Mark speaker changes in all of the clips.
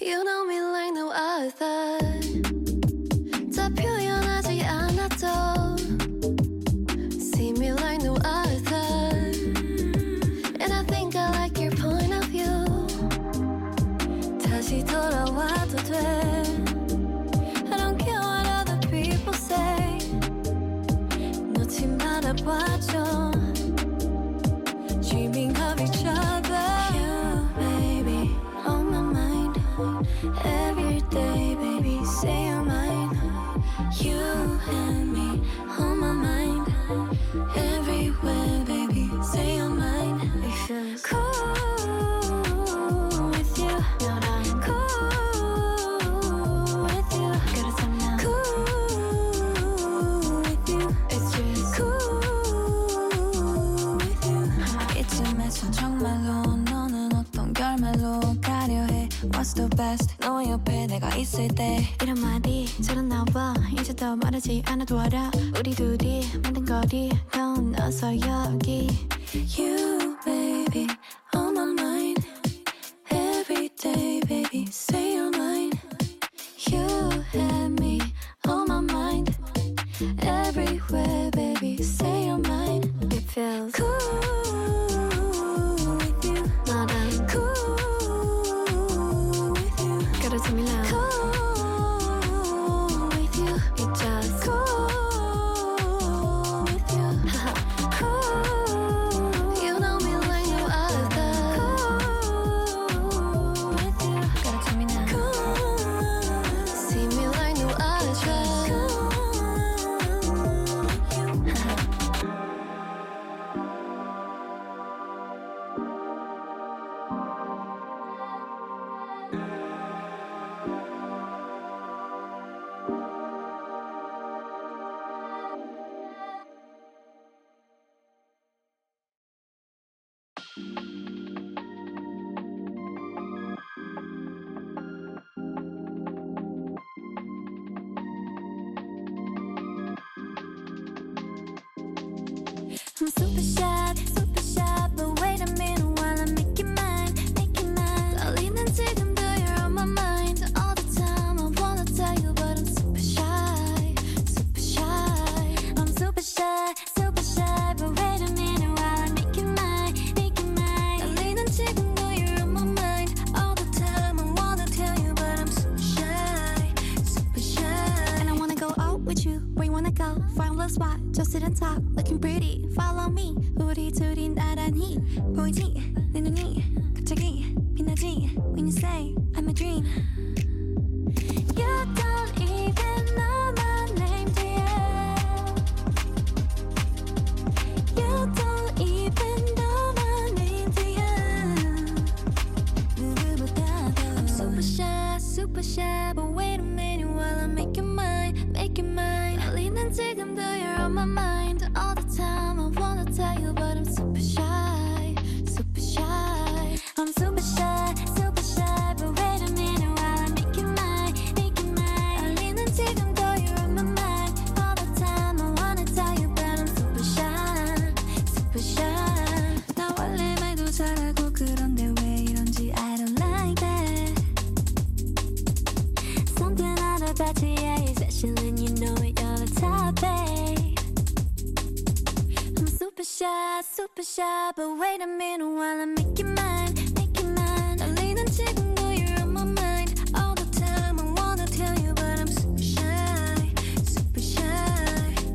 Speaker 1: You know me like no other 다 표현하지 않아도 See me like no other And I think I like your point of view 다시 돌아와도 돼 I don't care what other people say 놓지 말아봐줘 Dreaming of each other You baby on my mind Every day baby say you're mine You and me on my mind Everywhere baby say you're mine It feels cool with you Cool with you Cool with you It's just cool with you 이쯤에서 정말로 너는 어떤 결말로 가려 해 What's the best 너 옆에 내가 있을 때 이런 말이 저런 나와 이제 더 말하지 않아도 알아 우리 둘이 만든 거리 넌 어서 여기 You baby on my mind Every day baby say you're mine You had me on my mind Everywhere, baby, say you're mine. It feels cool with you. Not I'm cool with you. Gotta tell me now. Cool with you. It just cool with you. cool. You know me like no other. Cool with you. Gotta tell me now. Cool. See me like no other. Cool. I'm super shy, super shy, but wait a minute while I make you mine, make you mine. 떨리는 지금도 you're on my mind all the time. I wanna tell you, but I'm super shy, super shy. I'm super shy, super shy, but wait a minute while I make you mine, make you mine. 떨리는 지금도 you're on my mind all the time. I wanna tell you, but I'm super shy, super shy. And I wanna go out with you, where you wanna go, find a little spot, just sit and talk, looking pretty. Follow me, 우리 둘이 나란히 보이지 내 눈이 갑자기 빛나지 when you say I'm a dream. You don't even know my name, dear. You don't even know my name, dear. I'm super shy, super shy, but wait a minute while I make you mine, make you mine. 떨리는 지금도 you're on my mind all the time. I wanna tell you, but I'm super shy, super shy. I'm super shy, super shy, but wait a minute while I make you mine, make you mine. 떨리는 지금도 you're on my mind all the time. I wanna tell you, but I'm super shy, super shy. 나 원래 말도 잘하고 그런데 왜 이런지 I don't like that. Something out about you, yeah, you're special and you know it, you're the top, babe. I'm super shy, super shy, but wait a minute while I make you mine, make you mine. 떨리는 지금도 you're on my mind all the time. I wanna tell you, but I'm super shy, super shy.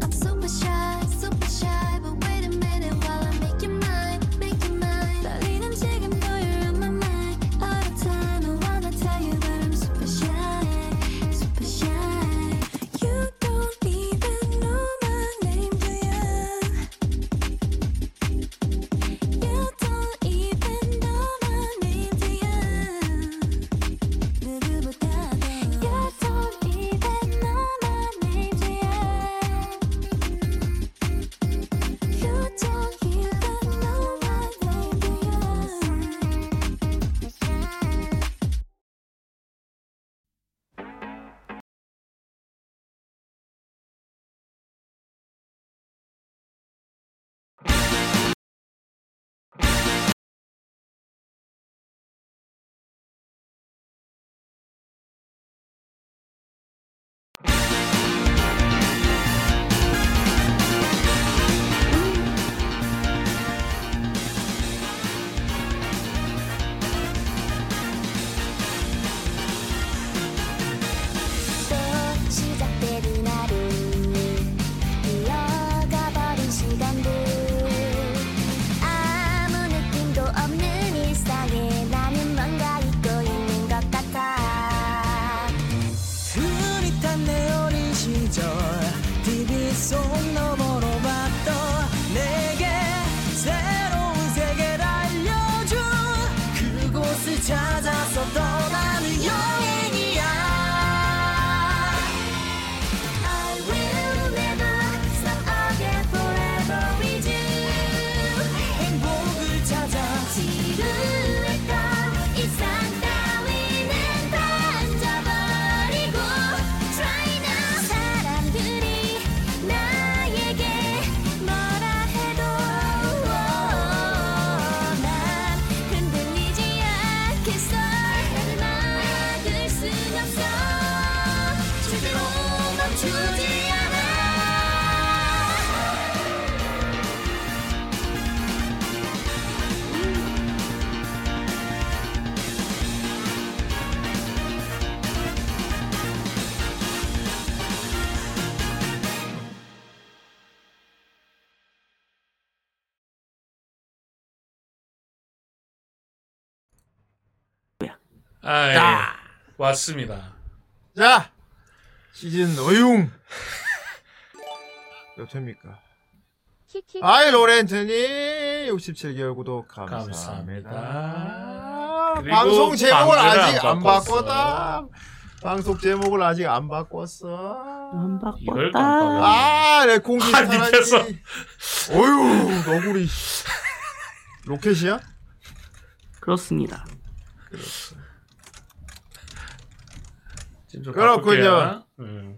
Speaker 1: I'm super shy, super shy, but wait a minute while I make you mine, make you mine. 떨리는 지금도 you're on my mind all the time. I wanna tell you, but I'm super shy, super shy. You don't even know my name, do you? You don't even
Speaker 2: 아, 예.
Speaker 3: 야.
Speaker 2: 왔습니다.
Speaker 3: 자 시즌 어융 몇 회입니까? 아이 로렌트님 67개월 구독 감사합니다.
Speaker 2: 감사합니다. 그리고
Speaker 3: 방송 제목을
Speaker 2: 방송을
Speaker 3: 아직
Speaker 2: 안
Speaker 3: 안
Speaker 2: 바꿨어.
Speaker 3: 바꿨다. 방송 제목을 아직 안 바꿨어.
Speaker 4: 안
Speaker 2: 이걸
Speaker 4: 바꿨다.
Speaker 2: 깜빡이야.
Speaker 3: 아, 내 공기
Speaker 2: 아, 밑에서.
Speaker 3: 사라지. 어휴, 너구리. 로켓이야?
Speaker 4: 그렇습니다.
Speaker 2: 지금 좀
Speaker 3: 그렇군요.
Speaker 2: 바꿀게요. 음.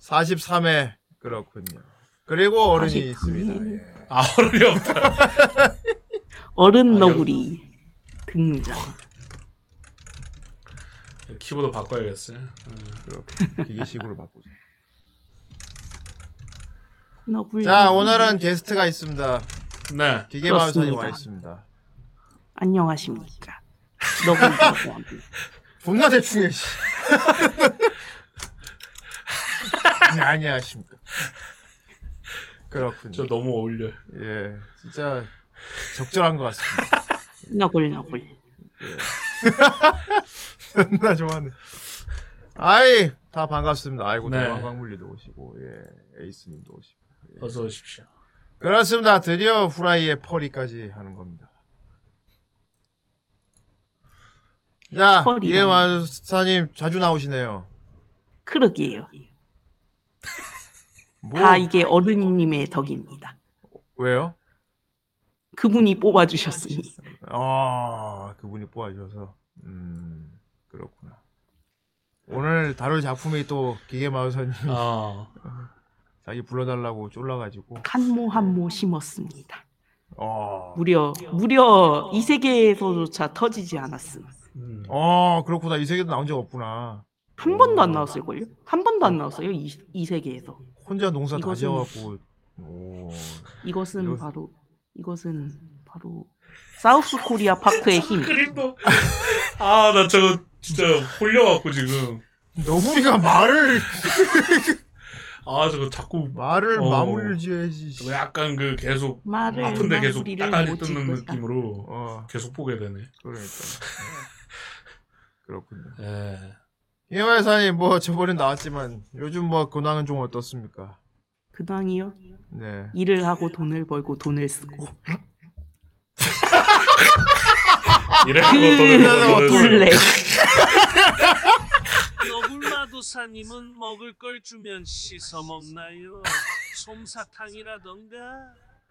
Speaker 3: 43회. 그렇군요. 그리고 어른이
Speaker 4: 43회.
Speaker 3: 있습니다. 예.
Speaker 2: 아, 어른이 없다.
Speaker 4: 어른 너구리 등장.
Speaker 2: 키보드 바꿔야겠어요. 음.
Speaker 3: 그렇군요. 기계식으로 바꾸자.
Speaker 4: 너구리.
Speaker 3: 자, 오늘은 게스트가 있습니다.
Speaker 2: 네.
Speaker 3: 기계마음사님 와
Speaker 4: 그렇습니다.
Speaker 3: 있습니다.
Speaker 4: 안녕하십니까. 너구리 그 등장합니다.
Speaker 3: 존나 대충해, 씨. 아니, 안녕하십니까. 그렇군요.
Speaker 2: 저 너무 어울려.
Speaker 3: 예, 진짜 적절한 것 같습니다.
Speaker 4: 너구리 너구리.
Speaker 3: 나 좋아하네. 아이, 다 반갑습니다. 아이고,
Speaker 2: 네.
Speaker 3: 대왕광물리도 오시고, 예, 에이스님도 오시고.
Speaker 2: 어서 오십시오.
Speaker 3: 그렇습니다. 드디어 후라이의 펄이까지 하는 겁니다. 야,
Speaker 4: 펄이라니.
Speaker 3: 이해마사님 자주 나오시네요.
Speaker 4: 그러게요.
Speaker 3: 뭐,
Speaker 4: 다 이게 어른님의 덕입니다.
Speaker 3: 왜요?
Speaker 4: 그분이 뽑아주셨으니.
Speaker 3: 아, 그분이 뽑아주셔서. 음, 그렇구나. 오늘 다룰 작품이 또 기계마우사님
Speaker 2: 어.
Speaker 3: 자기 불러달라고 쫄라가지고.
Speaker 4: 한모 한모 심었습니다.
Speaker 3: 어,
Speaker 4: 무려 무려 이 세계에서조차 터지지 않았음.
Speaker 2: 음.
Speaker 3: 어, 그렇구나. 이 세계도 나온 적 없구나.
Speaker 4: 한 번도 안 나왔을걸요? 한 번도 안 나왔어요 이, 이 세계에서.
Speaker 3: 혼자 농사 다
Speaker 4: 이것은-
Speaker 3: 지어갖고. 오.
Speaker 4: 이것은
Speaker 3: 이것-
Speaker 4: 바로 이것은 바로 사우스 코리아 파크의 힘.
Speaker 2: 그림도. 아, 나 저거 진짜 홀려갖고 지금.
Speaker 3: 너구리가 말을,
Speaker 2: 아, 저거 자꾸
Speaker 3: 말을
Speaker 2: 어.
Speaker 3: 마무리를 지어야지. 씨.
Speaker 2: 저거 약간 그 계속
Speaker 4: 말을
Speaker 2: 아픈데 계속
Speaker 4: 마무리를
Speaker 2: 따가리
Speaker 4: 못
Speaker 2: 뜯는
Speaker 4: 짓고 있다.
Speaker 2: 느낌으로
Speaker 3: 어,
Speaker 2: 계속 보게 되네.
Speaker 3: 그러니까. 그렇군요.
Speaker 2: 예.
Speaker 3: 이해마우사님, 뭐, 저번엔 나왔지만, 요즘 뭐, 근황은 좀 어떻습니까?
Speaker 4: 근황이요?
Speaker 3: 네.
Speaker 4: 일을 하고 돈을 벌고 돈을
Speaker 2: 어,
Speaker 4: 쓰고
Speaker 2: 이래갖고 돈을
Speaker 3: 아, 그-
Speaker 2: 벌어서.
Speaker 4: 둘레
Speaker 5: 너굴마도사님은 먹을 걸 주면 씻어 먹나요? 솜사탕이라던가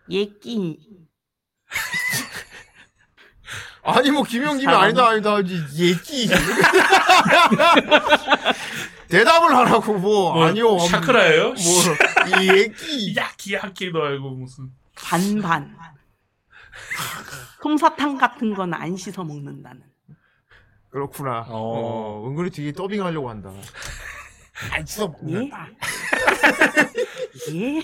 Speaker 4: 예끼
Speaker 3: 아니, 뭐, 김용김이
Speaker 4: 사람?
Speaker 3: 아니다, 아니다, 하지. 얘기. 대답을 하라고, 뭐,
Speaker 2: 뭐,
Speaker 3: 아니요.
Speaker 2: 샤크라예요? 뭐
Speaker 3: 뭐, 이 얘기.
Speaker 2: 야키야키도 알고 무슨
Speaker 4: 반반
Speaker 2: 아, 네.
Speaker 4: 솜사탕 같은 건 안 씻어 먹는다는
Speaker 3: 그렇구나.
Speaker 2: 어.
Speaker 3: 어. 은근히 되게 더빙하려고 한다.
Speaker 2: 아,
Speaker 3: 안 씻어
Speaker 4: 예?
Speaker 3: 먹는다.
Speaker 4: 예?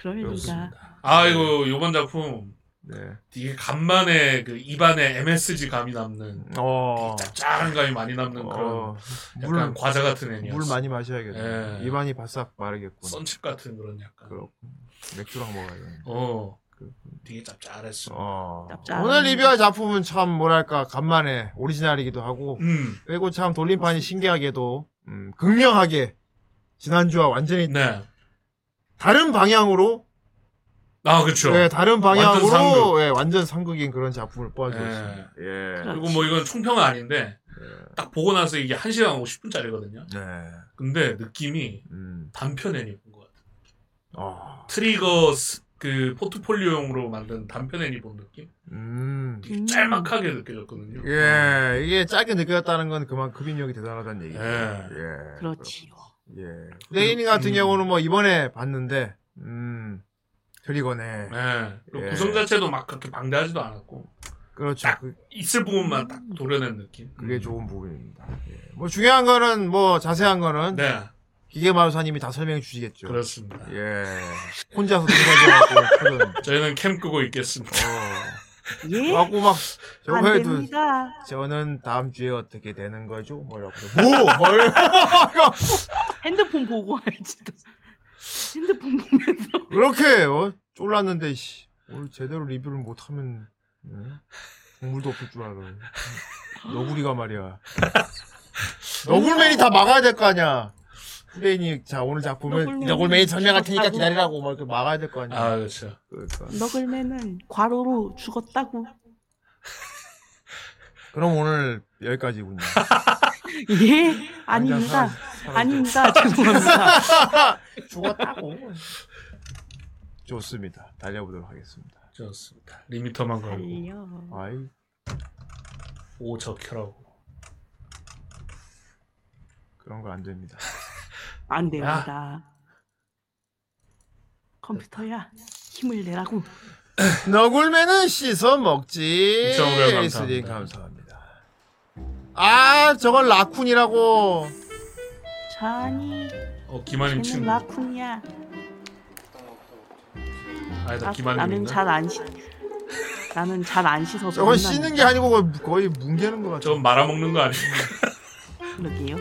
Speaker 4: 그러니까 그럴 리가
Speaker 2: 아 이거 요번 작품
Speaker 3: 네.
Speaker 2: 되게 간만에 그 입안에 MSG 감이 남는
Speaker 3: 어.
Speaker 2: 짭짤한 감이 많이 남는 그런
Speaker 3: 어. 물,
Speaker 2: 약간 과자 같은 애니였어
Speaker 3: 물 많이 마셔야겠네.
Speaker 2: 예.
Speaker 3: 입안이 바싹 마르겠군.
Speaker 2: 썬칩 같은 그런 약간
Speaker 3: 그렇군. 맥주랑 먹어야겠네.
Speaker 2: 어 되게 짭짤했어
Speaker 3: 어.
Speaker 4: 짭짤.
Speaker 3: 오늘 리뷰할 작품은 참 뭐랄까 간만에 오리지널이기도 하고
Speaker 2: 음
Speaker 3: 그리고 참 돌림판이 신기하게도 음, 극명하게 지난주와 완전히
Speaker 2: 네.
Speaker 3: 다른 방향으로
Speaker 2: 아 그쵸
Speaker 3: 예, 다른
Speaker 2: 완전
Speaker 3: 방향으로
Speaker 2: 상극.
Speaker 3: 예, 완전 상극인 그런 작품을
Speaker 2: 예.
Speaker 3: 뽑아주었습니다. 예.
Speaker 2: 그리고 뭐 이건 총평은 아닌데 딱 보고 나서 이게 1시간 50분짜리거든요
Speaker 3: 네.
Speaker 2: 근데 느낌이
Speaker 3: 음.
Speaker 2: 단편 애니 본것 같아
Speaker 3: 아.
Speaker 2: 트리거 스- 그 포트폴리오용으로 만든 단편 애니 본 느낌?
Speaker 3: 음.
Speaker 2: 되게 짤막하게 느껴졌거든요
Speaker 3: 예, 이게 짧게 느껴졌다는 건 그만큼 흡입력이 대단하다는 얘기죠.
Speaker 2: 예.
Speaker 3: 예.
Speaker 4: 그렇지요
Speaker 3: 예. 레이닝 같은
Speaker 2: 음.
Speaker 3: 경우는 뭐 이번에 봤는데, 음, 드리거네.
Speaker 2: 네. 그리고
Speaker 3: 예.
Speaker 2: 구성 자체도 막 그렇게 방대하지도 않았고
Speaker 3: 그렇죠.
Speaker 2: 딱. 음.
Speaker 3: 그,
Speaker 2: 있을 부분만 딱 도려낸 느낌.
Speaker 3: 게 좋은 부분입니다. 예. 뭐 중요한 거는 뭐 자세한 거는
Speaker 2: 네,
Speaker 3: 기계마우사님이 다 설명해 주시겠죠.
Speaker 2: 그렇습니다.
Speaker 3: 예. 혼자서 들어가고 하는.
Speaker 2: 저희는 캠 끄고 있겠습니다.
Speaker 3: 어.
Speaker 4: 예?
Speaker 3: 하고 막
Speaker 4: 안
Speaker 3: 저번에도
Speaker 4: 됩니다
Speaker 3: 저는 다음 주에 어떻게 되는 거죠? 뭐라고. 뭐? 뭘?
Speaker 4: 핸드폰 보고 할지도 핸드폰 보면서
Speaker 3: 이렇게 어? 쫄랐는데 네? 씨. 오늘 제대로 리뷰를 못 하면 응? 국물도 없을 줄 알아. 너구리가 말이야. 너굴맨이 다 막아야 될 거 아니야. 후대인이 자 오늘 작품을
Speaker 4: 너굴맨이
Speaker 3: 너굴맨이 전멸할 테니까
Speaker 4: 죽었다고.
Speaker 3: 기다리라고 막 이렇게 막아야 될 거 아니야.
Speaker 2: 아 그렇죠.
Speaker 3: 그러니까.
Speaker 4: 너글맨은 과로로 죽었다고.
Speaker 3: 그럼 오늘 여기까지군요.
Speaker 4: 예, 아닙니다. 아닙니다. 죄송합니다.
Speaker 3: 죽었다고. 좋습니다. 달려보도록 하겠습니다.
Speaker 2: 좋습니다. 리미터만 걸고
Speaker 4: 달려.
Speaker 3: 아이
Speaker 2: 오저 켜라고.
Speaker 3: 그런 거 안 됩니다.
Speaker 4: 안 됩니다. 컴퓨터야, 힘을 내라고.
Speaker 3: 너굴맨은 씻어 먹지.
Speaker 2: 이정별 감사합니다.
Speaker 3: 에이스님 감사합니다. 아 저건 라쿤이라고.
Speaker 4: 자니,
Speaker 2: 어
Speaker 4: 쟤는
Speaker 2: 기마님 친구.
Speaker 4: 라쿤이야.
Speaker 2: 아니다
Speaker 4: 나,
Speaker 2: 기마님
Speaker 4: 나는
Speaker 2: 있나?
Speaker 4: 잘 안 씻. 나는 잘 안 씻어서.
Speaker 3: 저건
Speaker 4: 못난다.
Speaker 3: 씻는 게 아니고 거의- 거의 뭉개는 거 같아.
Speaker 2: 저건 말아먹는 거 아니에요?
Speaker 4: 그러게요.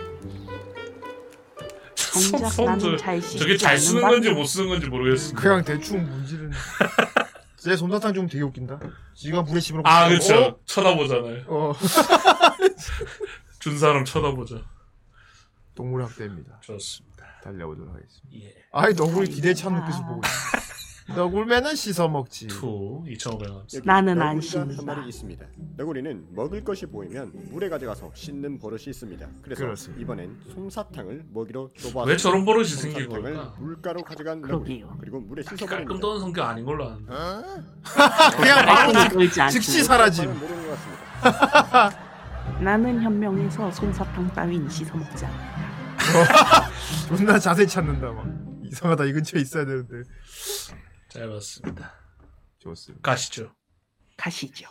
Speaker 4: 정작 나는
Speaker 2: 손들.
Speaker 4: 잘 씻지
Speaker 2: 저게 잘 쓰는
Speaker 4: 않는다.
Speaker 2: 건지 못 쓰는 건지 모르겠습니다.
Speaker 3: 그냥 대충 문지르는. 제 솜사탕 좀 되게 웃긴다. 지가 물에 집어넣고.
Speaker 2: 아 그렇죠. 쳐다보잖아요.
Speaker 3: 어? 어.
Speaker 2: 준 사람 쳐다보죠.
Speaker 3: 동물학대입니다.
Speaker 2: 좋습니다.
Speaker 3: 달려보도록 하겠습니다.
Speaker 2: 예.
Speaker 3: 아이 너구리 기대찬 눈빛을 보고 있어. 너굴매는 씻어 먹지.
Speaker 2: 투 2,500원.
Speaker 4: 나는 안
Speaker 6: 너구리가
Speaker 4: 씻는다.
Speaker 6: 한 마리 있습니다. 너구리는 먹을 것이 보이면 물에 가져가서 씻는 버릇이 있습니다. 그래서
Speaker 3: 그렇습니다.
Speaker 6: 이번엔 솜사탕을 먹이로 줘봐.
Speaker 2: 왜 저런 버릇이 생긴
Speaker 6: 솜사탕을
Speaker 2: 걸까?
Speaker 6: 물가로 가져간 너구리
Speaker 4: 그러게요.
Speaker 6: 그리고 물에
Speaker 2: 가끔
Speaker 6: 씻어버립니다.
Speaker 2: 떠는 성격 아닌 걸로 아는데.
Speaker 3: 아, 그냥 바로
Speaker 4: 발끈이 걸지 않지.
Speaker 3: 아, 즉시 사라짐.
Speaker 6: 사람은 모르는 것 같습니다.
Speaker 4: 나는 현명해서 솜사탕 따윈 씻어 먹자.
Speaker 3: 존나 자세 찾는다 막. 이상하다 이 근처에 있어야 되는데.
Speaker 2: 잘 봤습니다.
Speaker 3: 좋습니다.
Speaker 2: 가시죠.
Speaker 4: 가시죠.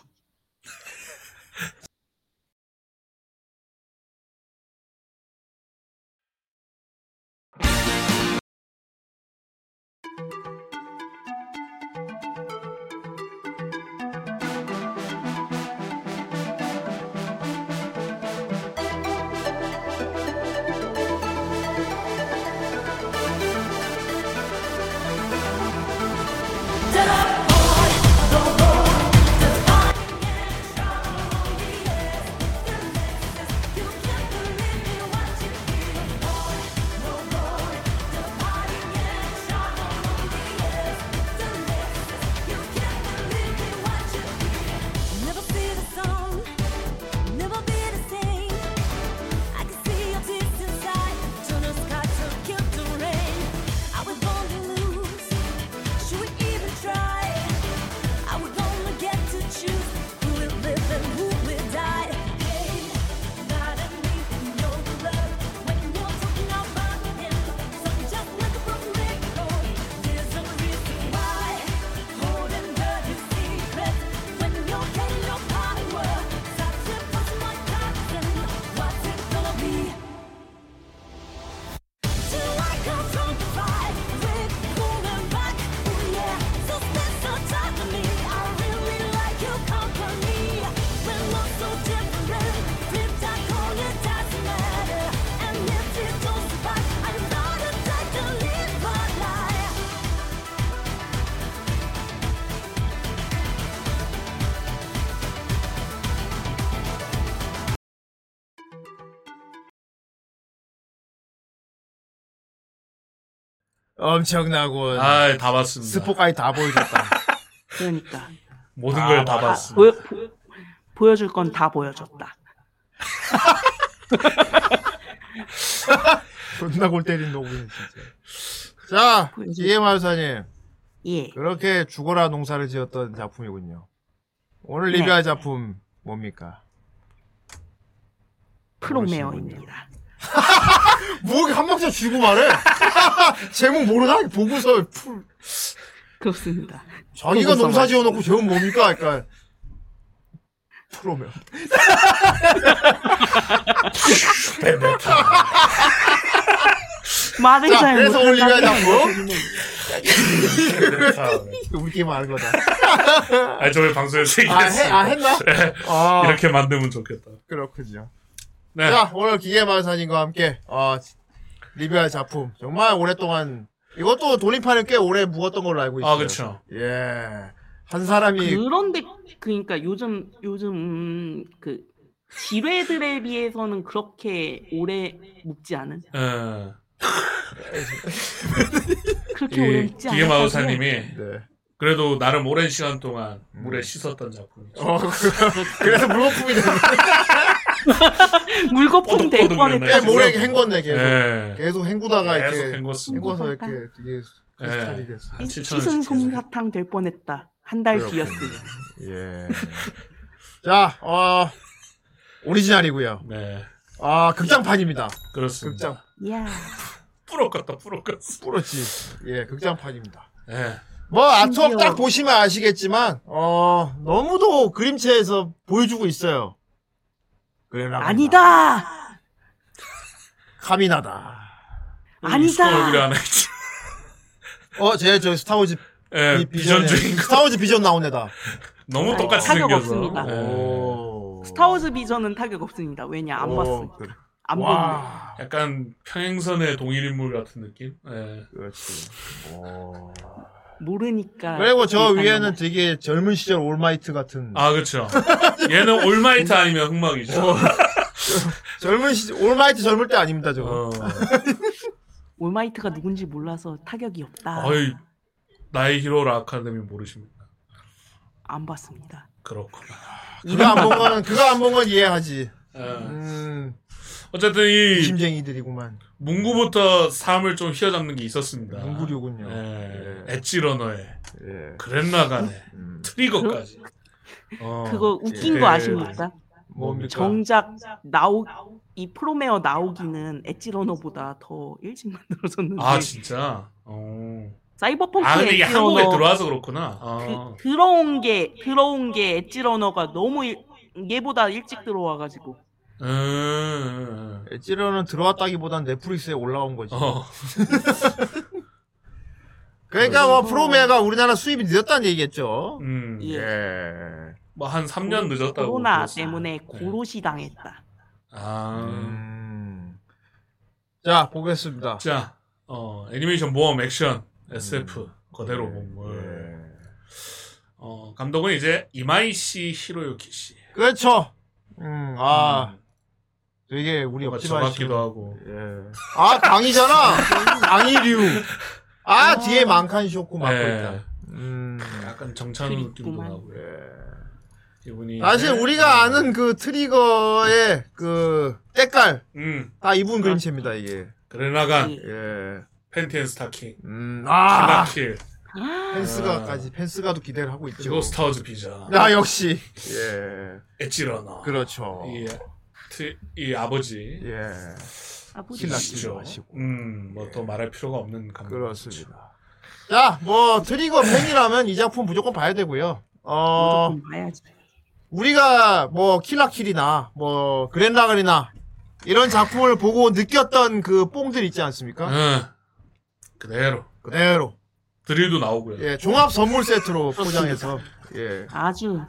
Speaker 1: Never see the sun, never be the same. I can see your tears inside. Turn the sky to kill the rain. I was born to lose. Should we even try? I would only get to choose who will live and who will die. Hey, not a need in your love. When you're talking out my end, so just let the problem go. There's no reason why holding dirty secrets when you're getting your power. Such a person like Thompson. What's it gonna be? Till I come from the fight, quit pulling back. Ooh, yeah. So spend some time with me. I really like your company. We're not so different. Flipped, I call it doesn't matter. And if it don't survive, I'm not a type to live my life.
Speaker 3: 엄청나군.
Speaker 2: 아, 다 봤습니다.
Speaker 3: 스포까지 다 보여줬다.
Speaker 4: 그러니까
Speaker 2: 모든
Speaker 3: 아,
Speaker 2: 걸 다
Speaker 3: 아,
Speaker 4: 다
Speaker 2: 봤습니다.
Speaker 4: 보여, 보, 보여줄 건 다 보여줬다.
Speaker 3: 존나 골 때린 너구리 진짜. 자 이해 마유사님.
Speaker 4: 예,
Speaker 3: 그렇게 죽어라 농사를 지었던 작품이군요. 오늘 리뷰할 작품 뭡니까?
Speaker 4: 프로메어입니다.
Speaker 3: 뭐한 박자 쥐고 말해. 제목 모르나? 보고서 풀.
Speaker 4: 그렇습니다.
Speaker 3: 자기가 농사 지어놓고 제목 뭡니까? 그러니까 프로메어.
Speaker 4: 말을
Speaker 3: 자,
Speaker 4: 잘
Speaker 3: 그래서 올리비아
Speaker 4: 못한다는
Speaker 3: 작품?
Speaker 4: 것은
Speaker 3: 우리끼리 말한 거다.
Speaker 2: 아, 저왜 방송에서
Speaker 3: 아, 해,
Speaker 2: 얘기했어요?
Speaker 3: 아 했나? 아
Speaker 2: 이렇게 만들면 좋겠다.
Speaker 3: 그렇군요.
Speaker 2: 네.
Speaker 3: 자 오늘 기계만사님과 함께 어, 리뷰할 작품 정말 오랫동안 이것도 돌림판을 꽤 오래 묵었던 걸로 알고 있어요.
Speaker 2: 아, 그렇죠.
Speaker 3: 예. 한 사람이
Speaker 4: 그런데 그러니까 요즘 요즘 음, 그 지뢰들에 비해서는 그렇게 오래 묵지 않은
Speaker 2: 어,
Speaker 4: 그렇게 오래
Speaker 2: 이
Speaker 4: 묵지 않은
Speaker 2: 기계 마우사님이
Speaker 3: 네.
Speaker 2: 그래도 나름 오랜 시간 동안
Speaker 3: 음.
Speaker 2: 물에 씻었던 작품이죠.
Speaker 3: 어, 그래서 물거품이 됐네.
Speaker 4: 물거품
Speaker 2: 꼬독꼬독
Speaker 4: 대구하게
Speaker 2: 이러네.
Speaker 3: 꽤 예, 모래 헹궜네, 계속.
Speaker 2: 예.
Speaker 3: 계속 헹구다가
Speaker 2: 계속
Speaker 3: 이렇게.
Speaker 2: 헹궜습니다.
Speaker 3: 헹궈서 이렇게 되게
Speaker 2: 예.
Speaker 3: 크리스탈이 됐어.
Speaker 2: 한 7천
Speaker 4: 씻은
Speaker 2: 원씩.
Speaker 4: 솜사탕 될 뻔했다 한 달
Speaker 3: 그렇군요.
Speaker 4: 뒤였음
Speaker 3: 예. 자, 어, 오리지널이고요
Speaker 2: 네,
Speaker 3: 아, 극장판입니다.
Speaker 2: 그렇습니다.
Speaker 3: 극장.
Speaker 4: 이야
Speaker 2: 뿌러 갔다 뿌러 갔어.
Speaker 3: 뿌러지. 예, 극장판입니다.
Speaker 4: 음,
Speaker 2: 예.
Speaker 3: 뭐, 아톰
Speaker 4: 심지어-
Speaker 3: 딱 보시면 아시겠지만, 어, 너무도 그림체에서 보여주고 있어요. 그래,
Speaker 2: 아,
Speaker 3: 나.
Speaker 4: 아니다
Speaker 3: 카미나다.
Speaker 2: 익숙한 얼굴이
Speaker 4: 아니다
Speaker 2: 하나 있지.
Speaker 3: 어, 제, 저 스타워즈
Speaker 2: 예,
Speaker 3: 이
Speaker 2: 비전
Speaker 3: 비전에- 네.
Speaker 2: 중인 거.
Speaker 3: 스타워즈 비전 나온 애다.
Speaker 2: 너무
Speaker 4: 아,
Speaker 2: 똑같이
Speaker 4: 타격
Speaker 2: 생겨서.
Speaker 4: 없습니다.
Speaker 2: 예.
Speaker 3: 오.
Speaker 4: 스타워즈 비전은 타격 없습니다 왜냐 안
Speaker 3: 오,
Speaker 4: 봤음
Speaker 3: 그래.
Speaker 4: 안 봤네
Speaker 3: 와.
Speaker 2: 약간 평행선의 동일인물 같은 느낌. 예.
Speaker 3: 그렇지. 오.
Speaker 4: 모르니까
Speaker 3: 그리고 저
Speaker 4: 일단
Speaker 3: 위에는 되게 젊은 시절 올마이트 같은.
Speaker 2: 아 그렇죠. 얘는 올마이트 아니면
Speaker 3: 어.
Speaker 2: 흑막이죠.
Speaker 3: 젊은 시 올마이트 젊을 때 아닙니다,
Speaker 2: 어.
Speaker 3: 저거.
Speaker 4: 올마이트가 누군지 몰라서 타격이 없다
Speaker 2: 어이 나의 히로라 아카데미 모르십니까?
Speaker 4: 안 봤습니다
Speaker 2: 그렇구나.
Speaker 3: 그거 안 본 거는 그거 안 본 건 이해하지.
Speaker 2: 예.
Speaker 3: 음.
Speaker 2: 어쨌든 이
Speaker 3: 심쟁이들이구만.
Speaker 2: 문구부터 삶을 좀 휘어잡는 게 있었습니다.
Speaker 3: 문구류군요.
Speaker 2: 예.
Speaker 3: 예.
Speaker 2: 엣지러너에
Speaker 3: 예.
Speaker 2: 그랜나간에
Speaker 3: 음.
Speaker 2: 트리거까지. 어.
Speaker 4: 그거 웃긴
Speaker 2: 예.
Speaker 4: 거 아십니까?
Speaker 3: 뭡니까?
Speaker 4: 정작 나오 이 프로메어 나오기는 엣지러너보다 더 일찍 만들어졌는데
Speaker 2: 아 진짜. 어.
Speaker 4: 사이버펑크
Speaker 2: 아 근데 이게 한국에
Speaker 4: 엣지러너
Speaker 2: 들어와서 그렇구나. 아.
Speaker 4: 그, 들어온 게 들어온 게 엣지러너가 너무 일, 얘보다 일찍 들어와가지고
Speaker 2: 음, 음. 음.
Speaker 3: 엣지러는 들어왔다기보단 넷플릭스에 올라온 거지.
Speaker 2: 어.
Speaker 3: 그러니까 뭐 프로메가 우리나라 수입이 늦었다는 얘기겠죠.
Speaker 2: 음.
Speaker 4: 예.
Speaker 3: 예.
Speaker 2: 뭐 한 3년 늦었다고.
Speaker 4: 코로나
Speaker 2: 들었어요.
Speaker 4: 때문에
Speaker 2: 네.
Speaker 4: 고로시 당했다.
Speaker 2: 아.
Speaker 3: 음. 자 보겠습니다.
Speaker 2: 자, 어, 애니메이션 모험 액션 SF 거대로 뭐. 본물.
Speaker 3: 음. 예.
Speaker 2: 어, 감독은 이제 이마이 씨, 히로유키 씨.
Speaker 3: 그렇죠. 음, 아,
Speaker 2: 음,
Speaker 3: 되게 우리
Speaker 2: 뭔가
Speaker 3: 옆집안 씨.
Speaker 2: 정확기도 하고.
Speaker 3: 예. 아, 강이잖아. 강이류. 아, 뒤에 망칸 쇼코 맡고
Speaker 2: 예.
Speaker 3: 있다. 음.
Speaker 2: 약간 정찬우 느낌도
Speaker 4: 그립구만.
Speaker 2: 나고.
Speaker 3: 예.
Speaker 2: 이분이
Speaker 3: 사실
Speaker 2: 이제,
Speaker 3: 우리가
Speaker 2: 어,
Speaker 3: 아는 그 트리거의 그 때깔
Speaker 2: 음,
Speaker 3: 다 이분 그림체입니다 이게.
Speaker 2: 그레나간
Speaker 4: 예.
Speaker 3: 예.
Speaker 2: 팬티 앤 스타킹,
Speaker 3: 음. 아.
Speaker 2: 킬라킬,
Speaker 3: 펜스가까지 펜스가도 기대를 하고 있죠.
Speaker 2: 그리고 스타워즈 피자,
Speaker 3: 아 역시. 예.
Speaker 2: 엣지러너,
Speaker 3: 그렇죠.
Speaker 4: 예.
Speaker 2: 이, 트, 이 아버지,
Speaker 3: 예.
Speaker 4: 아버지
Speaker 3: 신라.
Speaker 2: 시죠.
Speaker 3: 마시고. 예.
Speaker 2: 음, 뭐 또 말할 필요가 없는 감독.
Speaker 3: 그렇습니다. 자, 뭐 트리거 팬이라면 이 작품 무조건 봐야 되고요. 어.
Speaker 4: 무조건 봐야지.
Speaker 3: 우리가 뭐 킬라킬이나 뭐 그랜라글이나 이런 작품을 보고 느꼈던 그 뽕들 있지
Speaker 4: 네.
Speaker 3: 않습니까?
Speaker 2: 응. 그대로.
Speaker 3: 그대로
Speaker 2: 드릴도 나오고요.
Speaker 3: 예 종합 선물 세트로 포장해서 예
Speaker 4: 아주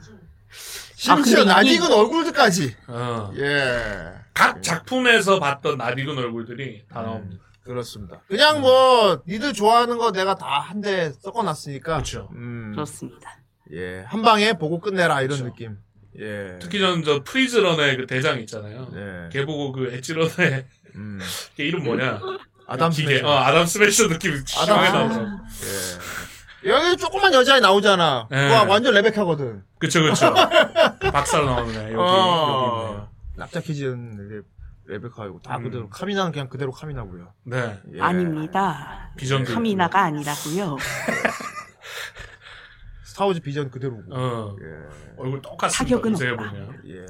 Speaker 3: 심지어
Speaker 4: 아, 근데 이게-
Speaker 3: 나딕은 얼굴들까지
Speaker 2: 어.
Speaker 3: 예
Speaker 2: 각 작품에서 봤던 나디군 얼굴들이 다
Speaker 3: 네.
Speaker 2: 나옵니다. 음.
Speaker 3: 그렇습니다. 그냥 뭐 니들 좋아하는 거 내가 다 한 대 섞어놨으니까
Speaker 2: 그렇죠.
Speaker 3: 음.
Speaker 4: 그렇습니다.
Speaker 3: 음예한 방에 보고 끝내라 이런
Speaker 2: 그쵸.
Speaker 3: 느낌 예
Speaker 2: 특히 저는 저 프리즈런의 그 대장 있잖아요.
Speaker 3: 예
Speaker 2: 걔 보고 그 엣지런의
Speaker 3: 음.
Speaker 2: 걔 이름 뭐냐?
Speaker 3: 아담
Speaker 2: 예, 기계.
Speaker 3: 스미스
Speaker 2: 어, 아담 스매셔 느낌 심하게
Speaker 3: 아.
Speaker 2: 나오죠.
Speaker 3: 예 여기 조그만 여자애 나오잖아
Speaker 2: 예.
Speaker 3: 와 완전 레베카거든
Speaker 2: 그쵸, 그쵸. 박사로 나오네. 여기,
Speaker 3: 어. 낙자 퀴즈는 레베카이고 다
Speaker 2: 음.
Speaker 3: 그대로 카미나는 그냥 그대로 카미나고요.
Speaker 2: 여기 있네요. 네.
Speaker 3: 예.
Speaker 4: 아닙니다.
Speaker 2: 비전도.
Speaker 4: 카미나가 아니라고요.
Speaker 3: 스타워즈 비전 그대로고.
Speaker 2: 있고. 어.
Speaker 3: 예.
Speaker 2: 얼굴 똑같습니다.
Speaker 4: 타격은
Speaker 2: 자세히
Speaker 4: 없다.
Speaker 2: 보면.
Speaker 3: 예.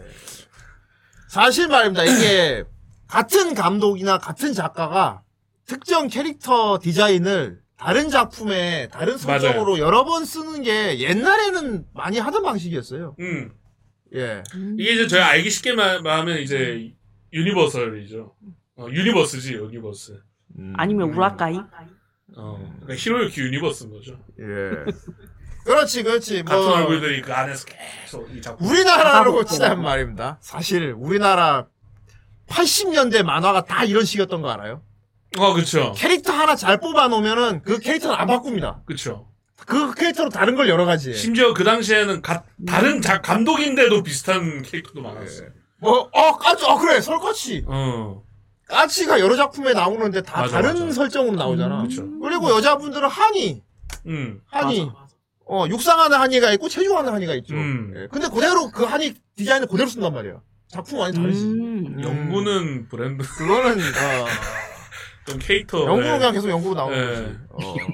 Speaker 3: 사실 말입니다. 이게 같은 감독이나 같은 작가가 특정 캐릭터 디자인을 다른 작품에 다른 설정으로 여러 번 쓰는 게 옛날에는 많이 하던 방식이었어요.
Speaker 2: 음.
Speaker 3: 예.
Speaker 4: 음,
Speaker 2: 이게 이제 저희 알기 쉽게 말- 말하면 이제 유니버설이죠. 어, 유니버스지, 유니버스.
Speaker 3: 음.
Speaker 4: 아니면 우라카이?
Speaker 2: 어. 그러니까 히로유키 유니버스인 거죠.
Speaker 3: 예. 그렇지, 그렇지.
Speaker 2: 같은
Speaker 3: 뭐
Speaker 2: 얼굴들이 그 안에서 계속 이 작품.
Speaker 3: 우리나라로 치자면 말입니다. 사실 우리나라 80년대 만화가 다 이런 식이었던 거 알아요?
Speaker 2: 어, 그쵸.
Speaker 3: 캐릭터 하나 잘 뽑아놓으면은 그 캐릭터는 안 바꿉니다.
Speaker 2: 그쵸.
Speaker 3: 그 캐릭터로 다른 걸 여러 가지. 해. 음. 예.
Speaker 2: 심지어 그 당시에는 가- 다른 작- 감독인데도 비슷한 캐릭터도 많았어요.
Speaker 3: 뭐, 어, 까치, 어, 그래, 설까치.
Speaker 2: 어.
Speaker 3: 까치가 여러 작품에 나오는데 다
Speaker 2: 맞아,
Speaker 3: 다른
Speaker 2: 맞아. 음,
Speaker 3: 설정으로 나오잖아.
Speaker 4: 음.
Speaker 2: 그쵸.
Speaker 3: 그리고 여자분들은 한이,
Speaker 2: 음.
Speaker 3: 한이,
Speaker 4: 맞아, 맞아.
Speaker 3: 어, 육상하는 한이가 있고 체조하는 한이가 있죠.
Speaker 2: 음.
Speaker 3: 예, 근데 그대로 그 한이 디자인을 그대로 쓴단 말이야. 작품 많이 다르지.
Speaker 4: 음.
Speaker 2: 영구는 브랜드
Speaker 3: 그거는, 어,
Speaker 2: 좀 캐릭터.
Speaker 3: 영구로
Speaker 2: 네.
Speaker 3: 그냥 계속 영구로 나오는
Speaker 2: 네.
Speaker 3: 거지. 어.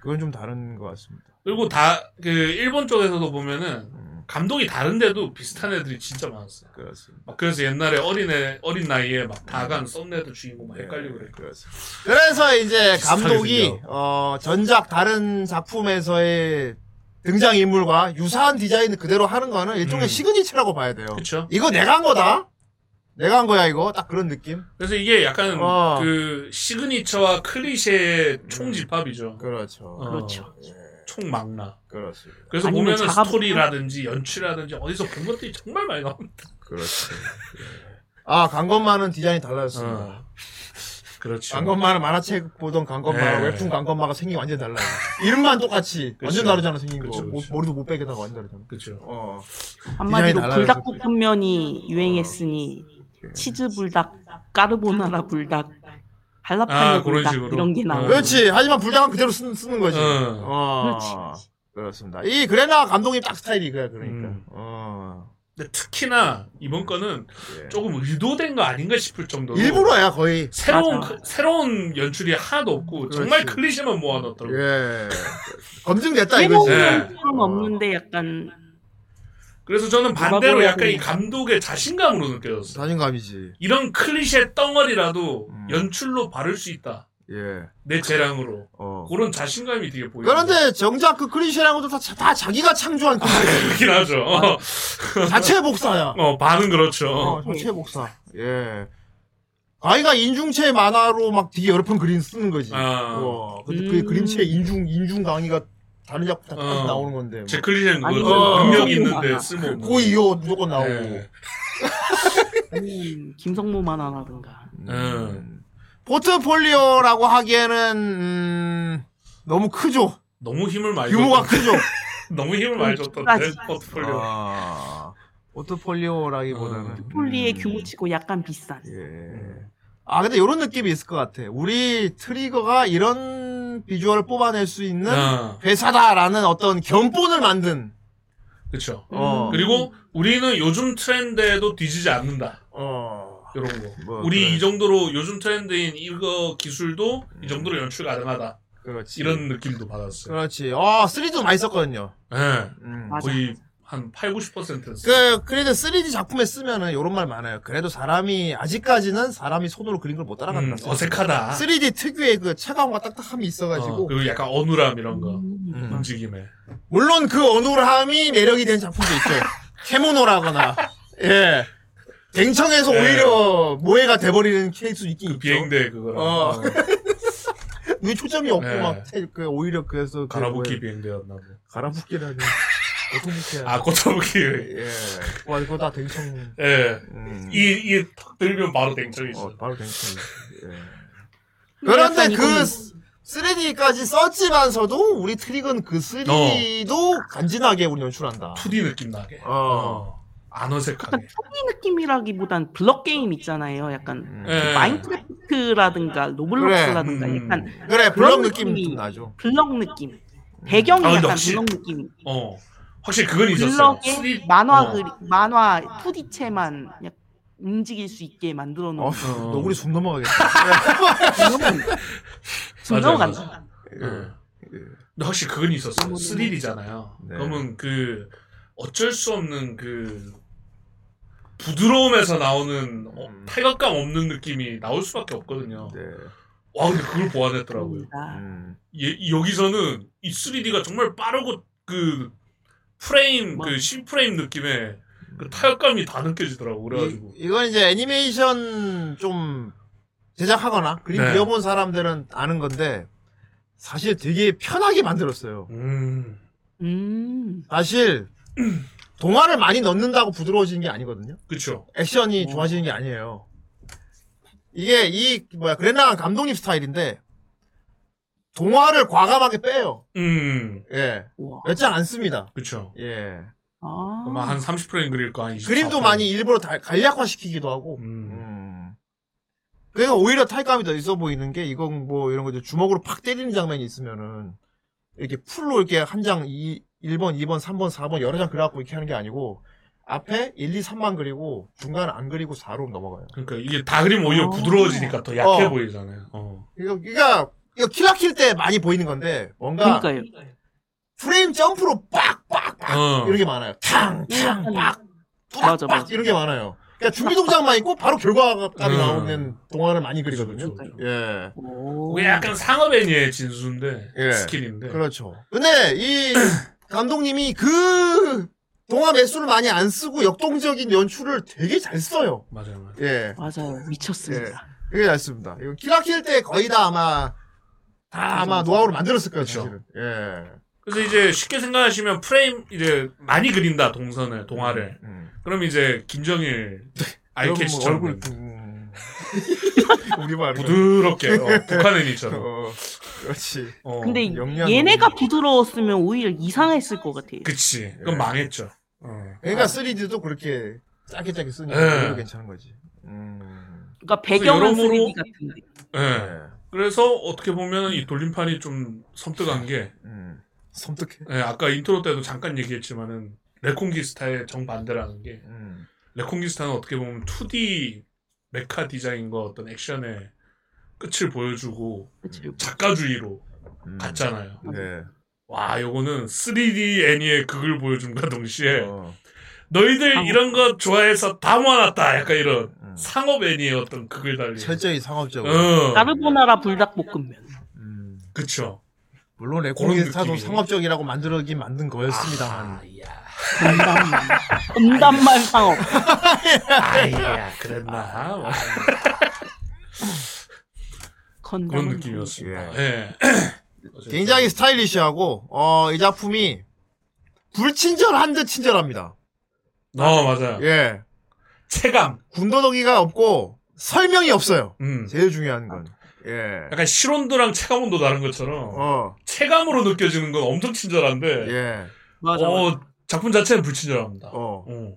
Speaker 3: 그건 좀 다른 것 같습니다.
Speaker 2: 그리고 다 그 일본 쪽에서도 보면은
Speaker 3: 음,
Speaker 2: 감독이 다른데도 비슷한 애들이 진짜 많았어요.
Speaker 3: 그렇습니다.
Speaker 2: 막 그래서 옛날에 어린애 어린 나이에 막
Speaker 3: 음.
Speaker 2: 다간 썸네일 주인공
Speaker 3: 예.
Speaker 2: 막뭐 헷갈리고 그러니까. 그래.
Speaker 3: 그렇습니다. 그래서 이제
Speaker 2: 비슷하게
Speaker 3: 감독이
Speaker 2: 생겨.
Speaker 3: 어, 전작 다른 작품에서의 등장 인물과 유사한 디자인을 그대로 하는 거는 일종의
Speaker 2: 음.
Speaker 3: 시그니처라고 봐야 돼요.
Speaker 2: 그렇죠.
Speaker 3: 이거 내가 한 거다. 내가 한 거야 이거 딱 그런 느낌.
Speaker 2: 그래서 이게 약간
Speaker 3: 어.
Speaker 2: 그 시그니처와 클리셰의 총집합이죠.
Speaker 3: 음. 그렇죠.
Speaker 2: 어,
Speaker 4: 그렇죠.
Speaker 2: 총망라.
Speaker 3: 그렇습니다.
Speaker 2: 그래서
Speaker 4: 아니면
Speaker 2: 보면은
Speaker 4: 자가-
Speaker 2: 스토리라든지 연출이라든지 어디서 본 것들이 정말 많이 나옵니다.
Speaker 3: 그렇죠. 아, 강건마는 디자인이 달라졌습니다.
Speaker 2: 어. 그렇죠.
Speaker 3: 강건마는 만화책 보던 강건마랑
Speaker 2: 네.
Speaker 3: 웹툰 강건마가 생긴 게 완전 달라요. 이름만 똑같이 완전
Speaker 2: 그쵸.
Speaker 3: 다르잖아 생긴 거.
Speaker 2: 그쵸,
Speaker 3: 모-
Speaker 2: 그쵸.
Speaker 3: 머리도 못 빼게다가 완전 다르잖아.
Speaker 2: 그렇죠.
Speaker 3: 어.
Speaker 4: 한마디로
Speaker 3: 디자인 어.
Speaker 4: 불닭볶음면이 유행했으니
Speaker 3: 예.
Speaker 4: 치즈 불닭, 까르보나라 불닭, 할라파뇨
Speaker 2: 아, 그런
Speaker 4: 불닭
Speaker 2: 식으로.
Speaker 4: 이런 게 아. 나와.
Speaker 2: 어.
Speaker 3: 그렇지. 하지만 불닭은 그대로 쓰, 는 거지.
Speaker 2: 응.
Speaker 3: 어.
Speaker 4: 그렇지.
Speaker 3: 그렇습니다. 이 그레나 감독님 딱 스타일이 그야 그러니까.
Speaker 2: 음.
Speaker 3: 어.
Speaker 2: 근데 특히나 이번 거는
Speaker 3: 예.
Speaker 2: 조금 의도된 거 아닌가 싶을 정도로
Speaker 3: 일부러야 거의.
Speaker 2: 새로운
Speaker 4: 맞아.
Speaker 2: 그- 새로운 연출이 하나도 없고 정말
Speaker 3: 그렇지.
Speaker 2: 클리셰만 모아놨더라고. 요
Speaker 3: 예. 검증됐다 이거지. 예.
Speaker 2: 네.
Speaker 4: 해먹는 건 없는데 약간
Speaker 2: 그래서 저는
Speaker 4: 뭐라고
Speaker 2: 반대로
Speaker 4: 해야
Speaker 2: 약간 이
Speaker 4: 되나?
Speaker 2: 감독의 자신감으로 느껴졌어. 요
Speaker 3: 자신감이지.
Speaker 2: 이런 클리셰 덩어리라도
Speaker 3: 음.
Speaker 2: 연출로 바를 수 있다.
Speaker 3: 예.
Speaker 2: 내 재량으로.
Speaker 3: 어.
Speaker 2: 그런 자신감이 되게 보이고.
Speaker 3: 그런데 정작 그 클리셰라는 것도 다, 자- 다 자기가 창조한 클리셰.
Speaker 2: 그렇긴 하죠. 어,
Speaker 3: 자체 복사야.
Speaker 2: 어, 반은 그렇죠.
Speaker 3: 아. 어, 자체 복사. 예. 아이가 인중체 만화로 막 되게 여러 편 그림 쓰는 거지.
Speaker 2: 아.
Speaker 3: 와, 근데 그
Speaker 4: 음.
Speaker 3: 그림체 인중 인중 강의가 다른 작품 다
Speaker 2: 어.
Speaker 3: 나오는 건데. 뭐.
Speaker 2: 제 클리셰는
Speaker 4: 아니,
Speaker 2: 그거죠.
Speaker 3: 어.
Speaker 2: 능력이
Speaker 4: 어.
Speaker 2: 있는데 쓸모없는.
Speaker 3: 뭐. 거의 이거 무조건
Speaker 2: 거.
Speaker 3: 나오고.
Speaker 2: 예.
Speaker 3: 어.
Speaker 4: 음, 김성모 만화라든가.
Speaker 2: 음.
Speaker 3: 포트폴리오라고 하기에는 음, 너무 크죠.
Speaker 2: 너무 힘을 아, 많이
Speaker 3: 규모가
Speaker 2: 줬던-
Speaker 3: 크죠. 어,
Speaker 2: 너무 힘을 많이 줬던데
Speaker 4: 끝까지.
Speaker 2: 포트폴리오.
Speaker 3: 아, 포트폴리오라기보다는
Speaker 2: 어.
Speaker 4: 폴리의
Speaker 3: 음.
Speaker 4: 규모치고 약간 비싼.
Speaker 3: 예. 아 근데 이런 느낌이 있을 것 같아. 우리 트리거가 이런 비주얼을 뽑아낼 수 있는
Speaker 2: 아,
Speaker 3: 회사다라는 어떤 견본을 만든.
Speaker 2: 그렇죠.
Speaker 4: 음.
Speaker 3: 어.
Speaker 2: 그리고 우리는 요즘 트렌드에도 뒤지지 않는다.
Speaker 3: 어.
Speaker 2: 이런 거.
Speaker 3: 뭐,
Speaker 2: 우리
Speaker 3: 그래.
Speaker 2: 이 정도로 요즘 트렌드인 이거 기술도 이 정도로 연출 가능하다.
Speaker 3: 그렇지.
Speaker 2: 이런 느낌도 받았어요.
Speaker 3: 그렇지. 어, 3D도 많이 썼거든요.
Speaker 2: 예.
Speaker 3: 음.
Speaker 4: 맞아.
Speaker 2: 거의 한 8, 90%는
Speaker 3: 그, 그래도 3D 작품에 쓰면은 이런 말 많아요. 그래도 사람이, 아직까지는 사람이 손으로 그린 걸 못
Speaker 2: 음,
Speaker 3: 따라간다.
Speaker 2: 어색하다.
Speaker 3: 3D 특유의 그 차가움과 딱딱함이
Speaker 2: 어,
Speaker 3: 있어가지고.
Speaker 2: 그리고 약간 어눌함 이런 거.
Speaker 4: 음.
Speaker 3: 음.
Speaker 2: 움직임에.
Speaker 3: 물론 그 어눌함이 매력이 된 작품도 있죠. 캐모노라거나, 예. 갱청에서
Speaker 2: 예.
Speaker 3: 오히려 모해가 돼버리는 케이스 있긴
Speaker 2: 그
Speaker 3: 있죠.
Speaker 2: 비행대 그거랑.
Speaker 3: 어.
Speaker 2: 어,
Speaker 3: 눈 초점이 없고
Speaker 2: 예.
Speaker 3: 막, 태- 그, 오히려 그래서.
Speaker 2: 가라부키 비행대였나 보.
Speaker 3: 가라붓기라니. 어떤 부키야.
Speaker 2: 아, 고타부키.
Speaker 3: 예. 와, 이거 다 댕청.
Speaker 2: 예.
Speaker 3: 음.
Speaker 2: 이, 이, 탁 들면 바로 댕청이죠.
Speaker 3: 어, 바로 댕청. 예.
Speaker 4: 약간
Speaker 3: 그런데 그
Speaker 4: 이거는
Speaker 3: 3D까지 썼지만서도 우리 트릭은 그
Speaker 2: 어.
Speaker 3: 3D도 간지나게 우리 연출한다.
Speaker 2: 2D 느낌 나게.
Speaker 3: 어.
Speaker 2: 어. 안
Speaker 4: 약간
Speaker 2: 어색하게.
Speaker 4: 초기 느낌이라기보단 블럭 게임 있잖아요. 약간
Speaker 3: 음.
Speaker 2: 예.
Speaker 4: 마인크래프트라든가 로블록스라든가
Speaker 2: 그래. 음.
Speaker 4: 약간
Speaker 3: 그래, 블럭
Speaker 4: 그런
Speaker 3: 느낌
Speaker 4: 느낌이-
Speaker 3: 좀 나죠.
Speaker 4: 블럭 느낌. 배경이
Speaker 2: 아, 근데
Speaker 4: 약간
Speaker 2: 혹시-
Speaker 4: 블럭 느낌.
Speaker 2: 어. 확실히 그건 있었어요.
Speaker 4: 블럭의
Speaker 2: 3D
Speaker 4: 만화
Speaker 2: 어.
Speaker 4: 그리, 만화 2D체만 약 움직일 수 있게 만들어 놓은
Speaker 2: 어.
Speaker 3: 어, 너구리 숨 넘어가겠다.
Speaker 4: 그런
Speaker 2: 맞아요,
Speaker 4: 분명간다.
Speaker 2: 예. 근데 확실히 그건 있었어요.
Speaker 4: 음.
Speaker 2: 3D잖아요.
Speaker 3: 네.
Speaker 2: 그러면 그 어쩔 수 없는 그 부드러움에서 나오는 어,
Speaker 3: 음.
Speaker 2: 타격감 없는 느낌이 나올 수밖에 없거든요.
Speaker 3: 네.
Speaker 2: 와 근데 그걸 보완했더라고요.
Speaker 3: 음.
Speaker 2: 예, 여기서는 이 3D가 정말 빠르고 그 프레임
Speaker 4: 맞아.
Speaker 2: 그 신프레임 느낌에 그 타격감이 다 느껴지더라고 그래가지고
Speaker 3: 이, 이건 이제 애니메이션 좀 제작하거나 그림
Speaker 2: 네.
Speaker 3: 그려본 사람들은 아는 건데 사실 되게 편하게 만들었어요.
Speaker 2: 음
Speaker 4: 음.
Speaker 3: 사실 동화를 많이 넣는다고 부드러워지는 게 아니거든요.
Speaker 2: 그쵸
Speaker 3: 액션이
Speaker 4: 어.
Speaker 3: 좋아지는 게 아니에요. 이게 이 뭐야 그랜나 감독님 스타일인데 동화를 과감하게 빼요.
Speaker 2: 음
Speaker 3: 예,
Speaker 4: 우와.
Speaker 3: 몇 장 안 씁니다.
Speaker 2: 그쵸
Speaker 3: 예,
Speaker 4: 아.
Speaker 2: 아마 한 30프레임 그릴 거 아니지.
Speaker 3: 그림도 많이 일부러 다 간략화시키기도 하고.
Speaker 2: 음.
Speaker 3: 음. 그래서 오히려 타이감이 더 있어 보이는 게 이건 뭐 이런 거 이제 주먹으로 팍 때리는 장면이 있으면은 이렇게 풀로 이렇게 한 장 1번, 2번, 3번, 4번 여러 장 그려갖고 이렇게 하는 게 아니고 앞에 1, 2, 3만 그리고 중간 안 그리고 4로 넘어가요.
Speaker 2: 그러니까 이게 다 그림 오히려
Speaker 4: 어.
Speaker 2: 부드러워지니까 더 약해
Speaker 3: 아. 어.
Speaker 2: 보이잖아요. 어.
Speaker 3: 이거, 이거, 이거 키라킬 때 많이 보이는 건데 뭔가
Speaker 4: 그러니까요.
Speaker 3: 프레임 점프로 빡, 빡, 빡
Speaker 2: 어.
Speaker 3: 이런 게 많아요. 탕, 탕, 빡, 뚜락,
Speaker 4: 맞아,
Speaker 3: 빡
Speaker 4: 맞아.
Speaker 3: 이런 게 많아요. 그러니까 준비 동작만 있고 바로 결과감이
Speaker 2: 음.
Speaker 3: 나오는 동화를 많이 그리거든요.
Speaker 2: 그렇죠, 그렇죠.
Speaker 3: 예.
Speaker 4: 오.
Speaker 2: 그게 약간 상업 애니의 진수인데
Speaker 3: 예.
Speaker 4: 네.
Speaker 2: 스킬인데.
Speaker 3: 그렇죠. 근데 이 감독님이 그 동화 매수를 많이 안 쓰고 역동적인 연출을 되게 잘 써요.
Speaker 2: 맞아요. 맞아요.
Speaker 3: 예,
Speaker 4: 맞아요.
Speaker 2: 예.
Speaker 4: 미쳤습니다.
Speaker 3: 되게 잘 씁니다. 이거 키라킬 때 거의 다 아마 다
Speaker 4: 그렇죠,
Speaker 3: 아마 노하우를 만들었을 거예요. 사실은. 예.
Speaker 2: 그래서 이제 쉽게 생각하시면 프레임 이제 많이 그린다 동선을 동화를.
Speaker 3: 음.
Speaker 2: 그럼 이제 김정일
Speaker 3: 네. 여러분 뭐
Speaker 2: 아이캐치처럼
Speaker 3: 얼굴 우리 말
Speaker 2: 부드럽게 어, 북한 애니처럼.
Speaker 3: 네. 어, 그렇지.
Speaker 2: 어.
Speaker 4: 근데
Speaker 3: 영리한
Speaker 4: 얘네가
Speaker 3: 놈이네.
Speaker 4: 부드러웠으면 오히려 이상했을 것 같아요.
Speaker 2: 그치. 그건
Speaker 3: 예.
Speaker 2: 망했죠. 어.
Speaker 3: 그러니까 3D도 그렇게 짜게 짜게 쓰니까
Speaker 2: 예.
Speaker 3: 오히려 괜찮은 거지. 음.
Speaker 4: 그러니까 배경은
Speaker 2: 여러모로-
Speaker 4: 3D 같은데.
Speaker 2: 예.
Speaker 3: 예.
Speaker 2: 그래서 어떻게 보면 이 돌림판이 좀 섬뜩한 게
Speaker 3: 음. 섬뜩해.
Speaker 2: 예, 아까 인트로 때도 잠깐 얘기했지만은 레콩기스타의 정반대라는 게
Speaker 3: 음.
Speaker 2: 레콩기스타는 어떻게 보면 2D 메카 디자인과 어떤 액션의 끝을 보여주고
Speaker 4: 그치.
Speaker 2: 작가주의로
Speaker 3: 음.
Speaker 2: 갔잖아요.
Speaker 3: 네.
Speaker 2: 와, 요거는 3D 애니의 극을 보여준과 동시에
Speaker 3: 어.
Speaker 2: 너희들
Speaker 4: 아,
Speaker 2: 이런 거 좋아해서 다 모아놨다. 약간 이런
Speaker 3: 음.
Speaker 2: 상업 애니의 어떤 극을 달리.
Speaker 3: 철저히 상업적으로.
Speaker 2: 어,
Speaker 4: 까르보나라 불닭볶음면.
Speaker 3: 음.
Speaker 2: 그쵸.
Speaker 3: 물론
Speaker 2: 그런
Speaker 3: 에코기스타도
Speaker 2: 느낌이네.
Speaker 3: 상업적이라고 만들긴 만든 거였습니다만.
Speaker 4: 음담만. 음담만 상업.
Speaker 2: 아이야, 그랬나. 뭐.
Speaker 4: 건담.
Speaker 2: 그런 느낌이었습니다. 예.
Speaker 3: 굉장히 스타일리시하고 어, 이 작품이 불친절한 듯 친절합니다.
Speaker 2: 어, 맞아요.
Speaker 3: 예.
Speaker 2: 체감.
Speaker 3: 군더더기가 없고 설명이 없어요.
Speaker 2: 음.
Speaker 3: 제일 중요한 건. 예.
Speaker 2: 약간 실온도랑 체감온도 다른 것처럼
Speaker 3: 어.
Speaker 2: 체감으로 느껴지는 건 엄청 친절한데
Speaker 3: 예.
Speaker 4: 맞아. 맞아.
Speaker 2: 어, 작품 자체는 불친절합니다. 어.
Speaker 3: 어.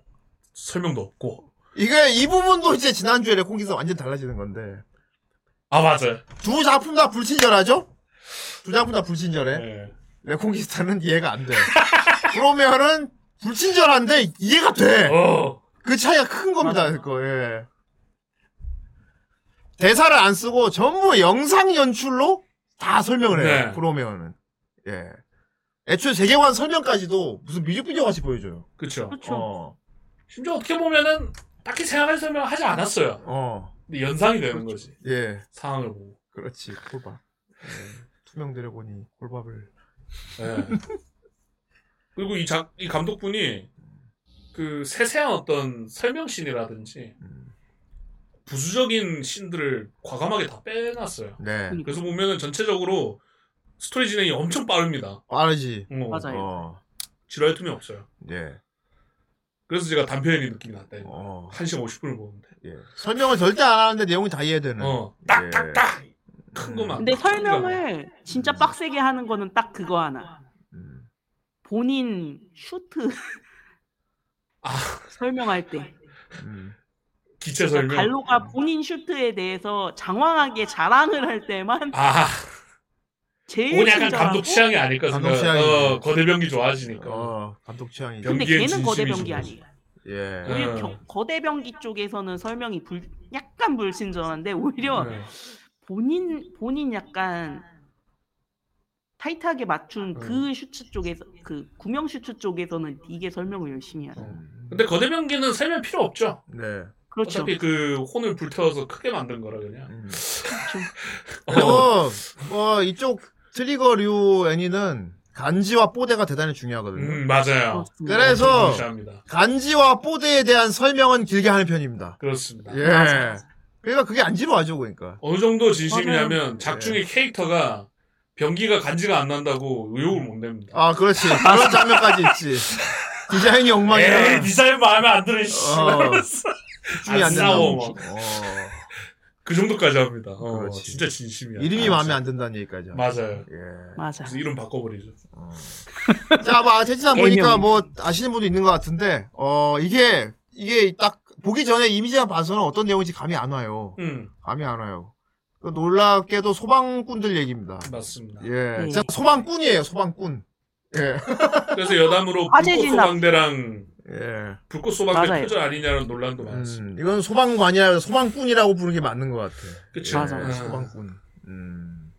Speaker 2: 설명도 없고.
Speaker 3: 이게 이 부분도 이제 지난주에 레코기서 완전 달라지는 건데
Speaker 2: 아 맞아요.
Speaker 3: 두 작품 다 불친절하죠? 두 작품 다 불친절해.
Speaker 2: 예.
Speaker 3: 레콩기스타는 이해가 안 돼. 그러면은 불친절한데 이해가 돼.
Speaker 2: 어.
Speaker 3: 그 차이가 큰 겁니다. 그거 예. 대사를 안 쓰고 전부 영상 연출로 다 설명을 해요.
Speaker 2: 네.
Speaker 3: 그러면은 예. 애초에 세계관 설명까지도 무슨 뮤직비디오 같이 보여줘요.
Speaker 2: 그렇죠.
Speaker 4: 그쵸.
Speaker 3: 어,
Speaker 2: 심지어 어떻게 보면은 딱히 생각할 설명하지 않았어요.
Speaker 3: 어,
Speaker 2: 근데 연상이 되는 거지.
Speaker 3: 예,
Speaker 2: 상황을 보고.
Speaker 3: 그렇지. 꿀밥. 예. 투명 드래곤이 꿀밥을.
Speaker 2: 예. 그리고 이 작, 이 감독분이 그 세세한 어떤 설명신이라든지
Speaker 3: 음,
Speaker 2: 부수적인 신들을 과감하게 다 빼놨어요.
Speaker 3: 네,
Speaker 2: 그래서 보면은 전체적으로 스토리 진행이 엄청 빠릅니다.
Speaker 3: 빠르지.
Speaker 2: 어,
Speaker 4: 맞아요.
Speaker 3: 어,
Speaker 2: 지루할 틈이 없어요.
Speaker 3: 예,
Speaker 2: 그래서 제가 단편이 느낌이 났다. 이거.
Speaker 3: 어,
Speaker 2: 1시간 50분을 보는데.
Speaker 3: 예. 설명을 절대 안 하는데 내용이 다 이해되는.
Speaker 2: 어,
Speaker 3: 예.
Speaker 2: 딱딱딱! 큰 것만.
Speaker 4: 근데 설명을
Speaker 2: 그러니까
Speaker 4: 진짜 빡세게 하는 거는 딱 그거 하나.
Speaker 3: 음.
Speaker 4: 본인 슈트
Speaker 2: 아,
Speaker 4: 설명할 때.
Speaker 3: 음.
Speaker 2: 기체
Speaker 4: 그러니까
Speaker 2: 설명.
Speaker 4: 갈로가 본인 슈트에 대해서 장황하게 자랑을 할 때만
Speaker 2: 아,
Speaker 4: 제일
Speaker 2: 그건 약간
Speaker 4: 친절하고
Speaker 2: 감독 취향이 아닐까
Speaker 3: 감독
Speaker 2: 생각. 어,
Speaker 3: 취향이죠.
Speaker 2: 거대병기 좋아하시니까.
Speaker 3: 어, 감독 취향이죠.
Speaker 4: 근데
Speaker 2: 연기엔
Speaker 4: 걔는 거대병기
Speaker 2: 진심이신
Speaker 4: 아니에요.
Speaker 3: 예.
Speaker 2: 네.
Speaker 4: 오히려 겨- 거대병기 쪽에서는 설명이 불, 약간 불친절한데 오히려
Speaker 2: 네.
Speaker 4: 본인 본인 약간 타이트하게 맞춘
Speaker 2: 음.
Speaker 4: 그 슈츠 쪽에서 그 구명 슈츠 쪽에서는 이게 설명을 열심히 하는.
Speaker 2: 근데 거대병기는 설명 필요 없죠.
Speaker 3: 네.
Speaker 4: 그렇죠.
Speaker 2: 어차피 그 혼을 불태워서 크게 만든 거라 그냥.
Speaker 3: 음.
Speaker 2: 어,
Speaker 3: 그리고 뭐 네. 이쪽 트리거류 애니는 간지와 뽀대가 대단히 중요하거든요.
Speaker 2: 음, 맞아요.
Speaker 4: 그렇습니다.
Speaker 3: 그래서
Speaker 2: 무시합니다.
Speaker 3: 간지와 뽀대에 대한 설명은 길게 하는 편입니다.
Speaker 2: 그렇습니다.
Speaker 4: 아,
Speaker 3: 예. 그러니까 그게 안 지루하죠, 그러니까.
Speaker 2: 어느 정도 진심이냐면
Speaker 3: 예.
Speaker 2: 작중의 캐릭터가 병기가 간지가 안 난다고 의혹을 못 냅니다.
Speaker 3: 아, 그렇지. 그런 장면까지 있지. 디자인이 엉망이라
Speaker 4: 예.
Speaker 2: 네 에이, 디자인 마음에 안 들어, 씨.
Speaker 3: 어.
Speaker 2: 이러면서.
Speaker 3: 집중이
Speaker 2: 안
Speaker 3: 안 된다.
Speaker 2: 싸워,
Speaker 3: 고
Speaker 2: 뭐. 그 정도까지 합니다. 어,
Speaker 3: 그렇지.
Speaker 2: 진짜 진심이야.
Speaker 3: 어, 이름이
Speaker 2: 아,
Speaker 3: 마음에 안 든다는 얘기까지. 하죠.
Speaker 2: 맞아요.
Speaker 3: 예.
Speaker 4: 맞아.
Speaker 2: 그래서 이름 바꿔버리죠.
Speaker 3: 자, 뭐, 제지상 보니까
Speaker 4: 개명.
Speaker 3: 뭐, 아시는 분도 있는 것 같은데, 어, 이게, 이게 딱, 보기 전에 이미지만 봐서는 어떤 내용인지 감이 안 와요.
Speaker 2: 음,
Speaker 3: 감이 안 와요. 그 놀랍게도 소방꾼들 얘기입니다.
Speaker 2: 맞습니다.
Speaker 3: 예.
Speaker 4: 음.
Speaker 3: 진짜 소방꾼이에요, 소방꾼. 예.
Speaker 2: 그래서 여담으로
Speaker 4: 화재
Speaker 2: 불꽃
Speaker 4: 진압.
Speaker 2: 소방대랑
Speaker 3: 예.
Speaker 2: 불꽃 소방대
Speaker 4: 맞아요.
Speaker 2: 표절 아니냐는 논란도 많았어.
Speaker 3: 음, 이건 소방관이 아니라 소방꾼이라고 부르는 게 맞는 것 같아. 예,
Speaker 2: 그쵸.
Speaker 4: 맞아, 맞아.
Speaker 2: 음.
Speaker 3: 소방꾼. 음.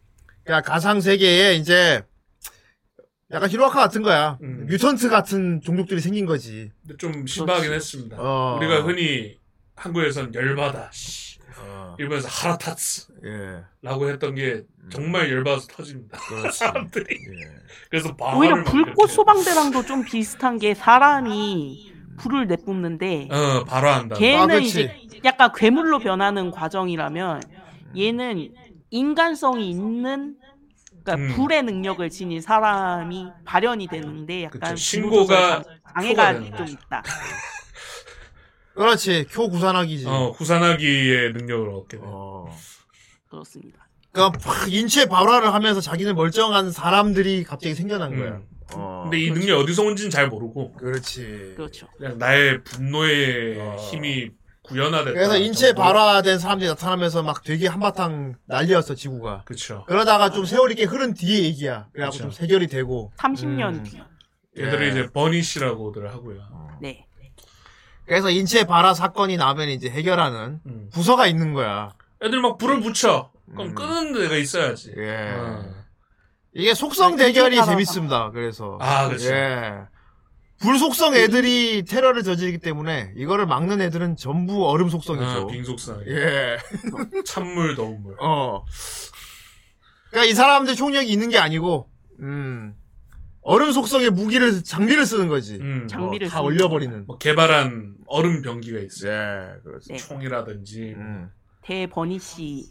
Speaker 3: 그러니까 가상 세계에 이제 약간 히로아카 같은 거야.
Speaker 2: 음.
Speaker 3: 뮤턴트 같은 종족들이 생긴 거지.
Speaker 2: 근데 좀 신박하긴 했습니다.
Speaker 3: 어.
Speaker 2: 우리가 흔히 한국에선 열받아, 씨,
Speaker 3: 어,
Speaker 2: 일본에서 하라타츠라고
Speaker 3: 예.
Speaker 2: 했던 게
Speaker 3: 음.
Speaker 2: 정말 열받아서 터집니다.
Speaker 3: 그렇지.
Speaker 2: 사람들이
Speaker 3: 예.
Speaker 2: 그래서 방화를
Speaker 4: 오히려
Speaker 2: 막
Speaker 4: 불꽃
Speaker 2: 이렇게-
Speaker 4: 소방대랑도 좀 비슷한 게 사람이 불을 내뿜는데
Speaker 2: 어 발화한다.
Speaker 3: 아,
Speaker 4: 걔는
Speaker 3: 그렇지.
Speaker 4: 이제 약간 괴물로 변하는 과정이라면 얘는 인간성이 있는 그러니까
Speaker 2: 음.
Speaker 4: 불의 능력을 지닌 사람이 발현이 되는데
Speaker 3: 그쵸.
Speaker 4: 약간
Speaker 2: 신고가
Speaker 4: 불조절
Speaker 2: 초과
Speaker 4: 장애가
Speaker 2: 되는
Speaker 4: 좀
Speaker 2: 거죠.
Speaker 4: 있다.
Speaker 3: 그렇지. 쿄 구산하기지.
Speaker 2: 어 구산하기의 능력을 얻게 돼. 요
Speaker 3: 어.
Speaker 4: 그렇습니다.
Speaker 3: 그러니까 팍 인체 발화를 하면서 자기는 멀쩡한 사람들이 갑자기 생겨난 거야.
Speaker 2: 음.
Speaker 3: 어.
Speaker 2: 근데 이 능력 이 어디서 온지는 잘 모르고
Speaker 3: 그렇지.
Speaker 4: 그렇죠.
Speaker 2: 그냥 나의 분노의
Speaker 3: 어.
Speaker 2: 힘이 구현화됐다.
Speaker 3: 그래서 인체
Speaker 2: 아, 정도로.
Speaker 3: 발화된 사람들이 나타나면서 막 되게 한바탕 난리였어 지구가.
Speaker 2: 그쵸.
Speaker 3: 그러다가 좀 세월이 꽤 흐른 뒤에 얘기야. 그래갖고
Speaker 2: 그쵸.
Speaker 3: 좀 세결이 되고.
Speaker 4: 30년
Speaker 3: 음.
Speaker 4: 뒤.
Speaker 2: 얘들이
Speaker 3: 예.
Speaker 2: 이제 버니시라고들 하고요.
Speaker 4: 네.
Speaker 2: 뭐
Speaker 3: 그래서 인체 발화 사건이 나면 이제 해결하는
Speaker 2: 음.
Speaker 3: 부서가 있는 거야.
Speaker 2: 애들 막 불을 붙여. 그럼
Speaker 3: 음.
Speaker 2: 끄는 데가 있어야지.
Speaker 3: 예.
Speaker 2: 어.
Speaker 3: 이게 속성 대결이
Speaker 4: 인체 발화
Speaker 3: 재밌습니다. 그래서.
Speaker 2: 아, 그치.
Speaker 3: 예. 불속성 애들이 테러를 저지르기 때문에 이거를 막는 애들은 전부 얼음
Speaker 2: 아,
Speaker 3: 속성이죠.
Speaker 2: 빙속상.
Speaker 3: 예.
Speaker 2: 찬물 더운 물.
Speaker 3: 어. 그러니까 이 사람들 총력이 있는 게 아니고, 음. 얼음 속성의 무기를 장비를 쓰는 거지.
Speaker 2: 음.
Speaker 4: 장- 장비를
Speaker 3: 어, 다
Speaker 4: 쓰는
Speaker 3: 올려버리는.
Speaker 2: 뭐 개발한 얼음 병기가 있어요.
Speaker 3: 예, 그렇지.
Speaker 4: 네.
Speaker 2: 총이라든지.
Speaker 3: 음.
Speaker 4: 대버니 씨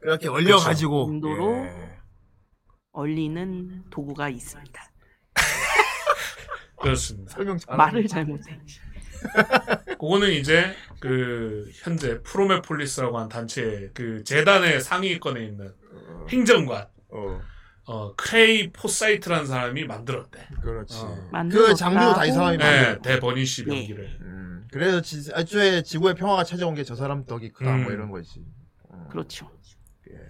Speaker 3: 그렇게 얼려가지고.
Speaker 4: 그렇죠. 인도로.
Speaker 3: 예.
Speaker 4: 얼리는 도구가 있습니다.
Speaker 2: 그렇습니다.
Speaker 3: 설명 잘.
Speaker 4: 말을 잘못해.
Speaker 2: 그거는 이제 그 현재 프로메폴리스라고 한 단체 그 재단의 상위권에 있는 행정관
Speaker 3: 어,
Speaker 2: 어, 크레이 포사이트라는 사람이 만들었대.
Speaker 3: 그렇지.
Speaker 2: 어.
Speaker 4: 만들었다고.
Speaker 3: 그 장비도 다 이 사람이
Speaker 2: 네,
Speaker 3: 만들어.
Speaker 2: 대버니시
Speaker 3: 예.
Speaker 2: 병기를.
Speaker 3: 음. 그래서 진- 애초에 지구에 평화가 찾아온 게 저 사람 덕이 크다 뭐
Speaker 2: 음.
Speaker 3: 이런 거지. 음.
Speaker 4: 그렇죠.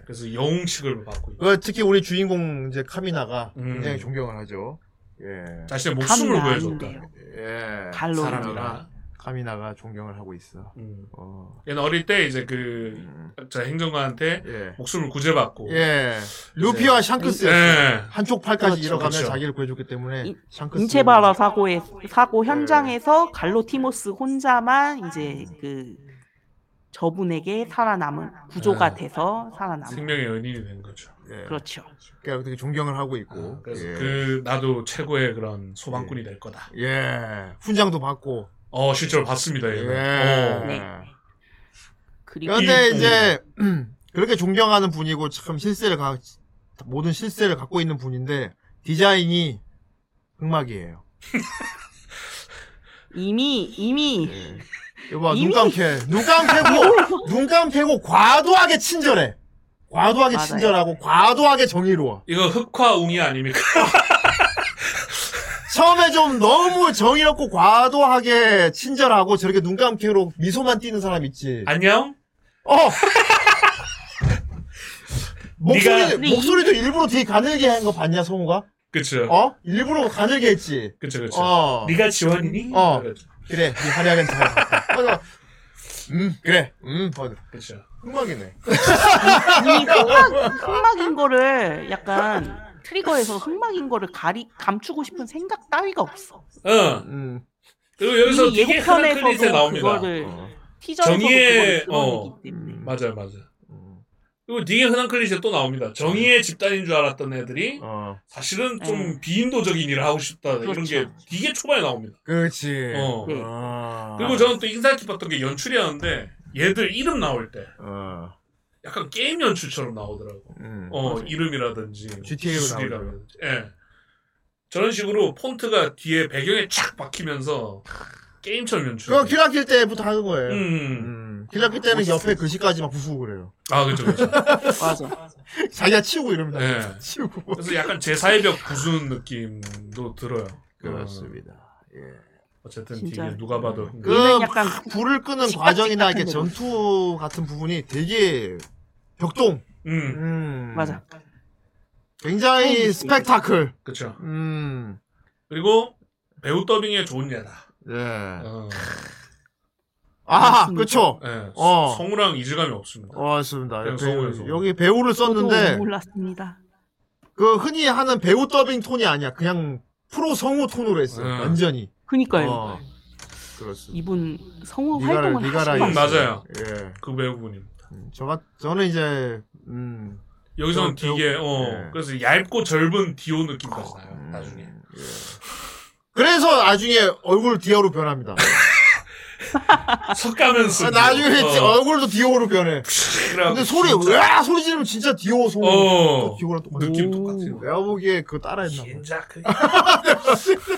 Speaker 2: 그래서 영웅식을 받고 있고
Speaker 3: 그 특히 우리 주인공 이제 카미나가
Speaker 2: 음.
Speaker 3: 굉장히 존경을 하죠. 예.
Speaker 2: 자신의 목숨을
Speaker 4: 음. 감이
Speaker 2: 구해줬다.
Speaker 4: 나는데요.
Speaker 3: 예.
Speaker 4: 갈로.
Speaker 2: 사람이라.
Speaker 3: 카미나가 존경을 하고 있어.
Speaker 2: 음.
Speaker 3: 어.
Speaker 2: 얘는 어릴 때 이제 그
Speaker 3: 음.
Speaker 2: 저 행정관한테
Speaker 3: 예.
Speaker 2: 목숨을 구제받고
Speaker 3: 예. 루피와 샹크스.
Speaker 2: 예.
Speaker 3: 한쪽 팔까지
Speaker 4: 그렇죠.
Speaker 3: 잃어가면
Speaker 2: 그렇죠.
Speaker 3: 자기를 구해줬기 때문에
Speaker 4: 인-
Speaker 3: 샹크스.
Speaker 4: 인체발화 사고에 사고
Speaker 2: 네.
Speaker 4: 현장에서 갈로 티모스 혼자만 이제 그 저분에게 살아남은 구조가
Speaker 2: 네.
Speaker 4: 돼서 살아남은
Speaker 2: 생명의 은인이 된 거죠.
Speaker 3: 예.
Speaker 4: 그렇죠.
Speaker 3: 그러니까 되게 존경을 하고 있고.
Speaker 2: 아, 그래서
Speaker 3: 예.
Speaker 2: 그 나도 최고의 그런 소방꾼이 될 거다.
Speaker 3: 예. 훈장도 받고.
Speaker 2: 어 실제로 봤습니다.
Speaker 3: 예.
Speaker 2: 얘는. 어.
Speaker 4: 네. 그리고
Speaker 3: 그런데
Speaker 2: 이-
Speaker 3: 이제 그렇게 존경하는 분이고 참 실세를 가 모든 실세를 갖고 있는 분인데 디자인이 흑막이에요.
Speaker 4: 이미 이미
Speaker 2: 네.
Speaker 3: 이봐 눈
Speaker 4: 이미-
Speaker 3: 감게 눈 감게고 눈 감게고 과도하게 친절해. 과도하게
Speaker 4: 맞아요.
Speaker 3: 친절하고 과도하게 정의로워.
Speaker 2: 이거 흑화웅이 아닙니까?
Speaker 3: 처음에 좀 너무 정의롭고 과도하게 친절하고 저렇게 눈 감게로 미소만 띄는 사람 있지.
Speaker 2: 안녕?
Speaker 3: 어. 목소리,
Speaker 2: 네가-
Speaker 3: 목소리도 일부러 되게 가늘게 한 거 봤냐 성우가?
Speaker 2: 그쵸.
Speaker 3: 어? 일부러 가늘게 했지.
Speaker 2: 그쵸, 그쵸.
Speaker 3: 어.
Speaker 2: 네가 지원이니?
Speaker 3: 어.
Speaker 2: 그렇죠.
Speaker 3: 그래. 네 화려하게 잘. 어, 맞아. 음, 그래. 음, 맞아.
Speaker 2: 그쵸.
Speaker 3: 흑막이네.
Speaker 4: 이미 그 흑막, 흑막인 거를 약간 트리거에서 흑막인 거를 가리 감추고 싶은 생각 따위가 없어.
Speaker 2: 어.
Speaker 3: 음.
Speaker 2: 그리고 여기서
Speaker 4: 이미
Speaker 2: 이게 흔한 클리셰
Speaker 4: 예고편에서도
Speaker 2: 나옵니다.
Speaker 4: 그거를
Speaker 3: 어.
Speaker 4: 티저에서도
Speaker 2: 정의의-
Speaker 4: 그거를 드러내기
Speaker 3: 음,
Speaker 2: 어.
Speaker 4: 때문에
Speaker 2: 맞아요, 맞아요.
Speaker 3: 어.
Speaker 2: 그리고 니게 흔한 클리셰 또 나옵니다. 정의의 집단인 줄 알았던 애들이
Speaker 3: 어.
Speaker 2: 사실은 좀
Speaker 4: 음.
Speaker 2: 비인도적인 일을 하고 싶다. 이런
Speaker 4: 그렇죠.
Speaker 2: 게 니게 초반에 나옵니다.
Speaker 3: 그렇지.
Speaker 2: 어.
Speaker 4: 네.
Speaker 3: 아.
Speaker 2: 그리고 저는 또 인상 깊었던 게 연출이었는데 얘들 이름 나올 때
Speaker 3: 어.
Speaker 2: 약간 게임 연출처럼 나오더라고.
Speaker 3: 음.
Speaker 2: 어, 이름이라든지 뭐
Speaker 3: GTA 로
Speaker 2: 기술이라든지. 예. 저런 식으로 폰트가 뒤에 배경에 착 박히면서 게임처럼 연출.
Speaker 3: 그거 키라킬 때부터 하는 거예요.
Speaker 2: 음.
Speaker 3: 음. 길라키 때는 옆에 글씨까지 막 부수고 그래요.
Speaker 2: 아 그죠 그죠.
Speaker 4: 맞아.
Speaker 3: 자기가 치우고 이럽니다.
Speaker 2: 예.
Speaker 3: 치우고.
Speaker 2: 그래서 약간 제사의 벽 부수는 느낌도 들어요.
Speaker 3: 그렇습니다. 예.
Speaker 2: 어, 쨌든
Speaker 4: 진짜.
Speaker 2: 되게 누가 봐도
Speaker 3: 그
Speaker 2: 힘들어요.
Speaker 4: 얘는
Speaker 3: 막
Speaker 4: 약간
Speaker 3: 불을 끄는
Speaker 4: 찌깍찌깍한
Speaker 3: 과정이나 이렇게
Speaker 4: 거죠.
Speaker 3: 전투 같은 부분이 되게 격동.
Speaker 2: 음
Speaker 3: 음.
Speaker 4: 맞아.
Speaker 3: 굉장히
Speaker 4: 음.
Speaker 3: 스펙타클.
Speaker 2: 그렇죠.
Speaker 3: 음.
Speaker 2: 그리고 배우 더빙에 좋은 예다.
Speaker 3: 예.
Speaker 2: 어,
Speaker 3: 아,
Speaker 4: 맞습니다.
Speaker 3: 그쵸.
Speaker 2: 예.
Speaker 3: 어.
Speaker 2: 성우랑 이질감이 없습니다. 음,
Speaker 3: 어, 맞습니다.
Speaker 2: 그냥 성우에서.
Speaker 3: 배우, 여기 배우를
Speaker 4: 저도
Speaker 3: 썼는데,
Speaker 4: 몰랐습니다.
Speaker 3: 그 흔히 하는 배우 더빙 톤이 아니야. 그냥 프로 성우 톤으로 했어.
Speaker 2: 음.
Speaker 3: 완전히.
Speaker 4: 그니까요.
Speaker 3: 어. 그렇습니다.
Speaker 4: 이분 성우
Speaker 3: 니가라,
Speaker 4: 활동을
Speaker 3: 니가라
Speaker 4: 하시는
Speaker 2: 있어. 맞아요.
Speaker 3: 예.
Speaker 2: 그 배우분입니다.
Speaker 3: 음, 저, 같- 저는 이제, 음.
Speaker 2: 여기서는
Speaker 3: 저 배우-
Speaker 2: 되게 어
Speaker 3: 예.
Speaker 2: 그래서 얇고 젊은 디오 느낌까지 나요.
Speaker 3: 음,
Speaker 2: 나중에.
Speaker 3: 예. 그래서 나중에 얼굴 디어로 변합니다.
Speaker 2: 섞가면서
Speaker 3: 아, 나중에
Speaker 2: 어.
Speaker 3: 지- 얼굴도 디오로 변해. 근데 소리, 으아! 소리 지르면 진짜 디오 소리.
Speaker 2: 어.
Speaker 3: 또 디오랑 똑같아.
Speaker 2: 느낌
Speaker 4: 오.
Speaker 2: 똑같아요.
Speaker 3: 내가 보기에 그거 따라했나 아, 봐.
Speaker 2: 진짜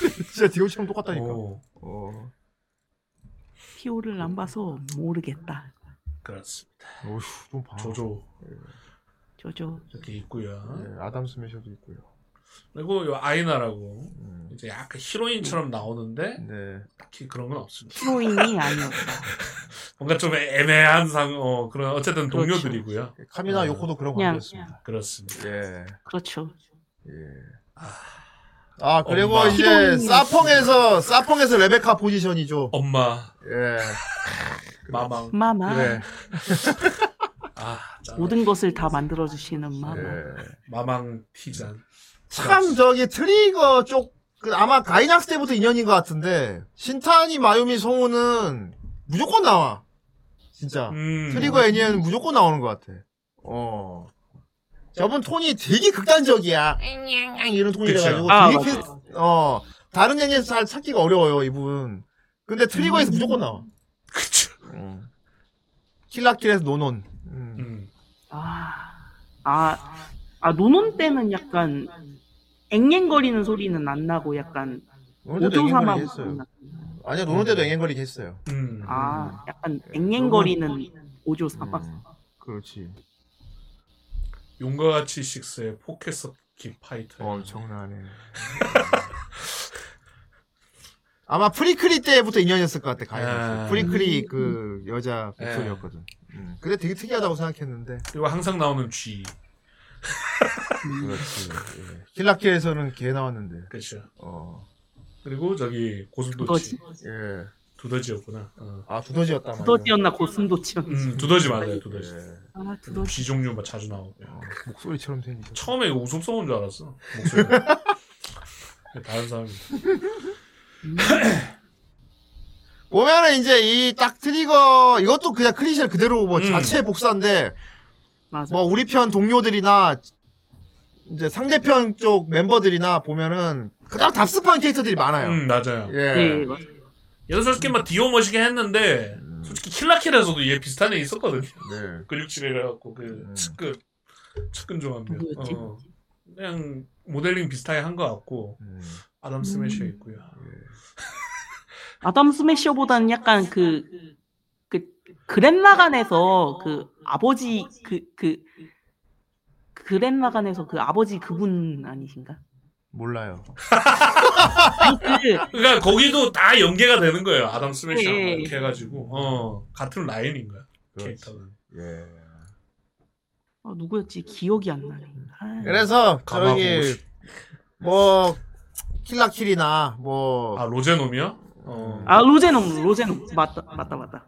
Speaker 2: 그
Speaker 3: 진짜 디오처럼 똑같다니까.
Speaker 2: 오,
Speaker 3: 어.
Speaker 4: 피오를 안 봐서 모르겠다.
Speaker 2: 그렇습니다.
Speaker 3: 어휴, 좀 봐.
Speaker 2: 조조
Speaker 4: 저저
Speaker 2: 이렇게 있고요.
Speaker 3: 예, 아담 스매셔도 있고요.
Speaker 2: 그리고 요 아이나라고
Speaker 3: 음.
Speaker 2: 이제 약간 히로인처럼 나오는데
Speaker 3: 네.
Speaker 2: 딱히 그런 건 없습니다.
Speaker 4: 히로인이 아니었다.
Speaker 3: 어,
Speaker 2: 뭔가 좀 애매한 상 어, 그런 어쨌든
Speaker 4: 그렇죠.
Speaker 2: 동료들이고요.
Speaker 3: 카미나
Speaker 2: 음.
Speaker 3: 요코도 그런
Speaker 4: 그냥-
Speaker 3: 관계였습니다.
Speaker 2: 그렇습니다.
Speaker 3: 예.
Speaker 4: 그렇죠.
Speaker 3: 예. 아, 그리고
Speaker 2: 엄마.
Speaker 3: 이제
Speaker 4: 히로인.
Speaker 3: 사펑에서 사펑에서 레베카 포지션이죠.
Speaker 2: 엄마
Speaker 3: 예.
Speaker 2: 그 마망
Speaker 4: 마마
Speaker 3: 예.
Speaker 2: 아 짠.
Speaker 4: 모든 것을 다 만들어 주시는 마마.
Speaker 3: 예.
Speaker 2: 마망 티잔
Speaker 3: 참 저기 트리거 쪽그 아마 가이낙스 때부터 인연인 것 같은데 신타니 마유미 성우는 무조건 나와. 진짜.
Speaker 2: 음.
Speaker 3: 트리거 애니에는 무조건 나오는 것 같아. 어. 저분 톤이 되게 극단적이야. 앙앙앙 이런
Speaker 2: 그쵸.
Speaker 3: 톤이라가지고
Speaker 4: 아,
Speaker 3: 되게 캐- 어 다른 애니에서 잘 찾기가 어려워요 이분. 근데 트리거에서 무조건 나와. 음.
Speaker 2: 그쵸.
Speaker 3: 킬라킬에서 노논. 음.
Speaker 2: 음.
Speaker 4: 아, 아, 아 노논 때는 약간 앵앵거리는 소리는 안 나고 약간
Speaker 3: 노논 때도
Speaker 4: 오조사마
Speaker 3: 앵앵거리 했어요. 아니야 노논 때도 앵앵거리 했어요.
Speaker 2: 음.
Speaker 4: 아 약간 앵앵거리는 오조사마.
Speaker 3: 음. 그렇지.
Speaker 2: 용과 같이 식스의 포켓 서킷 파이터.
Speaker 3: 엄청나네. 아마 프리크리 때부터 인연이었을 것 같아,
Speaker 2: 아.
Speaker 3: 가이가. 프리크리 그 여자
Speaker 2: 예.
Speaker 3: 목소리였거든. 음. 근데 되게 특이하다고 생각했는데.
Speaker 2: 그리고 항상 나오는 G.
Speaker 3: 그렇지. 예. 킬라키에서는 걔 나왔는데.
Speaker 2: 그렇죠.
Speaker 3: 어.
Speaker 2: 그리고 저기 고슴도치
Speaker 4: 그거지.
Speaker 3: 예.
Speaker 2: 두더지였구나. 어.
Speaker 3: 아, 두더지였단 말이야.
Speaker 4: 두더지였나 고슴도치였나.
Speaker 2: 음, 두더지 맞아요, 두더지.
Speaker 3: 예.
Speaker 4: 아 두더지.
Speaker 2: G 종류 막 자주 나오고요.
Speaker 3: 어, 목소리처럼 생기죠.
Speaker 2: 처음에 이거 웃음 써온 줄 알았어. 목소리가. 다른 사람이.
Speaker 3: 보면은 이제 이 딱 트리거, 이것도 그냥 크리셜 그대로 뭐
Speaker 2: 음.
Speaker 3: 자체 복사인데,
Speaker 4: 맞아.
Speaker 3: 뭐 우리 편 동료들이나 이제 상대편 쪽 멤버들이나 보면은 그닥 답습한 캐릭터들이 많아요.
Speaker 2: 음, 맞아요.
Speaker 3: 예.
Speaker 4: 네 맞아.
Speaker 2: 얘도 솔직히 막 디오 멋이게 했는데, 솔직히 킬라킬에서도 얘 비슷한 애 있었거든요.
Speaker 3: 네.
Speaker 2: 근육질해갖고, 그,
Speaker 3: 음.
Speaker 2: 측근. 측근 조합이요.
Speaker 4: 누구였지?
Speaker 2: 어. 그냥 모델링 비슷하게 한 것 같고,
Speaker 3: 음.
Speaker 2: 아담 스매셔
Speaker 4: 음.
Speaker 2: 있고요.
Speaker 4: 아담 스매셔보다는 약간 그, 그, 그랜마간에서 그 아버지 그, 그, 그랜마간에서 그 아버지 그분 아니신가?
Speaker 3: 몰라요.
Speaker 4: 아니, 그,
Speaker 2: 그러니까 거기도 다 연계가 되는 거예요. 아담 스매시랑
Speaker 4: 예, 예.
Speaker 2: 이렇게 해가지고 어 같은 라인인 거야
Speaker 3: 그렇지.
Speaker 2: 캐릭터가.
Speaker 3: 예.
Speaker 4: 어, 누구였지? 기억이 안 나네. 아,
Speaker 3: 그래서
Speaker 2: 가마고.
Speaker 3: 저기 뭐 킬라킬이나 뭐
Speaker 2: 아 로제놈이요? 어.
Speaker 4: 아, 로제놈, 로제놈. 맞다, 맞다, 맞다.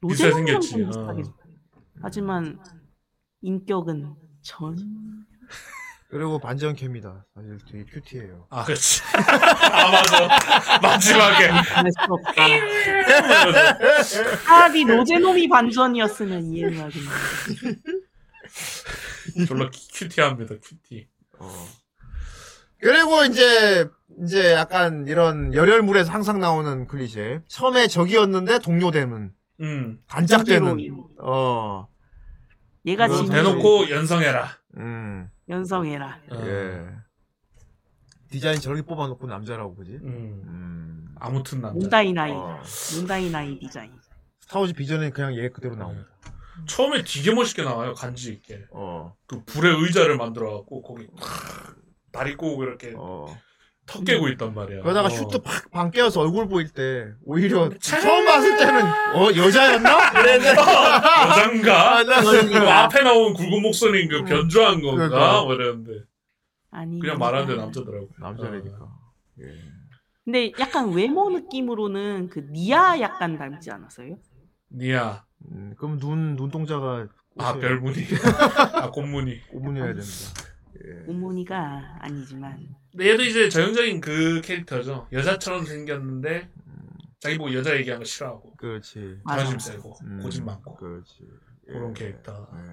Speaker 2: 비슷하게
Speaker 4: 로제놈이랑
Speaker 2: 생겼지,
Speaker 4: 좀 비슷하게.
Speaker 2: 어.
Speaker 4: 하지만 인격은 전.
Speaker 3: 그리고 반전 캠이다. 사실 되게 큐티해요.
Speaker 2: 아 그렇지. 아 맞아. 마지막에.
Speaker 4: 알수 없다. 차라리 로제놈이 반전이었으면 이해하겠네.
Speaker 2: 졸라 큐- 큐티합니다 큐티.
Speaker 3: 그리고 이제 이제 약간 이런 열혈물에서 항상 나오는 클리셰. 처음에 적이었는데 동료되는
Speaker 2: 음.
Speaker 3: 단짝되는 음, 어.
Speaker 4: 얘가
Speaker 3: 그거
Speaker 4: 진짜
Speaker 3: 대놓고-
Speaker 2: 대놓고 연성해라.
Speaker 3: 음.
Speaker 4: 연성해라.
Speaker 2: 어.
Speaker 3: 예. 디자인 저렇게 뽑아놓고 남자라고 그지?
Speaker 2: 음,
Speaker 3: 음.
Speaker 2: 아무튼 남자.
Speaker 4: 문다이나이
Speaker 3: 어.
Speaker 4: 문다이나이 디자인
Speaker 3: 스타워즈 비전에는 그냥 얘 그대로 나옵니다.
Speaker 2: 처음에 되게 멋있게 나와요 간지 있게.
Speaker 3: 어.
Speaker 2: 그 불의 의자를 만들어갖고 거기 탁 다리 꼬고 이렇게
Speaker 3: 어.
Speaker 2: 턱 깨고 있단 말이야.
Speaker 3: 그러다가
Speaker 2: 어.
Speaker 3: 슈트 팍 방 깨어서 얼굴 보일 때 오히려
Speaker 2: 차-
Speaker 3: 처음 봤을 때는 어 여자였나? 그랬는데
Speaker 2: 여잔가?
Speaker 3: 아, 나-
Speaker 2: 그 앞에 나온 굵은 목소리 그 변조한 건가?
Speaker 3: 그러니까.
Speaker 2: 뭐 이랬는데
Speaker 4: 아니
Speaker 2: 그냥 말하는데 남자더라고.
Speaker 3: 남자라니까.
Speaker 2: 어.
Speaker 3: 예.
Speaker 4: 근데 약간 외모 느낌으로는 그 니아 약간 닮지 않았어요?
Speaker 2: 니야.
Speaker 3: 음, 그럼 눈 눈동자가
Speaker 2: 아
Speaker 3: 꽃이에요.
Speaker 2: 별무늬. 아 곰무늬.
Speaker 3: 고문해야 예. 됩니다.
Speaker 2: 음.
Speaker 4: 오모니가 아니지만
Speaker 2: 근데 얘도 이제 전형적인 그 캐릭터죠. 여자처럼 생겼는데 자기 보고 여자 얘기하는 거 싫어하고
Speaker 3: 그렇지.
Speaker 4: 맞아.
Speaker 2: 자존심 세고
Speaker 3: 음,
Speaker 2: 고집 많고
Speaker 3: 그렇지. 예.
Speaker 2: 그런 캐릭터.
Speaker 3: 예.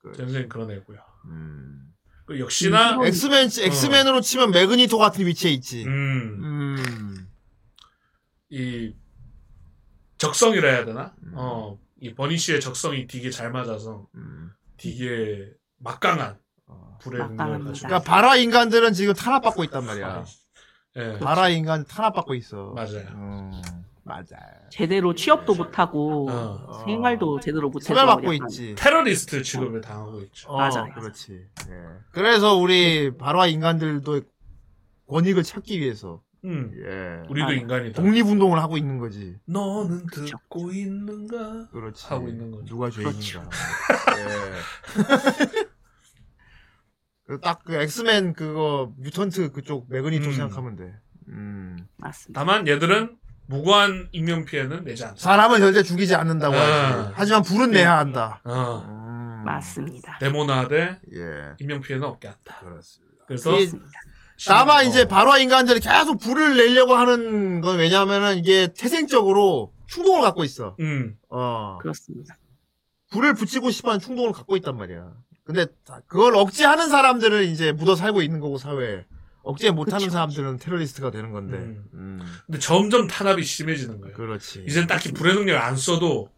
Speaker 3: 그렇지.
Speaker 2: 전형적인 그런 애고요.
Speaker 3: 음.
Speaker 2: 그 역시나
Speaker 4: 음.
Speaker 3: 엑스맨 엑스맨으로 치면 매그니토 같은 위치에 있지.
Speaker 2: 음.
Speaker 3: 음.
Speaker 2: 이 적성이라 해야 되나?
Speaker 3: 음.
Speaker 2: 어, 이 버니 씨의 적성이 되게 잘 맞아서
Speaker 3: 음.
Speaker 2: 되게 막강한
Speaker 3: 어.
Speaker 2: 불의 능력을
Speaker 4: 막강합니다.
Speaker 2: 가지고.
Speaker 3: 그러니까 바라 인간들은 지금 탄압받고 있단 말이야.
Speaker 2: 예,
Speaker 3: 바라 인간 탄압받고
Speaker 2: 아,
Speaker 3: 있어.
Speaker 2: 맞아요.
Speaker 3: 음. 맞아.
Speaker 4: 제대로 취업도
Speaker 3: 뭐
Speaker 4: 못하고
Speaker 2: 어.
Speaker 4: 생활도 제대로 못해서
Speaker 3: 소멸받고
Speaker 4: 약간
Speaker 3: 있지.
Speaker 2: 테러리스트 취급을 당하고 있죠.
Speaker 3: 어,
Speaker 4: 맞아요.
Speaker 3: 그렇지. 예. 그래서 우리 바라 인간들도 권익을 찾기 위해서
Speaker 2: 음,
Speaker 3: 예.
Speaker 2: 우리도
Speaker 4: 아,
Speaker 2: 인간이다.
Speaker 3: 독립운동을 하고 있는 거지.
Speaker 2: 너는
Speaker 4: 그쵸.
Speaker 2: 듣고 있는가?
Speaker 3: 그렇지.
Speaker 2: 하고 있는 거죠.
Speaker 3: 누가 어,
Speaker 2: 그렇죠.
Speaker 3: 예. 죄인인가. 딱 그 엑스맨 그거 뮤턴트 그쪽 매그니토
Speaker 2: 음.
Speaker 3: 생각하면 돼. 음.
Speaker 4: 맞습니다.
Speaker 2: 다만 얘들은 무고한 인명 피해는 내지 않습니다.
Speaker 3: 사람은 절대 죽이지 않는다고
Speaker 2: 아.
Speaker 3: 하지. 하지만 불은
Speaker 2: 네.
Speaker 3: 내야 한다.
Speaker 2: 어,
Speaker 3: 음.
Speaker 4: 맞습니다.
Speaker 2: 데모나 대
Speaker 3: 예.
Speaker 2: 인명 피해는 없게 한다.
Speaker 3: 그렇습니다.
Speaker 2: 그래서
Speaker 3: 이-
Speaker 4: 맞습니다.
Speaker 3: 다만
Speaker 2: 어,
Speaker 3: 이제 발화 인간들이 계속 불을 내려고 하는 건 왜냐면은 이게 태생적으로 충동을 갖고 있어.
Speaker 2: 음,
Speaker 3: 어.
Speaker 4: 그렇습니다.
Speaker 3: 불을 붙이고 싶어하는 충동을 갖고 있단 말이야. 근데 다- 그걸 억제하는 사람들을 이제 묻어 살고 있는 거고 사회에 억제 못하는
Speaker 4: 그쵸.
Speaker 3: 사람들은 테러리스트가 되는
Speaker 4: 네.
Speaker 3: 건데.
Speaker 2: 음.
Speaker 3: 음, 그러니까.
Speaker 2: 근데 점점 탄압이 심해지는 거예요.
Speaker 3: 그렇지.
Speaker 2: 이젠 딱히 불의 능력을 안 써도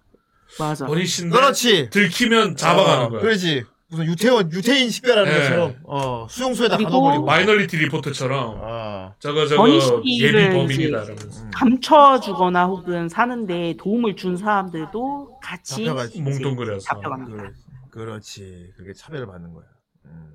Speaker 4: 맞아.
Speaker 2: 버니 씨는
Speaker 3: 그렇지.
Speaker 2: 들키면 네. 잡아가는
Speaker 3: 어,
Speaker 2: 거야.
Speaker 3: 그렇지. 무슨 유태원 유태인 식별하는
Speaker 2: 네.
Speaker 3: 것처럼 어 수용소에다
Speaker 4: 그리고-
Speaker 3: 가둬버리고.
Speaker 2: 마이너리티 리포트처럼
Speaker 3: 아,
Speaker 2: 저거 저거
Speaker 4: 버니 씨를
Speaker 2: 예비 범인이다
Speaker 4: 이제-
Speaker 2: 이러면서
Speaker 3: 음.
Speaker 4: 감춰주거나 혹은 사는데 도움을 준 사람들도 같이
Speaker 3: 잡혀가지. 네.
Speaker 2: 몽둥그려서
Speaker 4: 잡혀갑니다.
Speaker 3: 그렇지. 그게 차별을 받는 거야. 음.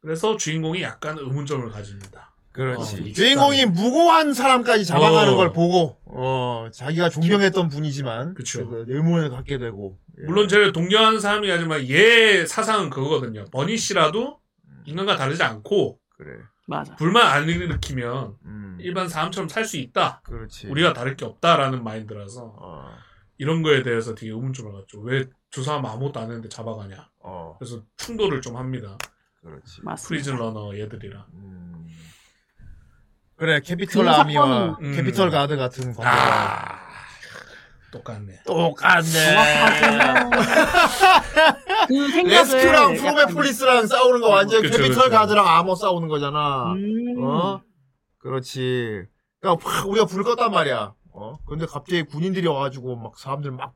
Speaker 2: 그래서 주인공이 약간 의문점을 가집니다.
Speaker 3: 그렇지.
Speaker 2: 어,
Speaker 3: 주인공이 무고한 사람까지 잡아가는
Speaker 2: 어.
Speaker 3: 걸 보고, 어, 자기가 존경했던 분이지만,
Speaker 2: 그쵸.
Speaker 3: 그 의문을 갖게 되고. 예.
Speaker 2: 물론 제일 동경하는 사람이 아니지만 얘 사상은 그거거든요. 버니 씨라도 인간과 다르지 않고
Speaker 3: 음, 그래.
Speaker 4: 맞아.
Speaker 2: 불만 안 일으키면
Speaker 3: 음.
Speaker 2: 일반 사람처럼 살 수 있다.
Speaker 3: 그렇지.
Speaker 2: 우리가 다를 게 없다라는 마인드라서
Speaker 3: 어,
Speaker 2: 이런 거에 대해서 되게 의문점을 갖죠. 왜 저 사람 아무것도 안 했는데 잡아가냐.
Speaker 3: 어,
Speaker 2: 그래서 충돌을 좀 합니다.
Speaker 3: 그렇지.
Speaker 4: 맞습니다.
Speaker 2: 프리즌러너 얘들이랑.
Speaker 3: 음. 그래, 캐피털
Speaker 4: 그
Speaker 3: 아미와
Speaker 2: 사건은-
Speaker 3: 캐피털
Speaker 2: 음.
Speaker 3: 가드 같은 관계.
Speaker 2: 아 똑같네.
Speaker 3: 똑같네.
Speaker 4: 그
Speaker 3: 레스큐랑
Speaker 4: 생각을
Speaker 3: 프로메폴리스랑 싸우는 거 완전
Speaker 2: 그쵸,
Speaker 3: 캐피털
Speaker 2: 그쵸.
Speaker 3: 가드랑 아머 싸우는 거잖아.
Speaker 4: 음,
Speaker 3: 어? 그렇지. 그러니까 확 우리가 불을 껐단 말이야. 어? 근데 갑자기 군인들이 와가지고 막 사람들 막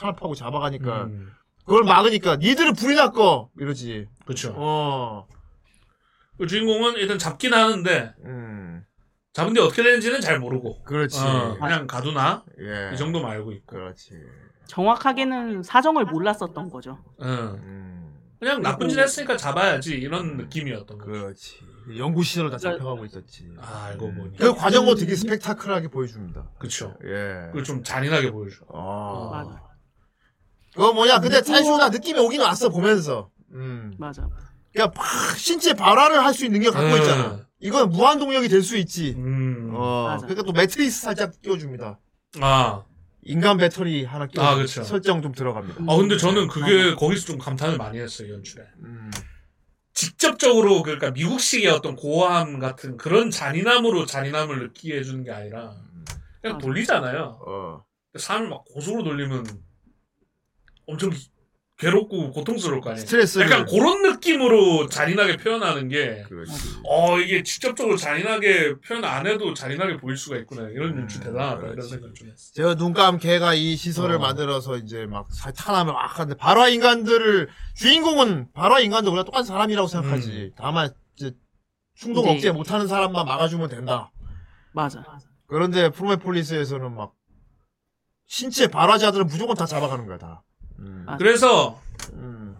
Speaker 3: 탄압하고 잡아가니까
Speaker 2: 음,
Speaker 3: 그걸 막으니까 니들은 불이 났고 이러지.
Speaker 2: 그쵸.
Speaker 3: 어.
Speaker 2: 그 주인공은 일단 잡긴 하는데
Speaker 3: 음.
Speaker 2: 잡은 데 어떻게 되는지는 잘 모르고
Speaker 3: 그렇지.
Speaker 2: 어, 그냥 가두나
Speaker 3: 예.
Speaker 2: 이 정도만 알고 있고
Speaker 3: 그렇지.
Speaker 4: 정확하게는 사정을 몰랐었던 거죠.
Speaker 2: 어,
Speaker 3: 음.
Speaker 2: 그냥 나쁜 짓 했으니까 잡아야지 이런 느낌이었던 거죠
Speaker 3: 그렇지. 연구 시설로 다 잡혀가고 있었지.
Speaker 2: 아 알고 보니
Speaker 3: 그 과정도 되게 스펙타클하게 보여줍니다.
Speaker 2: 그쵸
Speaker 3: 예.
Speaker 2: 그걸 좀 잔인하게 보여줘
Speaker 3: 어.
Speaker 4: 맞아.
Speaker 3: 그거 어, 뭐냐? 근데 차이쇼나 느낌이 오긴 왔어 보면서. 음.
Speaker 4: 맞아.
Speaker 3: 그러니까 팍 신체 발화를 할 수 있는 능력 갖고
Speaker 2: 음.
Speaker 3: 있잖아. 이건 무한 동력이 될 수 있지.
Speaker 2: 음.
Speaker 3: 어.
Speaker 4: 맞아.
Speaker 3: 그러니까 또 매트리스 살짝 끼워줍니다.
Speaker 2: 아.
Speaker 3: 인간 배터리 하나 끼워.
Speaker 2: 아, 그쵸.
Speaker 3: 설정 좀 들어갑니다.
Speaker 2: 아 근데 저는 그게 거기서 좀 감탄을 많이 했어요 연출에
Speaker 3: 음.
Speaker 2: 직접적으로 그러니까 미국식의 어떤 고함 같은 그런 잔인함으로 잔인함을 느끼게 해주는 게 아니라
Speaker 4: 맞아.
Speaker 2: 그냥 돌리잖아요
Speaker 3: 어.
Speaker 2: 사람을 막 고소로 돌리면 엄청 기- 괴롭고 고통스러울 거 아니에요.
Speaker 3: 스트레스를.
Speaker 2: 네. 약간 그런 느낌으로 잔인하게 표현하는 게,
Speaker 3: 그렇지.
Speaker 2: 어, 이게 직접적으로 잔인하게 표현 안 해도 잔인하게 보일 수가 있구나. 이런
Speaker 3: 음,
Speaker 2: 연출 대단하다. 이런
Speaker 3: 그렇지.
Speaker 2: 생각 좀 했어.
Speaker 3: 제가 눈감 개가 이 시설을
Speaker 2: 어.
Speaker 3: 만들어서 이제 막 살- 탄압을 막 하는데 발화
Speaker 2: 음.
Speaker 3: 인간들을 주인공은 발화 인간도 그냥 똑같은 사람이라고 생각하지. 다만 이제 충동
Speaker 4: 네.
Speaker 3: 억제 못하는 사람만 막아주면 된다.
Speaker 4: 맞아.
Speaker 3: 그런데 프로메폴리스에서는 막 신체 발화자들은 무조건 다 잡아가는 거야 다. 음,
Speaker 4: 아.
Speaker 2: 그래서
Speaker 3: 음,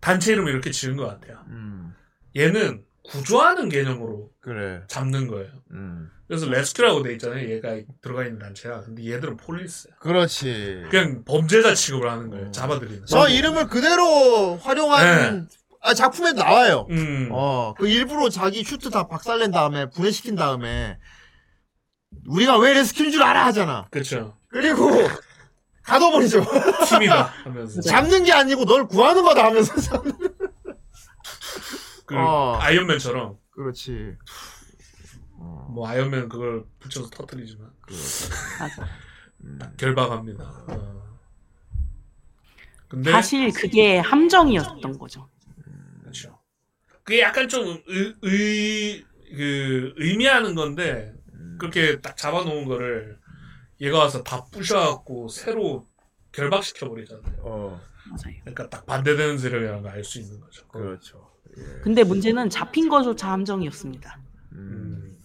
Speaker 2: 단체 이름을 이렇게 지은 것 같아요.
Speaker 3: 음,
Speaker 2: 얘는 구조하는 개념으로
Speaker 3: 그래.
Speaker 2: 잡는 거예요.
Speaker 3: 음,
Speaker 2: 그래서 레스큐라고 돼 있잖아요. 얘가 들어가 있는 단체가. 근데 얘들은 폴리스야.
Speaker 3: 그렇지.
Speaker 2: 그냥 범죄자 취급을 하는
Speaker 3: 어.
Speaker 2: 거예요. 잡아들이는.
Speaker 3: 저 이름을 그대로 활용한 아, 작품에 나와요.
Speaker 2: 음.
Speaker 3: 어, 그 일부러 자기 슈트 다 박살낸 다음에 분해시킨 다음에 우리가 왜 레스큐인 줄 알아 하잖아.
Speaker 2: 그렇죠.
Speaker 3: 그리고 가둬버리죠.
Speaker 2: 팀이다 하면서.
Speaker 3: 잡는 게 아니고 널 구하는 거다 하면서. 잡는-
Speaker 2: 그
Speaker 3: 어.
Speaker 2: 아이언맨처럼
Speaker 3: 그렇지. 어,
Speaker 2: 뭐 아이언맨 그걸 붙여서 터뜨리지만
Speaker 4: 맞아.
Speaker 2: 결박합니다. 어. 근데
Speaker 4: 사실 그게 함정이었던 거죠.
Speaker 2: 그렇죠. 그게 약간 좀의그 의미하는 건데 그렇게 딱 잡아놓은 거를 얘가 와서 다 부셔갖고 새로 결박시켜 버리잖아요.
Speaker 3: 어,
Speaker 4: 맞아요.
Speaker 2: 그러니까 딱 반대되는 세력이라는 걸 알 수 있는 거죠.
Speaker 3: 그렇죠.
Speaker 4: 근데 문제는 잡힌 거조차 함정이었습니다.
Speaker 2: 음,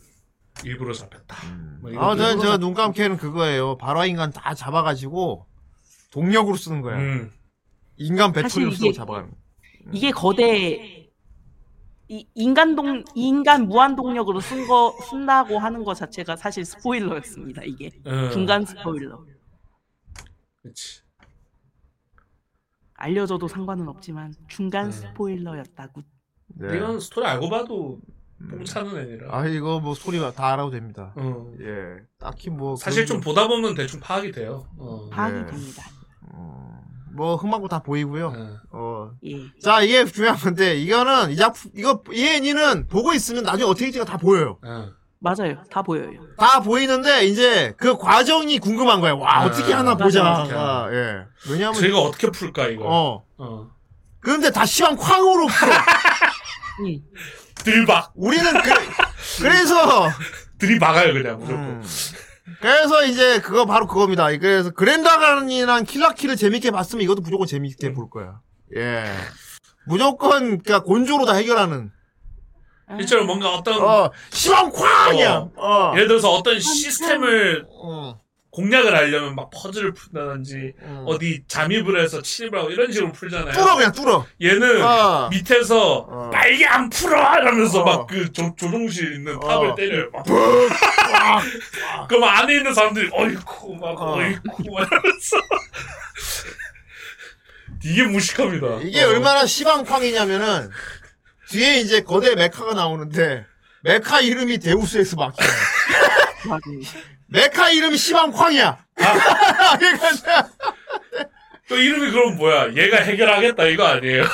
Speaker 2: 일부러 잡혔다. 뭐 이런
Speaker 3: 아, 저는
Speaker 2: 식으로.
Speaker 3: 저눈 감기는 그거예요. 발화 인간 다 잡아가지고 동력으로 쓰는 거야.
Speaker 2: 음,
Speaker 3: 인간 배터리로
Speaker 4: 사실
Speaker 3: 쓰고
Speaker 4: 이게-
Speaker 3: 잡아가는 거야.
Speaker 4: 이게 거대 이, 인간 동 인간 무한 동력으로 쓴 거 쓴다고 하는 거 자체가 사실 스포일러였습니다. 이게
Speaker 2: 음,
Speaker 4: 중간 스포일러.
Speaker 2: 그치.
Speaker 4: 알려줘도 상관은 없지만 중간
Speaker 2: 음.
Speaker 4: 스포일러였다고.
Speaker 3: 네.
Speaker 2: 이건 스토리 알고 봐도
Speaker 3: 음.
Speaker 2: 뽕차는 애니라.
Speaker 3: 아, 이거 뭐 소리 다 알아도 됩니다.
Speaker 2: 어.
Speaker 3: 예. 딱히 뭐.
Speaker 2: 사실 좀
Speaker 3: 그런
Speaker 2: 보다 보면 대충 파악이 돼요. 어.
Speaker 4: 파악이
Speaker 3: 네.
Speaker 4: 됩니다.
Speaker 3: 어, 뭐 흠하고 다 보이고요.
Speaker 2: 예.
Speaker 3: 어.
Speaker 4: 예.
Speaker 3: 자, 이게 중요한 건데 이거는 이 작품 이거 이 애니는 보고 있으면 나중에 어떻게 될지가 다 보여요.
Speaker 2: 예.
Speaker 4: 맞아요. 다 보여요.
Speaker 3: 다 보이는데 이제 그 과정이 궁금한 거야. 와,
Speaker 2: 네.
Speaker 3: 어떻게 하나 보자.
Speaker 2: 어떻게 하나.
Speaker 3: 아, 예. 왜냐면
Speaker 2: 저희가 어떻게 풀까 이거.
Speaker 3: 어.
Speaker 2: 어.
Speaker 3: 그런데 다 시방 쾅으로 풀어.
Speaker 4: 예.
Speaker 2: 들박
Speaker 3: 우리는 그, 그래서
Speaker 2: 들이박아요 그냥 무조건.
Speaker 3: 음. 그래서 이제 그거 바로 그겁니다. 그래서 그랜다간이랑 킬라키를 재밌게 봤으면 이것도 무조건 재밌게 볼 거야. 예. 무조건 그러니까 곤조로 다 해결하는.
Speaker 4: 아,
Speaker 2: 실제로 뭔가 어떤
Speaker 3: 어, 시방 쾅이야. 어.
Speaker 2: 예를 들어서 어떤 시스템을
Speaker 3: 어.
Speaker 2: 공략을 하려면 막 퍼즐을 푼다든지
Speaker 3: 어.
Speaker 2: 어디 잠입을 해서 침입을 하고 이런 식으로 풀잖아요.
Speaker 3: 뚫어 그냥 뚫어.
Speaker 2: 얘는
Speaker 3: 어.
Speaker 2: 밑에서
Speaker 3: 어.
Speaker 2: 빨개 안 풀어 이러면서
Speaker 3: 어.
Speaker 2: 막 그 조종실 있는
Speaker 3: 어.
Speaker 2: 탑을 때려요. 막 그럼 안에 있는 사람들이 어이쿠 막
Speaker 3: 어.
Speaker 2: 어. 이쿠막 이러면서 이게 무식합니다.
Speaker 3: 이게
Speaker 2: 어.
Speaker 3: 얼마나 시방 쾅이냐면은 뒤에 이제 거대 메카가 나오는데 메카 이름이 데우스 엑스 마키야.
Speaker 4: 맞아요.
Speaker 3: 메카 이름이 시방 쾅이야. 그러니까
Speaker 2: 또 이름이 그럼 뭐야? 얘가 해결하겠다 이거 아니에요?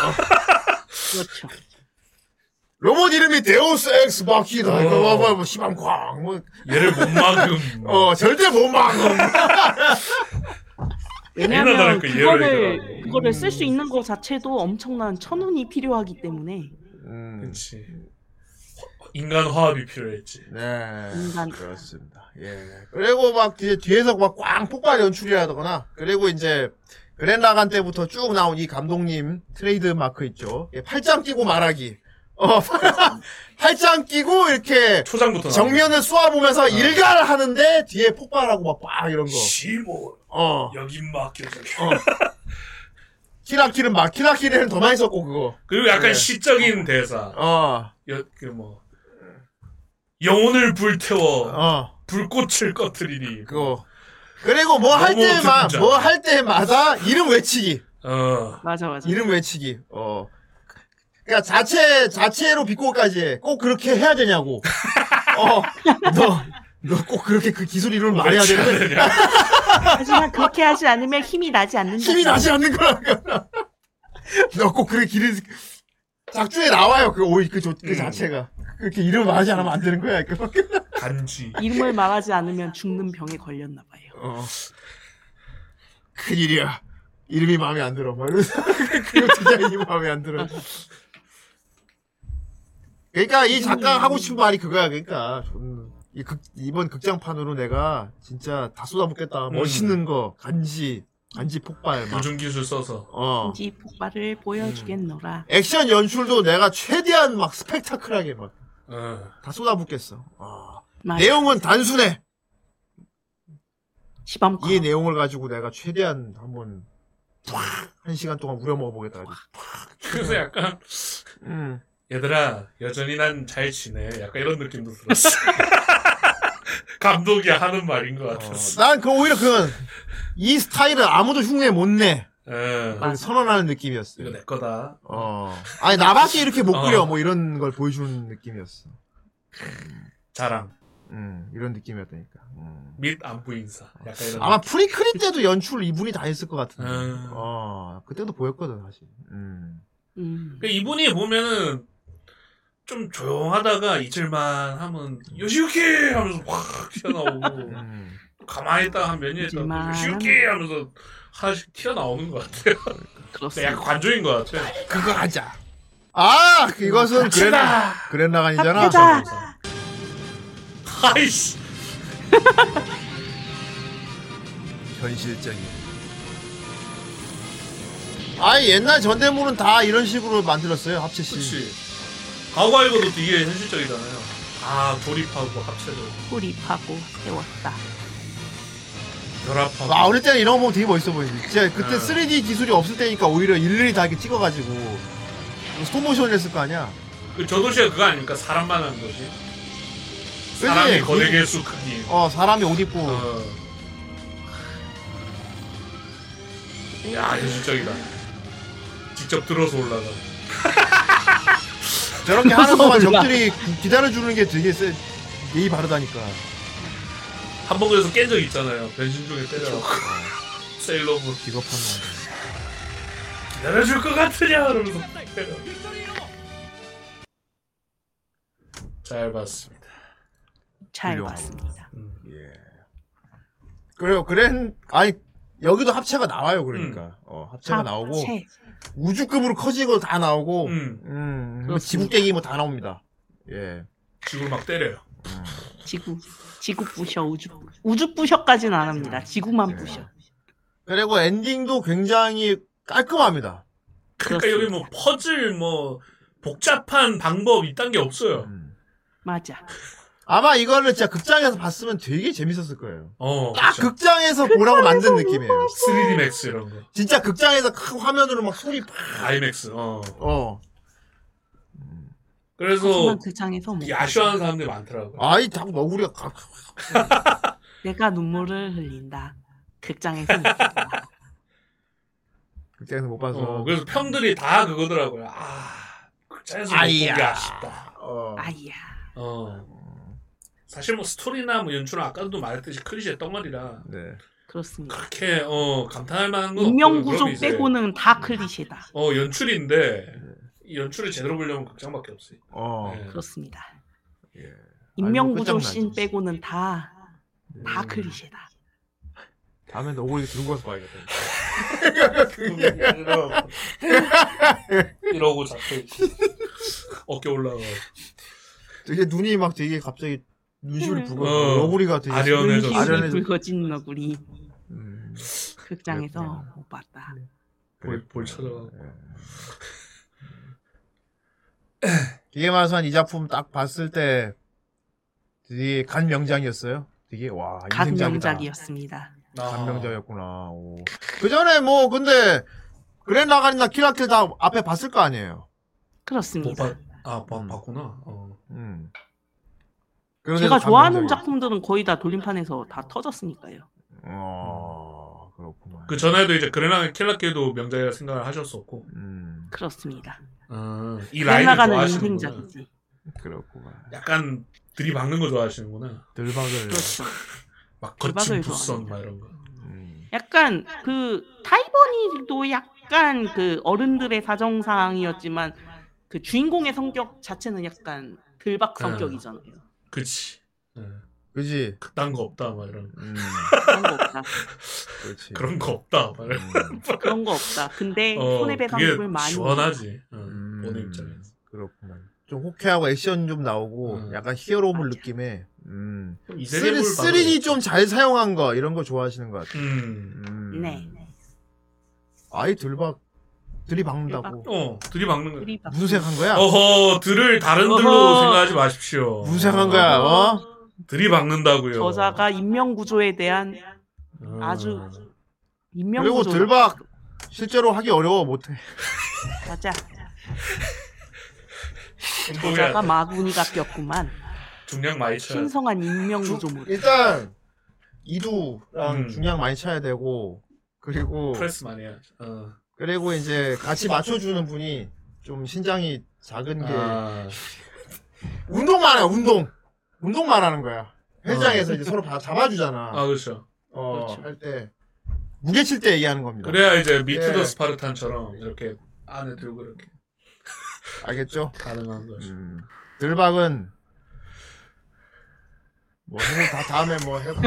Speaker 4: 그렇죠.
Speaker 3: 로봇 이름이 데우스 엑스 마키다. 이거 뭐, 뭐, 뭐, 시방 쾅. 뭐,
Speaker 2: 얘를 못 막음.
Speaker 3: 어, 절대 못 막아.
Speaker 4: 왜냐면
Speaker 2: 당연하다니까, 예를
Speaker 4: 그거를
Speaker 2: 들어라.
Speaker 4: 그거를 쓸 수 있는 거 자체도 엄청난 천운이 필요하기 때문에
Speaker 3: 음.
Speaker 2: 그렇지. 인간 화합이 필요했지.
Speaker 3: 네.
Speaker 4: 인간.
Speaker 3: 그렇습니다. 예. 그리고 막 뒤에, 뒤에서 막 꽝 폭발 연출이라거나, 그리고 이제, 그랜라간 때부터 쭉 나온 이 감독님 트레이드 마크 있죠. 예, 팔짱 끼고 말하기. 어, 팔짱 끼고 이렇게
Speaker 2: 초장부터
Speaker 3: 정면을
Speaker 2: 어.
Speaker 3: 쏘아보면서 일갈 하는데 뒤에 폭발하고 막 꽝 이런 거.
Speaker 2: 시모
Speaker 3: 어.
Speaker 2: 여긴 맡겨줘.
Speaker 3: 키라키는 막, 키라키는 더 많이 썼고, 그거.
Speaker 2: 그리고 약간
Speaker 3: 네.
Speaker 2: 시적인 대사.
Speaker 3: 어,
Speaker 2: 여, 그 뭐. 영혼을 불태워
Speaker 3: 어,
Speaker 2: 불꽃을 꺼트리니.
Speaker 3: 그거. 그리고 뭐 할
Speaker 2: 너무
Speaker 3: 때만,
Speaker 2: 기분자.
Speaker 3: 뭐 할 때마다 이름 외치기.
Speaker 2: 어.
Speaker 4: 맞아 맞아.
Speaker 3: 이름 외치기. 어. 그러니까 자체 자체로 비꼬기까지 해. 꼭 그렇게 해야 되냐고. 어. 너 너 꼭 그렇게 그 기술 이름을 말해야 되는데
Speaker 2: 되냐?
Speaker 4: 하지만 그렇게 하지 않으면 힘이 나지 않는다.
Speaker 3: 힘이 나지 않는 거라니까. 너 꼭 그렇게 기를 작중에 나와요. 그 오이 그, 조- 그
Speaker 2: 음.
Speaker 3: 자체가 그렇게 이름을 말하지 않으면 안 되는 거야. 그
Speaker 2: 간지.
Speaker 4: 이름을 말하지 않으면 죽는 병에 걸렸나 봐요.
Speaker 3: 어. 큰일이야. 이름이 마음에 안 들어. 막 이러면서. 그리고 디자인이 마음에 안 들어. 그러니까 이 작가 하고 싶은 말이 그거야. 그러니까 좀, 이 극, 이번 극장판으로 내가 진짜 다 쏟아붓겠다. 멋있는 거, 간지, 간지 폭발 막.
Speaker 2: 요즘 기술 써서.
Speaker 3: 어.
Speaker 4: 지 폭발을 보여주겠노라.
Speaker 3: 액션 연출도 내가 최대한 막 스펙타클하게 막
Speaker 2: 어.
Speaker 7: 다 쏟아붓겠어. 아.
Speaker 4: 맞아.
Speaker 7: 내용은 단순해.
Speaker 4: 시밤과
Speaker 7: 이 내용을 가지고 내가 최대한 한번 팍! 한 시간 동안 우려 먹어보겠다.
Speaker 4: 음.
Speaker 7: 아주.
Speaker 2: 그래서 약간
Speaker 7: 음.
Speaker 2: 얘들아 여전히 난 잘 지내 약간 이런 느낌도 들었어 감독이 하는 말인 것 같았어
Speaker 7: 난 그 오히려 그건 이 스타일은 아무도 흉내 못 내.
Speaker 2: 어,
Speaker 3: 아.
Speaker 7: 그걸 선언하는 느낌이었어.
Speaker 2: 이거 내 거다
Speaker 7: 어. 아니 나밖에 이렇게 못
Speaker 2: 어.
Speaker 7: 그려 뭐 이런 걸 보여주는 느낌이었어.
Speaker 2: 자랑
Speaker 7: 음 이런 느낌이었다니까. 음.
Speaker 2: 및 안부 인사 약간 이런
Speaker 7: 아마 프리크림 때도 연출을 이분이 다 했을 것 같은데.
Speaker 2: 음.
Speaker 7: 어 그때도 보였거든 사실. 음.
Speaker 4: 음.
Speaker 2: 그 이분이 보면은 좀 조용하다가 잊을만 하면 요시유키 하면서 확 튀어나오고
Speaker 7: 음.
Speaker 2: 가만히 있다 한 몇 년 있다가
Speaker 4: 잊을만
Speaker 2: 요시유키 하면서 하나씩 튀어나오는 것 같아요 근데
Speaker 4: 그렇습니다.
Speaker 2: 약간 관조인 것 같아요
Speaker 7: 그거 하자. 아 이것은 그랜
Speaker 2: 치다
Speaker 7: 그랜라간이잖아.
Speaker 4: 합시다.
Speaker 2: 하이씨
Speaker 7: 현실적인. 아니 옛날 전대물은 다 이런 식으로 만들었어요 합체 씬.
Speaker 2: 그치
Speaker 4: 음.
Speaker 2: 가오가이거도 되게 현실적이잖아요 아 조립하고 합체적으로
Speaker 4: 조립하고 세웠다.
Speaker 2: 결합하고
Speaker 7: 와 아, 어릴 때는 이런 거 보면 되게 멋있어 보이지. 진짜
Speaker 2: 네.
Speaker 7: 그때 3D 기술이 없을 때니까 오히려 일일이 다 이렇게 찍어가지고 스톱모션을 했을 거 아니야.
Speaker 2: 그 저도시가 그거 아닙니까 사람만 한 거지
Speaker 7: 그치?
Speaker 2: 사람이 거대
Speaker 7: 이-
Speaker 2: 개수 크기
Speaker 7: 어 사람이 옷 입고
Speaker 2: 어. 야, 현실적이다. 직접 들어서 올라가.
Speaker 7: 저렇게 하는 동안
Speaker 4: 몰라.
Speaker 7: 적들이 기- 기다려주는 게 되게 세, 예의 바르다니까.
Speaker 2: 한복에서 깬 적 있잖아요. 변신 중에 때려갖고. 세일러문
Speaker 7: 비겁한 놈.
Speaker 2: 기다려줄 것 같으냐? 이러면서 때려. 잘 봤습니다.
Speaker 4: 잘
Speaker 7: 훌륭하고.
Speaker 4: 봤습니다.
Speaker 7: 예. 그래요 그랜 아니 여기도 합체가 나와요 그러니까 어 합체가 나오고
Speaker 4: 합체.
Speaker 7: 우주급으로 커진 거 다 나오고 음,
Speaker 2: 음,
Speaker 7: 뭐 지구깨기 뭐 다 나옵니다. 예.
Speaker 2: 지구를 막 때려요.
Speaker 4: 지구 지구 부셔 우주 우주 부셔까지는 안 합니다.
Speaker 7: 네.
Speaker 4: 지구만 부셔.
Speaker 7: 그리고 엔딩도 굉장히 깔끔합니다.
Speaker 2: 그러니까 여기 뭐 퍼즐, 뭐 복잡한 방법 이딴 게 없어요.
Speaker 7: 음.
Speaker 4: 맞아.
Speaker 7: 아마 이거를 진짜 극장에서 봤으면 되게 재밌었을 거예요.
Speaker 2: 어,
Speaker 3: 아,
Speaker 7: 딱
Speaker 2: 그쵸.
Speaker 7: 극장에서 보라고 만든 느낌이에요.
Speaker 2: 3D 맥스 이런 거.
Speaker 7: 진짜 극장에서 큰 화면으로 막 소리 팍.
Speaker 2: 아이맥스. 어.
Speaker 7: 어.
Speaker 2: 그래서
Speaker 4: 하지만 극장에서 뭐
Speaker 2: 야쇼하는 사람들이 많더라고. 요
Speaker 7: 아이 자꾸 너구리가 가.
Speaker 4: 내가 눈물을 흘린다. 극장에서 못 본다.
Speaker 7: 극장에서 못 봐서.
Speaker 2: 어, 그래서 평들이 다 그거더라고요. 아, 극장에서 못
Speaker 7: 아이야.
Speaker 2: 보기 아쉽다.
Speaker 7: 어.
Speaker 4: 아이야.
Speaker 2: 어. 사실 뭐 스토리나 뭐 연출은 아까도 말했듯이 클리셰 덩어리라
Speaker 7: 네.
Speaker 4: 그렇습니다.
Speaker 2: 그렇게 어 감탄할 만한 건
Speaker 4: 인명
Speaker 2: 없고요.
Speaker 4: 구조
Speaker 2: 그럼 이제,
Speaker 4: 빼고는 다 클리셰다.
Speaker 2: 어 연출인데 이 연출을 제대로 보려면 극장밖에 없어요.
Speaker 7: 어.
Speaker 2: 네.
Speaker 4: 그렇습니다.
Speaker 7: 예.
Speaker 4: 인명
Speaker 7: 아이고,
Speaker 4: 구조
Speaker 7: 끝장나죠.
Speaker 4: 씬 빼고는 다 다
Speaker 7: 뭐. 음.
Speaker 4: 클리셰다.
Speaker 7: 다음에 너구리 들고 가서 봐야겠다.
Speaker 2: 이러고- 이러고 잡혀 있고 어깨 올라가.
Speaker 7: 되게 눈이 막 되게 갑자기 눈시울이 부어.
Speaker 2: 어.
Speaker 7: 너구리가 되게.
Speaker 2: 아련해서.
Speaker 7: 눈시울이
Speaker 4: 눈시울이
Speaker 7: 아련해서.
Speaker 4: 붉어진 너구리
Speaker 7: 음.
Speaker 4: 극장에서
Speaker 7: 그렇구나.
Speaker 4: 못 봤다.
Speaker 7: 음,
Speaker 2: 볼- 볼 찾아가고.
Speaker 7: 되게 말해서 한이 작품 딱 봤을 때 되게 간 명장이었어요. 되게 와
Speaker 4: 각
Speaker 7: 인생작이다.
Speaker 4: 명작이었습니다.
Speaker 2: 아,
Speaker 7: 간명작이었구나. 그 전에 뭐 근데 그랜 라간이나 키라킬 다 앞에 봤을 거 아니에요.
Speaker 2: 못
Speaker 4: 그렇습니다.
Speaker 2: 봤. 아, 봤- 봤구나. 어.
Speaker 7: 음. 그런데도
Speaker 4: 제가 좋아하는
Speaker 7: 간명작이-
Speaker 4: 작품들은 거의 다 돌림판에서 다 터졌으니까요.
Speaker 7: 어 그렇구만.
Speaker 2: 그 전에도 이제 그레나 킬라케도 명작이라 생각을 하셨었고
Speaker 7: 음
Speaker 4: 그렇습니다.
Speaker 2: 아, 이 라인을
Speaker 4: 헬라가는
Speaker 2: 좋아하시는구나.
Speaker 4: 인생작이지.
Speaker 7: 그렇구만.
Speaker 2: 약간 들이박는 거 좋아하시는구나.
Speaker 7: 들박을.
Speaker 4: 그렇죠.
Speaker 2: 막
Speaker 4: 들박을
Speaker 2: 거친 부선
Speaker 4: 좋아합니다.
Speaker 2: 막 이런 거.
Speaker 7: 음.
Speaker 4: 약간 그 타이버니도 약간 그 어른들의 사정 상황이었지만 그 주인공의 성격 자체는 약간 들박
Speaker 2: 네.
Speaker 4: 성격이잖아요.
Speaker 2: 그치. 예.
Speaker 7: 그지.
Speaker 2: 그딴 거 없다 막 이런. 거.
Speaker 7: 음.
Speaker 4: 그런 거 없다.
Speaker 7: 그렇지.
Speaker 2: 그런 거 없다 막 이런.
Speaker 7: 음.
Speaker 4: 그런 거 없다. 근데
Speaker 2: 거. 어,
Speaker 4: 네, 손해배상금을
Speaker 2: 그게
Speaker 4: 많이
Speaker 2: 시원하지. 어,
Speaker 7: 음.
Speaker 2: 보는 입장에서.
Speaker 7: 그렇구만. 좀 호쾌하고 액션 좀 나오고
Speaker 2: 음.
Speaker 7: 약간 히어로물
Speaker 4: 맞아.
Speaker 7: 느낌의 음.
Speaker 2: 그럼 이 세계 물
Speaker 7: 3D 좀 잘 사용한 거
Speaker 3: 음.
Speaker 7: 이런 거 좋아하시는 것 같아요.
Speaker 2: 음.
Speaker 7: 음.
Speaker 4: 네.
Speaker 7: 아이 들박
Speaker 3: 들이박는다고.
Speaker 2: 어, 들이박는 거야.
Speaker 4: 그리다.
Speaker 3: 무색한 거야?
Speaker 2: 어허, 들을 다른 들로
Speaker 4: 어허.
Speaker 2: 생각하지 마십시오.
Speaker 3: 무색한 거야,
Speaker 2: 음.
Speaker 3: 어?
Speaker 2: 들이박는다고요.
Speaker 4: 저자가 인명 구조에 대한
Speaker 2: 어.
Speaker 4: 아주 인명
Speaker 3: 그리고
Speaker 4: 구조.
Speaker 3: 들박 실제로 하기 어려워 못해.
Speaker 4: 맞아.
Speaker 2: 어, 중량,
Speaker 4: 저자가 마구니가 꼈구만.
Speaker 2: 중량 많이 쳐야 돼.
Speaker 4: 신성한 인명
Speaker 3: 주-
Speaker 4: 구조물.
Speaker 3: 일단 이두랑
Speaker 2: 음.
Speaker 3: 중량 많이 쳐야 되고 그리고
Speaker 2: 프레스 많이 해야 돼. 어.
Speaker 3: 그리고 이제 같이 맞춰주는 분이 좀 신장이 작은 게
Speaker 2: 아,
Speaker 3: 운동만 해 운동 운동만 하는 거야 회장에서 이제 서로 바- 잡아주잖아
Speaker 2: 아 어. 그렇죠.
Speaker 3: 어,
Speaker 4: 그렇죠.
Speaker 3: 할 때 무게 칠 때 얘기하는 겁니다
Speaker 2: 그래야 이제 미트더
Speaker 3: 예.
Speaker 2: 스파르탄처럼 이렇게 안에 들고 이렇게
Speaker 3: 알겠죠
Speaker 2: 가능한
Speaker 3: 음.
Speaker 2: 거죠.
Speaker 3: 들박은 뭐 해보 다 다음에 뭐 해보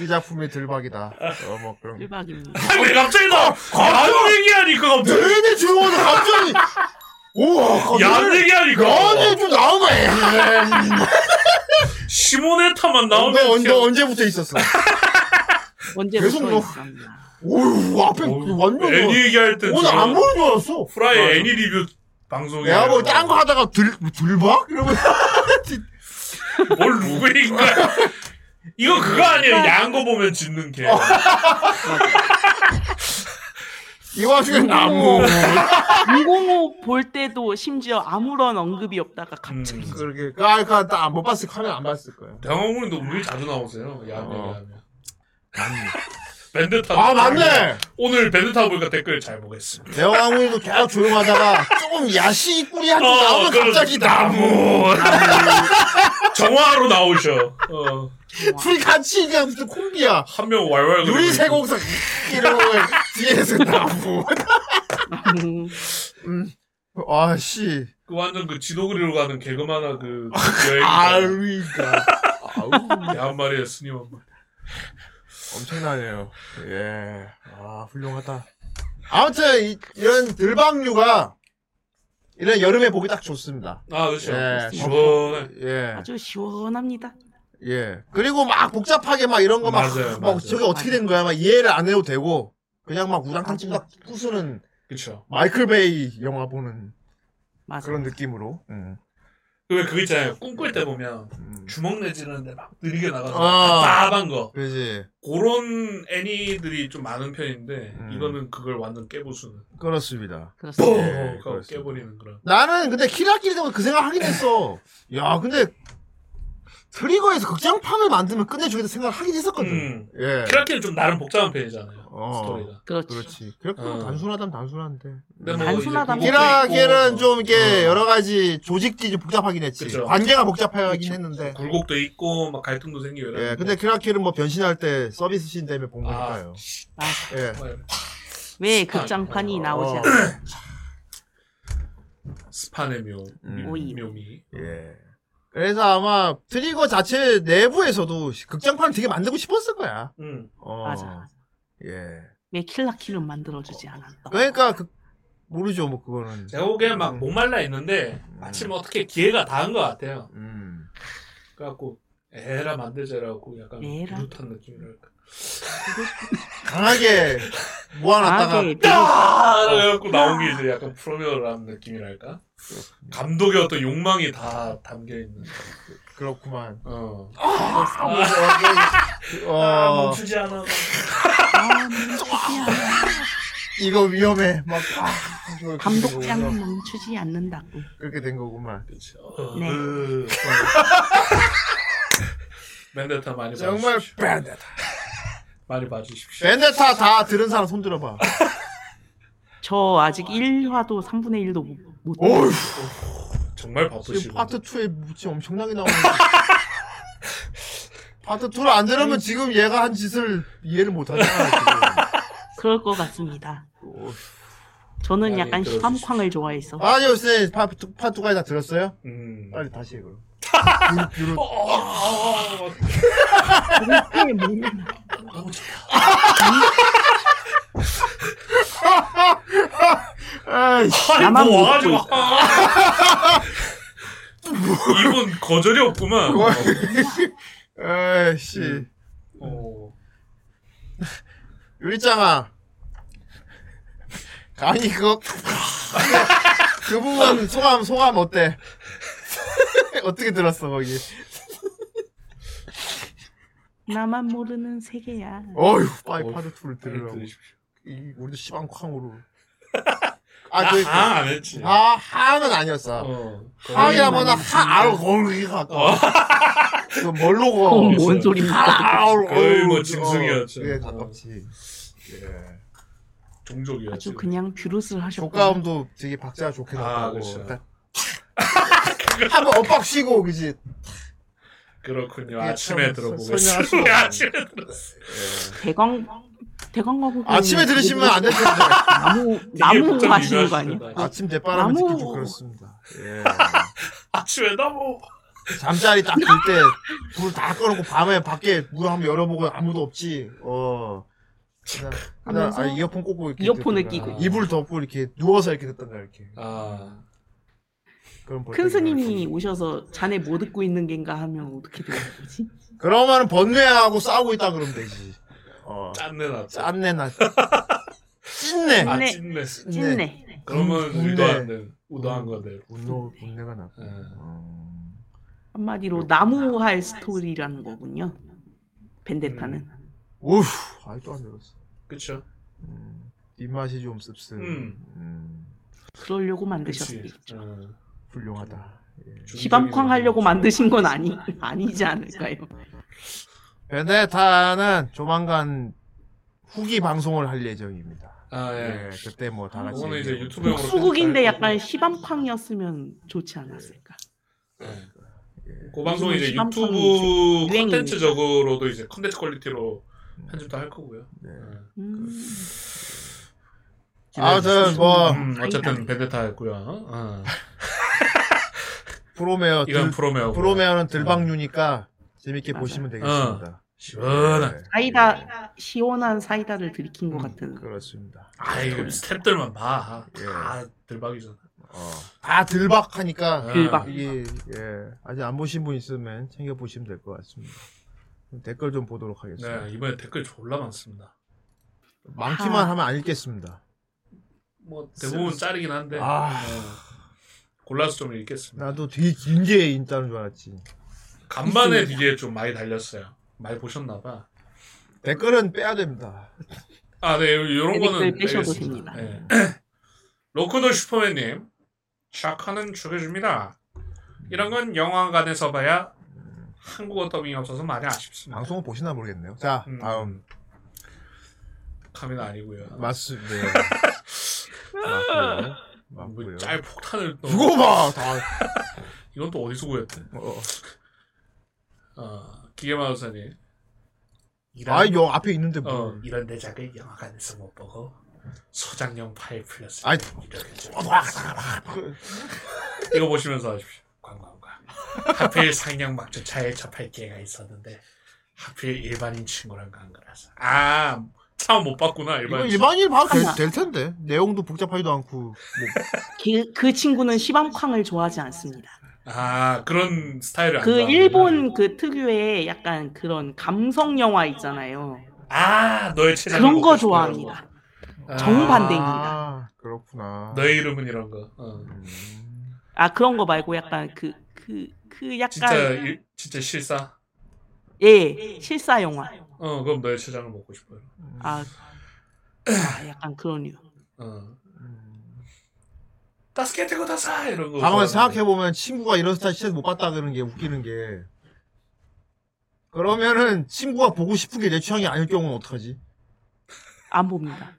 Speaker 3: 이 작품이 들박이다 어뭐 그런 거.
Speaker 4: 일박입니다.
Speaker 2: 왜 갑자기 나 과한 어, 얘기하니까 갑자기
Speaker 3: 되게 지금 갑자기 우와 갑자기
Speaker 2: 야 어, 얘기하니까
Speaker 3: 연애 좀 나오네
Speaker 2: 시모네타만
Speaker 3: 언제,
Speaker 2: 나오면
Speaker 3: 언제 언제부터 있었어
Speaker 4: 언제부터
Speaker 3: 계속 뭐-
Speaker 4: 있었나.
Speaker 3: 오유 앞에 그
Speaker 2: 어우,
Speaker 3: 완전 뭐
Speaker 2: 애니 얘기할 때
Speaker 3: 오늘 안 보는 줄 알았어
Speaker 2: 프라이
Speaker 3: 맞아.
Speaker 2: 애니 리뷰 방송에
Speaker 3: 내가 뭐딴거 하다가 들 들박 이러면
Speaker 2: 뭘 누구인가 이거 그거
Speaker 3: 어.
Speaker 2: 아니에요 야한 거 보면 짖는 개
Speaker 3: 이 와중에 나무 뭐.
Speaker 4: 005 볼 때도 심지어 아무런 언급이 없다가 갑자기
Speaker 2: 음.
Speaker 3: 그렇게 그러니까 딱못 봤을 카메라 안 봤을 거야
Speaker 2: 대왕어머니도 우리 자주 나오세요 야한
Speaker 3: 어.
Speaker 2: 얘기하면 벤드타
Speaker 3: 아 맞네
Speaker 2: 오늘 벤드타 보니까 댓글 잘 보겠습니다
Speaker 3: 대왕이도 계속 조용하다가 조금 야시 꾸리 한테 아, 나오면
Speaker 2: 어, 그럼
Speaker 3: 갑자기 어, 나무 뭐.
Speaker 2: 정화로 나오셔 어.
Speaker 3: 둘이 같이 그냥 무슨 콤비야
Speaker 2: 한 명 왈왈 거리고
Speaker 3: 유리 세공사 이러고 뒤에서 나무 뭐. 음.
Speaker 4: 나무.
Speaker 3: 아씨
Speaker 2: 그 완전 그 지도 그리로 가는 개그만화 그 여행
Speaker 3: 아위가 아우
Speaker 2: 야한 마리에 스님 한 마리
Speaker 3: 엄청나네요. 예. 아 훌륭하다. 아무튼 이, 런 들방류가 이런 여름에 보기 딱 좋습니다.
Speaker 2: 아 그렇죠
Speaker 3: 예.
Speaker 2: 시원해
Speaker 3: 예.
Speaker 4: 아주 시원합니다.
Speaker 3: 예. 그리고 막 복잡하게 막 이런 거 막
Speaker 2: 맞아요,
Speaker 3: 막
Speaker 2: 맞아요.
Speaker 3: 저게 어떻게 된 거야 막 이해를 안 해도 되고 그냥 막 우당탕 찜닭 부수는
Speaker 2: 그쵸
Speaker 3: 마이클 베이 영화 보는
Speaker 4: 맞아.
Speaker 3: 그런 느낌으로. 음.
Speaker 2: 왜 그거 있잖아요 꿈꿀 때 보면
Speaker 3: 음.
Speaker 2: 주먹 내지는데 막 느리게 나가서
Speaker 3: 아.
Speaker 2: 답답한 거
Speaker 3: 그지.
Speaker 2: 그런 애니들이 좀 많은 편인데
Speaker 3: 음.
Speaker 2: 이거는 그걸 완전 깨부수는
Speaker 3: 그렇습니다.
Speaker 2: 뽕!
Speaker 4: 그렇습니다.
Speaker 3: 예,
Speaker 2: 하고
Speaker 3: 그렇습니다.
Speaker 2: 깨버리는 그런
Speaker 3: 나는 근데 키라끼리 때문에 그 생각 하긴 했어. 야, 근데 트리거에서 극장판을 만들면 끝내주겠다 생각 을 하긴 했었거든.
Speaker 2: 음.
Speaker 3: 예.
Speaker 2: 키라키는 좀 나름 복잡한 편이잖아요
Speaker 3: 어.
Speaker 2: 스토리가
Speaker 4: 그렇지.
Speaker 3: 예, 그렇지. 그렇게
Speaker 2: 어.
Speaker 3: 단순하다면 단순한데.
Speaker 2: 근데
Speaker 3: 음.
Speaker 2: 뭐 이제
Speaker 4: 단순하다
Speaker 2: 그것도
Speaker 3: 키라끼는
Speaker 2: 있고,
Speaker 3: 좀 이렇게
Speaker 2: 어.
Speaker 3: 여러 가지 조직이 좀 복잡하긴 했지.
Speaker 2: 그쵸.
Speaker 3: 관계가 복잡하긴 했는데.
Speaker 2: 굴곡도 있고 막 갈등도 생기고 이러는데
Speaker 3: 예, 근데 키라키는 뭐 변신할 때 서비스 씬 때문에 본
Speaker 2: 아,
Speaker 3: 거니까요.
Speaker 4: 맞아.
Speaker 3: 예.
Speaker 4: 왜 극장판이 나오지
Speaker 3: 어.
Speaker 4: 않아?
Speaker 2: 스판의 묘
Speaker 3: 음.
Speaker 4: 오이.
Speaker 2: 묘미
Speaker 3: 예. 그래서 아마 트리거 자체 내부에서도 극장판을 되게 만들고 싶었을 거야.
Speaker 2: 음.
Speaker 3: 어.
Speaker 4: 맞아. 맞아.
Speaker 3: 예.
Speaker 4: 왜 킬라킬을 만들어주지 않았어?
Speaker 3: 그러니까 그, 모르죠 뭐 그거는.
Speaker 2: 제가 보기엔 막 목말라 있는데 마침 어떻게 기회가 닿은 것 같아요
Speaker 3: 음.
Speaker 2: 그래갖고 에라 만들자라고 약간
Speaker 4: 에라?
Speaker 2: 비슷한 느낌이랄까
Speaker 3: 강하게 모아놨다가
Speaker 4: 강하게
Speaker 2: 야! 그래갖고 나온 게 이제 약간 프로미어라는 느낌이랄까? 감독의 어떤 욕망이 다 담겨있는.
Speaker 3: 그렇구만.
Speaker 2: 어.
Speaker 3: 아, 뭐 어,
Speaker 2: 멈추지 않아. 뭐.
Speaker 4: 아, 멈추지 않아.
Speaker 3: 이거 위험해. 막 아,
Speaker 4: 감독장은 멈추지 않는다고.
Speaker 3: 그렇게 된 거구만.
Speaker 2: 그치. 어.
Speaker 4: 네.
Speaker 2: 으. 맨데타 많이
Speaker 3: 정말
Speaker 2: 봐주십시오.
Speaker 3: 벤데타.
Speaker 2: 많이 봐주십시오.
Speaker 3: 벤데타 다 들은 사람 손 들어봐.
Speaker 4: 저 아직 1화도 3분의 1도 못, 못
Speaker 3: 어휴,
Speaker 2: 정말
Speaker 3: 지금
Speaker 2: 바쁘시고.
Speaker 3: 파트 2에 무지 엄청나게 나오는데. 파트 2를 안 들으면 지금 얘가 한 짓을 이해를 못 하잖아. 지금.
Speaker 4: 그럴 것 같습니다.
Speaker 3: 어휴.
Speaker 4: 저는
Speaker 2: 많이
Speaker 4: 약간
Speaker 2: 들어주십시오.
Speaker 4: 시감쾅을 좋아해서
Speaker 3: 아니, 요새 파트, 파트 2까지 다 들었어요?
Speaker 2: 음.
Speaker 3: 빨리 다시 해, 그럼.
Speaker 2: 어, 어,
Speaker 3: 아,
Speaker 2: 어, 어. 너무 좋다.
Speaker 3: 아이,
Speaker 2: 아니,
Speaker 4: 나만
Speaker 2: 뭐
Speaker 4: 웃고
Speaker 2: 와가지고.
Speaker 4: 있다.
Speaker 2: 아. 이분 거절이 없구만.
Speaker 3: 뭐. 아이씨.
Speaker 2: 어.
Speaker 3: 유리짱아. 아니 그거 그 부분 소감 소감 어때? 어떻게 들었어 거기?
Speaker 4: 나만 모르는 세계야.
Speaker 3: 어휴 빨리
Speaker 2: 어휴,
Speaker 3: 파드 2를 들으라고
Speaker 2: 들으십시오.
Speaker 3: 이- 우리도 시방쾅으로
Speaker 2: 아,
Speaker 3: 아그
Speaker 2: 아, 안 했지.
Speaker 3: 아, 하는 아니었어.
Speaker 2: 어.
Speaker 3: 하야보다 하아로 거기가
Speaker 2: 어.
Speaker 3: 그 뭘로 거.
Speaker 4: 어,
Speaker 2: 있어요.
Speaker 4: 뭔 소리입니까?
Speaker 3: 하아로
Speaker 2: 거의 뭐 짐승이었죠.
Speaker 3: 그게 가깝지. 예.
Speaker 2: 종족이었지.
Speaker 4: 아주 그냥 뷰롯을 하셨고.
Speaker 3: 효과음도 되게 박자가 좋게
Speaker 2: 아,
Speaker 3: 나고. 그러니까.
Speaker 2: 그렇죠.
Speaker 3: 한번 엇박 쉬고 그지.
Speaker 2: 그렇군요.
Speaker 3: 예,
Speaker 2: 아침에
Speaker 3: 참
Speaker 2: 들어보겠습니다.
Speaker 3: 설명할 수가 없네.
Speaker 2: 아침에
Speaker 4: 대광 대광 거북이.
Speaker 3: 아침에 들으시면 안 될 것 같아요.
Speaker 4: 나무 나무 하시는 거 아니야?
Speaker 2: 미묘하시다.
Speaker 3: 아침 대바람을
Speaker 4: 나무.
Speaker 3: 듣기 좀 그렇습니다. 예.
Speaker 2: 아침에 너무
Speaker 3: 잠자리 딱 들 때 불 다 꺼놓고 밤에 밖에 문 한번 열어보고 아무도 없지. 어. 그냥, 그냥
Speaker 4: 하면서
Speaker 3: 아, 이어폰 꽂고 이렇게
Speaker 4: 이어폰을
Speaker 3: 듣던가.
Speaker 2: 끼고.
Speaker 3: 이불 덮고 이렇게 누워서 이렇게 듣던가 이렇게
Speaker 2: 아
Speaker 3: 그런
Speaker 4: 큰 스님이 오셔서 자네 뭐 듣고 있는 겐가 하면 어떻게 되는 거지?
Speaker 3: 그러면은 번뇌하고 싸우고 있다 그러면 되지 어
Speaker 2: 짠내 났죠.
Speaker 3: 짠내 나 찐내
Speaker 2: 아
Speaker 4: 네.
Speaker 2: 찐내.
Speaker 4: 찐네.
Speaker 2: 그러면
Speaker 3: 음,
Speaker 2: 의도한
Speaker 3: 네.
Speaker 2: 대 의도한 거대로.
Speaker 3: 분노 분내가 나
Speaker 2: 예.
Speaker 3: 어...
Speaker 4: 한마디로 나무할 스토리라는 거군요. 벤데타는.
Speaker 3: 오휴 아직도 안 들었어
Speaker 2: 그쵸.
Speaker 3: 음, 입맛이 좀 씁쓸
Speaker 2: 음.
Speaker 3: 음,
Speaker 4: 그러려고
Speaker 2: 그치.
Speaker 4: 만드셨겠죠.
Speaker 2: 어.
Speaker 3: 훌륭하다
Speaker 4: 시방쾅 하려고 만드신 건 아니 아니지 않을까요?
Speaker 3: 베네타는 조만간 후기 방송을 할 예정입니다
Speaker 2: 아
Speaker 3: 예,
Speaker 2: 예.
Speaker 3: 그때 뭐 다 같이
Speaker 2: 그거는 이제
Speaker 3: 얘기해보고.
Speaker 2: 유튜브용으로.
Speaker 4: 네. 수국인데 약간 시방쾅이었으면 좋지 않았을까?
Speaker 2: 그 방송은 이제
Speaker 4: 시방
Speaker 2: 유튜브
Speaker 4: 유행이니까.
Speaker 2: 콘텐츠적으로도 이제 콘텐츠 퀄리티로
Speaker 3: 음.
Speaker 2: 편집도 할 거고요.
Speaker 3: 네.
Speaker 2: 예.
Speaker 4: 음,
Speaker 3: 아무튼 뭐
Speaker 2: 음, 어쨌든 베데타였고요. 어.
Speaker 3: 프로메어
Speaker 2: 이건
Speaker 3: 들,
Speaker 2: 프로메어.
Speaker 3: 프로메어는 들방류니까 재밌게
Speaker 4: 맞아요.
Speaker 3: 보시면 되겠습니다
Speaker 2: 시원한.
Speaker 3: 네.
Speaker 4: 사이다 시원한 사이다를 들이킨 것
Speaker 2: 음,
Speaker 4: 같은.
Speaker 3: 그렇습니다.
Speaker 2: 아이 스탭들만 봐.
Speaker 3: 예.
Speaker 2: 다 네, 들박이잖아.
Speaker 3: 어. 다 들박하니까
Speaker 2: 아.
Speaker 4: 들박.
Speaker 3: 이게 예. 아직 안 보신 분 있으면 챙겨 보시면 될 것 같습니다. 그럼 댓글 좀 보도록 하겠습니다.
Speaker 2: 네 이번에 댓글 졸라 많습니다.
Speaker 3: 많기만
Speaker 4: 아.
Speaker 3: 하면 안 읽겠습니다.
Speaker 2: 뭐 대부분 짜리긴 한데
Speaker 3: 아.
Speaker 2: 예. 골라서 좀 읽겠습니다.
Speaker 3: 나도 되게 긴 게 있다는 줄 알았지.
Speaker 2: 간만에 이게 좀 많이 달렸어요. 많이 보셨나봐.
Speaker 3: 댓글은 빼야 됩니다.
Speaker 2: 아, 네, 이런
Speaker 4: 댓글
Speaker 2: 거는
Speaker 4: 빼셔도 됩니다.
Speaker 2: 알겠습니다. 네. 로코도 슈퍼맨님, 샤카는 죽여줍니다. 이런 건 영화관에서 봐야 한국어 더빙이 없어서 많이 아쉽습니다.
Speaker 3: 방송을 보시나 모르겠네요. 자,
Speaker 2: 음.
Speaker 3: 다음.
Speaker 2: 카미는 아니고요.
Speaker 3: 맞습니다. 네. 맞고요.
Speaker 2: 뭐
Speaker 3: 맞고요.
Speaker 2: 짤 폭탄을 또
Speaker 3: 그거 봐! 다.
Speaker 2: 이건 또 어디서 구했대?
Speaker 3: 어.
Speaker 2: 어, 기계마우사님. 이런,
Speaker 3: 아, 요 앞에 있는데
Speaker 2: 어,
Speaker 3: 뭐.
Speaker 2: 이런 내작을 영화관에서 못 보고 소장용 파일 플러스
Speaker 3: 아이.
Speaker 2: 이거 보시면서 하십시오. 광고가 하필 상영 막주차에 접할 기회가 있었는데 하필 일반인 친구랑 간 거라서 아 차원 못 봤구나
Speaker 3: 이거
Speaker 2: 일반인 친구.
Speaker 3: 일반인 봐도 될,
Speaker 4: 하나.
Speaker 3: 될 텐데. 내용도 복잡하지도 않고. 뭐.
Speaker 4: 그, 그 친구는 시방쾅을 좋아하지 않습니다.
Speaker 2: 아 그런 스타일을 안
Speaker 4: 그
Speaker 2: 좋아하는구나.
Speaker 4: 일본 그 특유의 약간 그런 감성 영화 있잖아요.
Speaker 2: 아 너의 최장
Speaker 4: 그런 거 좋아합니다. 정반대.
Speaker 3: 아,
Speaker 2: 음.
Speaker 3: 그렇구나.
Speaker 2: 너의 이름은 이런 거 어.
Speaker 3: 음.
Speaker 4: 아 그런 거 말고 약간 그 그 그 약간
Speaker 2: 진짜 일- 진짜 실사
Speaker 4: 예 실사 영화.
Speaker 2: 어 그럼 너의 최장을 먹고 싶어요
Speaker 4: 아, 아 약간 그런 류.
Speaker 2: 어. 따스케테 고다사 이런 거
Speaker 3: 가만히
Speaker 2: 좋아하는데.
Speaker 3: 생각해보면 친구가 이런 스타일 시대 못 봤다 그러는 게 웃기는 게. 그러면은 친구가 보고 싶은 게 내 취향이 아닐 경우는 어떡하지?
Speaker 4: 안 봅니다.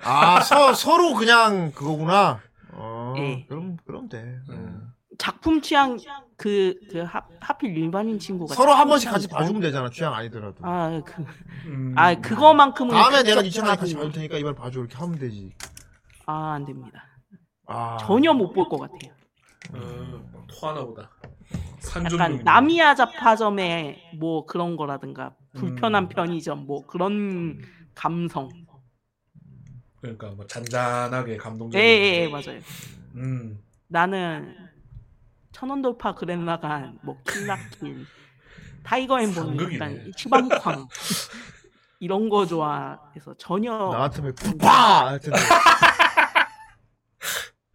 Speaker 3: 아, 서, 서로 그냥 그거구나. 어,
Speaker 4: 예.
Speaker 3: 그럼, 그럼 돼.
Speaker 2: 음.
Speaker 4: 작품 취향 그, 그 하, 하필 일반인 친구가
Speaker 3: 서로 한
Speaker 4: 작품
Speaker 3: 번씩
Speaker 4: 취향이
Speaker 3: 같이
Speaker 4: 더-
Speaker 3: 봐주면 되잖아, 취향 아니더라도.
Speaker 4: 아, 그,
Speaker 2: 음.
Speaker 4: 아 그거만큼은
Speaker 3: 다음에 내가 네
Speaker 4: 극적이지.
Speaker 3: 취향 같이 봐줄 테니까 이번에 봐줘. 이렇게 하면 되지.
Speaker 4: 아, 안 됩니다.
Speaker 3: 아.
Speaker 4: 전혀 못 볼 것 같아요.
Speaker 2: 음, 토하나 보다. 산좀
Speaker 4: 약간 남이야 잡화점의 뭐 그런 거라든가 불편한
Speaker 2: 음.
Speaker 4: 편의점 뭐 그런 감성.
Speaker 2: 그러니까 뭐 잔잔하게 감동적인.
Speaker 4: 예, 예, 예, 맞아요.
Speaker 2: 음.
Speaker 4: 나는 천원돌파 그랜마간 뭐 킬라킬 타이거 앤본
Speaker 2: 상극이네.
Speaker 4: 약간 치방쾅 이런 거 좋아해서 전혀
Speaker 2: 어.
Speaker 3: 나 같으면 푸파! 할 텐데.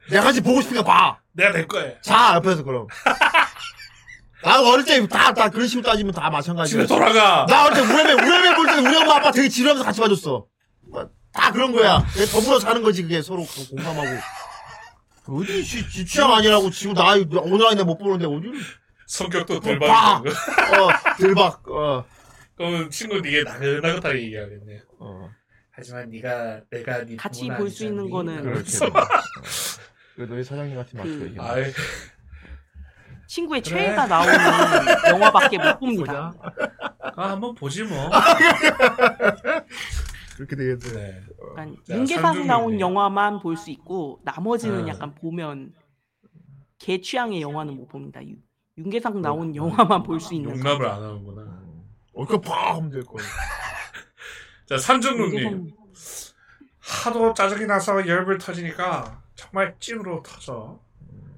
Speaker 3: 내가 같이 보고 싶으니까 봐.
Speaker 2: 내가 낼 거야.
Speaker 3: 자 옆에서 그럼. 나 어릴 때다다 그런 식으로 따지면 다 마찬가지야.
Speaker 2: 집에 돌아가.
Speaker 3: 나 어릴 때 우레메 우레메 볼 때는 우리 엄마 아빠 되게 지루하면서 같이 봐줬어. 뭐다 그런 거야. 그게 더불어 사는 거지 그게 서로 그 공감하고. 어디 지, 지 취향 아니라고 지금 나 오늘 안에 못 보는데 어디?
Speaker 2: 성격도
Speaker 3: 그럼
Speaker 2: 돌발.
Speaker 3: 어 들박 어.
Speaker 2: 그럼 친구 니게 나긋나긋하게 얘기하겠네.
Speaker 3: 어.
Speaker 2: 하지만 네가 내가 네
Speaker 4: 같이
Speaker 2: 부모는
Speaker 4: 볼수
Speaker 2: 아니잖니.
Speaker 4: 있는 거는
Speaker 2: 그렇지.
Speaker 3: 너희 어. 사장님 같은
Speaker 4: 맞춰, 이게.
Speaker 2: 그렇죠. 그 아이
Speaker 4: 친구의
Speaker 2: 그래.
Speaker 4: 최애가 나오는 영화밖에 못 봅니다.
Speaker 2: 아, 한번 보지 뭐.
Speaker 3: 그렇게 되겠네.
Speaker 2: 네.
Speaker 4: 약간
Speaker 2: 자,
Speaker 4: 윤계상 그러니까 나온
Speaker 2: 상중률이.
Speaker 4: 영화만 볼 수 있고 나머지는
Speaker 2: 어.
Speaker 4: 약간 보면 개 취향의 영화는 못 봅니다. 유- 윤계상 나온 영화만 볼 수 있는
Speaker 2: 네. 용납을 안 하는구나.
Speaker 3: 어, 그거 봐 하면 될 거야.
Speaker 2: 자, 삼중님님 하도 짜증이 나서 열불 터지니까 정말 찜으로 터져.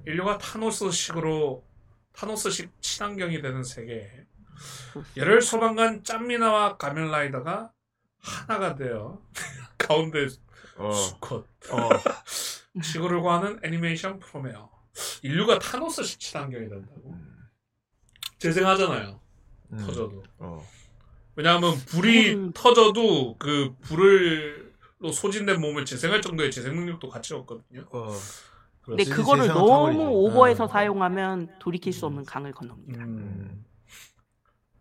Speaker 2: 인류가 타노스식으로 타노스식 친환경이 되는 세계. 열흘 소방관 짬미나와 가면라이더가 하나가 되어 가운데
Speaker 3: 어.
Speaker 2: 수컷
Speaker 3: 어.
Speaker 2: 지구를 구하는 애니메이션 프로메어. 인류가 타노스식 친환경이 된다고.
Speaker 3: 음.
Speaker 2: 재생하잖아요.
Speaker 7: 음.
Speaker 2: 터져도.
Speaker 3: 어.
Speaker 2: 왜냐하면 불이
Speaker 4: 불을-
Speaker 2: 터져도 그 불을로 소진된 몸을 재생할 정도의 재생 능력도 같이 없거든요.
Speaker 3: 어.
Speaker 4: 근데
Speaker 3: 진짜
Speaker 4: 그거를
Speaker 3: 세상은
Speaker 4: 너무
Speaker 7: 네.
Speaker 3: 타버리고.
Speaker 4: 오버해서
Speaker 2: 어.
Speaker 4: 사용하면 돌이킬 수 없는 강을 건넙니다.
Speaker 2: 음.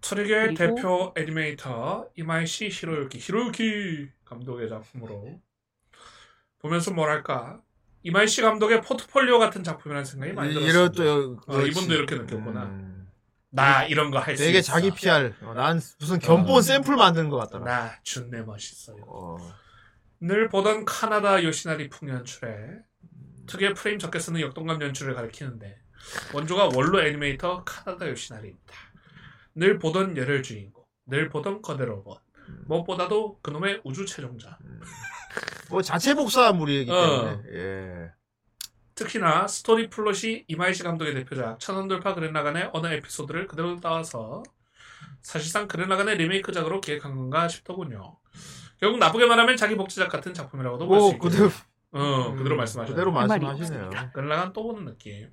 Speaker 2: 트릭의
Speaker 4: 그리고-
Speaker 2: 대표 애니메이터 이마이시 히로유키 히로유키 감독의
Speaker 4: 네.
Speaker 2: 작품으로 보면서 뭐랄까 이마이시 감독의 포트폴리오 같은 작품이라는 생각이 많이 들었어요.
Speaker 3: 이런 또그
Speaker 2: 어, 이분도 이렇게 느꼈구나.
Speaker 3: 음.
Speaker 2: 나 이런 거 할 수 있어.
Speaker 3: 되게 자기 PR. 어, 난 무슨 견본
Speaker 2: 어.
Speaker 3: 샘플 만드는 것 같더라.
Speaker 2: 나 준내 멋있어요.
Speaker 3: 어.
Speaker 2: 늘 보던 카나다 요시나리 풍 연출에 특유의 프레임 적게 쓰는 역동감 연출을 가리키는데 원조가 원로 애니메이터 카나다 요시나리입니다. 늘 보던 열혈 주인공, 늘 보던 거대 로봇, 무엇보다도 그놈의 우주 최종자.
Speaker 3: 뭐 자체 복사물이기 때문에.
Speaker 2: 어.
Speaker 3: 예.
Speaker 2: 특히나 스토리 플롯이 이마이시 감독의 대표작 천원돌파 그랜라간의 어느 에피소드를 그대로 따와서 사실상 그랜라간의 리메이크작으로 기획한 건가 싶더군요. 결국 나쁘게 말하면 자기 복제작 같은 작품이라고도 볼 수
Speaker 3: 오,
Speaker 2: 있고
Speaker 3: 뭐 그대로, 음,
Speaker 2: 어, 그대로 말씀하셨네요.
Speaker 3: 그대로
Speaker 4: 말이
Speaker 3: 말씀하시네요.
Speaker 4: 없습니다.
Speaker 2: 그날간 또 보는 느낌.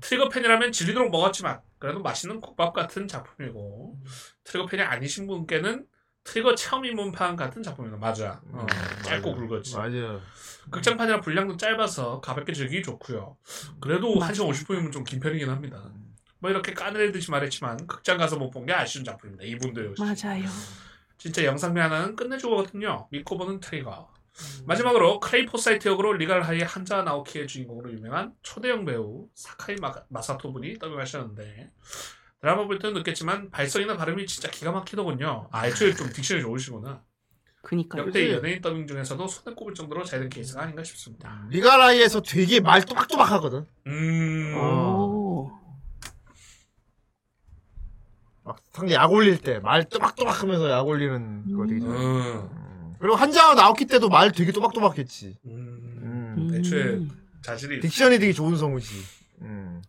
Speaker 2: 트리거 팬이라면 질리도록 먹었지만 그래도 맛있는 국밥 같은 작품이고 트리거 팬이 아니신 분께는 트리거 체험 인문판 같은 작품이다. 맞아. 어,
Speaker 3: 음,
Speaker 2: 짧고
Speaker 3: 맞아.
Speaker 2: 굵었지.
Speaker 3: 맞아요.
Speaker 2: 극장판이라 분량도 짧아서 가볍게 즐기기 좋고요. 그래도 1시간 50분이면 좀 긴 편이긴 합니다. 뭐 이렇게 까늘듯이 말했지만 극장 가서 못 본 게 아쉬운 작품입니다. 이분도 역시.
Speaker 4: 맞아요.
Speaker 2: 진짜 영상미 하나는 끝내주거든요. 믿고 보는 트리거.
Speaker 4: 음.
Speaker 2: 마지막으로 크레이포 사이트 역으로 리갈 하이의 한자 나오키의 주인공으로 유명한 초대형 배우 사카이 마, 마사토 분이 더빙하셨는데 드라마 볼 때는 느꼈지만 발성이나 발음이 진짜 기가 막히더군요. 아, 애초에 좀 딕션이 좋으시구나.
Speaker 4: 그니까요.
Speaker 2: 역대 연예인 더빙 중에서도 손에 꼽을 정도로 잘된 케이스가 아닌가 싶습니다.
Speaker 3: 리가라이에서 되게 말 또박또박 하거든.
Speaker 2: 음,
Speaker 3: 어.
Speaker 4: 오.
Speaker 3: 막 상대 약 올릴 때 말 또박또박 하면서 약 올리는 거 되게 좋아.
Speaker 2: 음,
Speaker 3: 그리고 한자 나오기 때도 말 되게 또박또박 했지.
Speaker 2: 음,
Speaker 3: 음.
Speaker 2: 애초에 자질이
Speaker 3: 딕션이 되게 좋은 성우지. 음.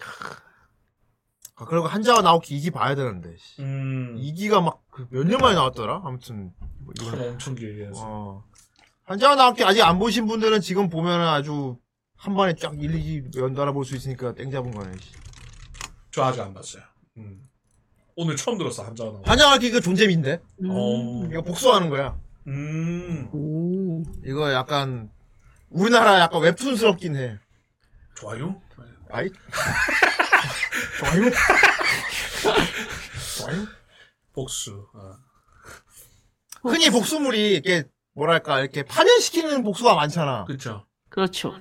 Speaker 3: 아, 그리고 한자가 나오기 이기 봐야 되는데. 씨.
Speaker 2: 음,
Speaker 3: 이기가 막그 몇 년 만에 나왔더라? 아무튼 뭐 이건
Speaker 2: 엄청 길게 해서
Speaker 3: 어. 한자가 나왔기 아직 안 보신 분들은 지금 보면 아주 한 번에 쫙 일일이 연달아 볼 수 있으니까 땡 잡은 거네. 씨.
Speaker 2: 저 아직 안 봤어요. 음. 오늘 처음 들었어 한자 나오.
Speaker 3: 한자가 그 존재미인데?
Speaker 2: 어,
Speaker 3: 이거 복수하는 거야.
Speaker 4: 음.
Speaker 2: 음,
Speaker 4: 오.
Speaker 3: 이거 약간 우리나라 약간 웹툰스럽긴 해.
Speaker 2: 좋아요.
Speaker 3: 아이? 좋아요? 좋아요?
Speaker 2: 복수. 어.
Speaker 3: 흔히 복수물이 이렇게 뭐랄까 이렇게 파면시키는 복수가 많잖아.
Speaker 2: 그렇죠.
Speaker 4: 그렇죠.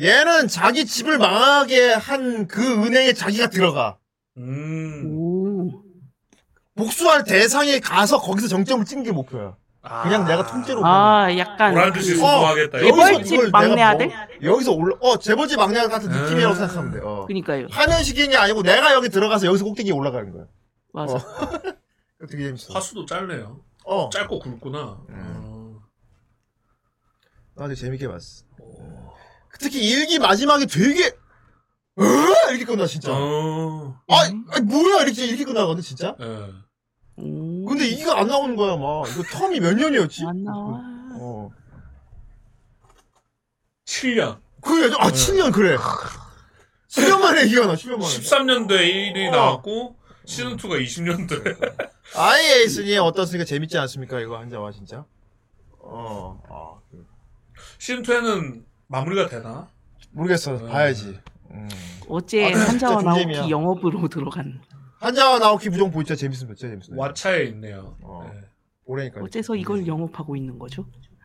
Speaker 3: 얘는 자기 집을 망하게 한 그 은행에 자기가 들어가.
Speaker 2: 음.
Speaker 4: 오.
Speaker 3: 복수할 대상에 가서 거기서 정점을 찍는 게 목표야. 그냥 내가 통째로
Speaker 4: 아, 약간
Speaker 2: 보란 듯이
Speaker 4: 그
Speaker 3: 어,
Speaker 2: 성공하겠다.
Speaker 3: 여기서
Speaker 2: 이거지.
Speaker 3: 그걸
Speaker 4: 재벌집 막내
Speaker 3: 내가
Speaker 4: 아들?
Speaker 3: 여기서 올라, 어, 재벌집 막내 같은 느낌이라고
Speaker 2: 음.
Speaker 3: 생각하면 돼. 어.
Speaker 4: 그니까요.
Speaker 3: 파면시키는 게 아니고 내가 여기 들어가서 여기서 꼭대기에 올라가는 거야.
Speaker 4: 맞아.
Speaker 3: 어. 되게 재밌어.
Speaker 2: 화수도 짧네요.
Speaker 3: 어.
Speaker 2: 짧고 굵구나.
Speaker 3: 음.
Speaker 2: 어.
Speaker 3: 나 되게 재밌게 봤어.
Speaker 2: 오.
Speaker 3: 특히 일기 마지막에 되게, 으아! 이렇게 끝나, 진짜.
Speaker 2: 어.
Speaker 3: 아, 아, 뭐야! 이렇게, 이렇게 끝나거든, 진짜.
Speaker 2: 예.
Speaker 4: 오.
Speaker 3: 근데 이거 안 나오는 거야, 막. 이거
Speaker 4: 아,
Speaker 3: 어. 텀이 몇 년이었지?
Speaker 4: 안 나와.
Speaker 3: 어.
Speaker 2: 7년.
Speaker 3: 그 여자, 아, 7년, 그래. 7년 만에 이겨나 7년 만에.
Speaker 2: 13년도에 1이
Speaker 3: 어.
Speaker 2: 나왔고 시즌 2가 20년도에.
Speaker 3: 아이 에이스님 어떻습니까? 재밌지 않습니까? 이거 한자와 진짜? 어, 아, 그-
Speaker 2: 시즌 2에는 마무리가 되나?
Speaker 3: 모르겠어.
Speaker 2: 음.
Speaker 3: 봐야지. 음.
Speaker 4: 어제
Speaker 3: 아, 진짜
Speaker 4: 한자와
Speaker 3: 존재미야.
Speaker 4: 나오키 영업으로 들어간
Speaker 3: 한자와 나오키 부정 보이자 재밌습니다. 진짜 재밌습니다.
Speaker 2: 와차에 있네요.
Speaker 3: 네. 어.
Speaker 2: 네.
Speaker 3: 오래니까.
Speaker 4: 어째서 이걸 영업하고 있는 거죠?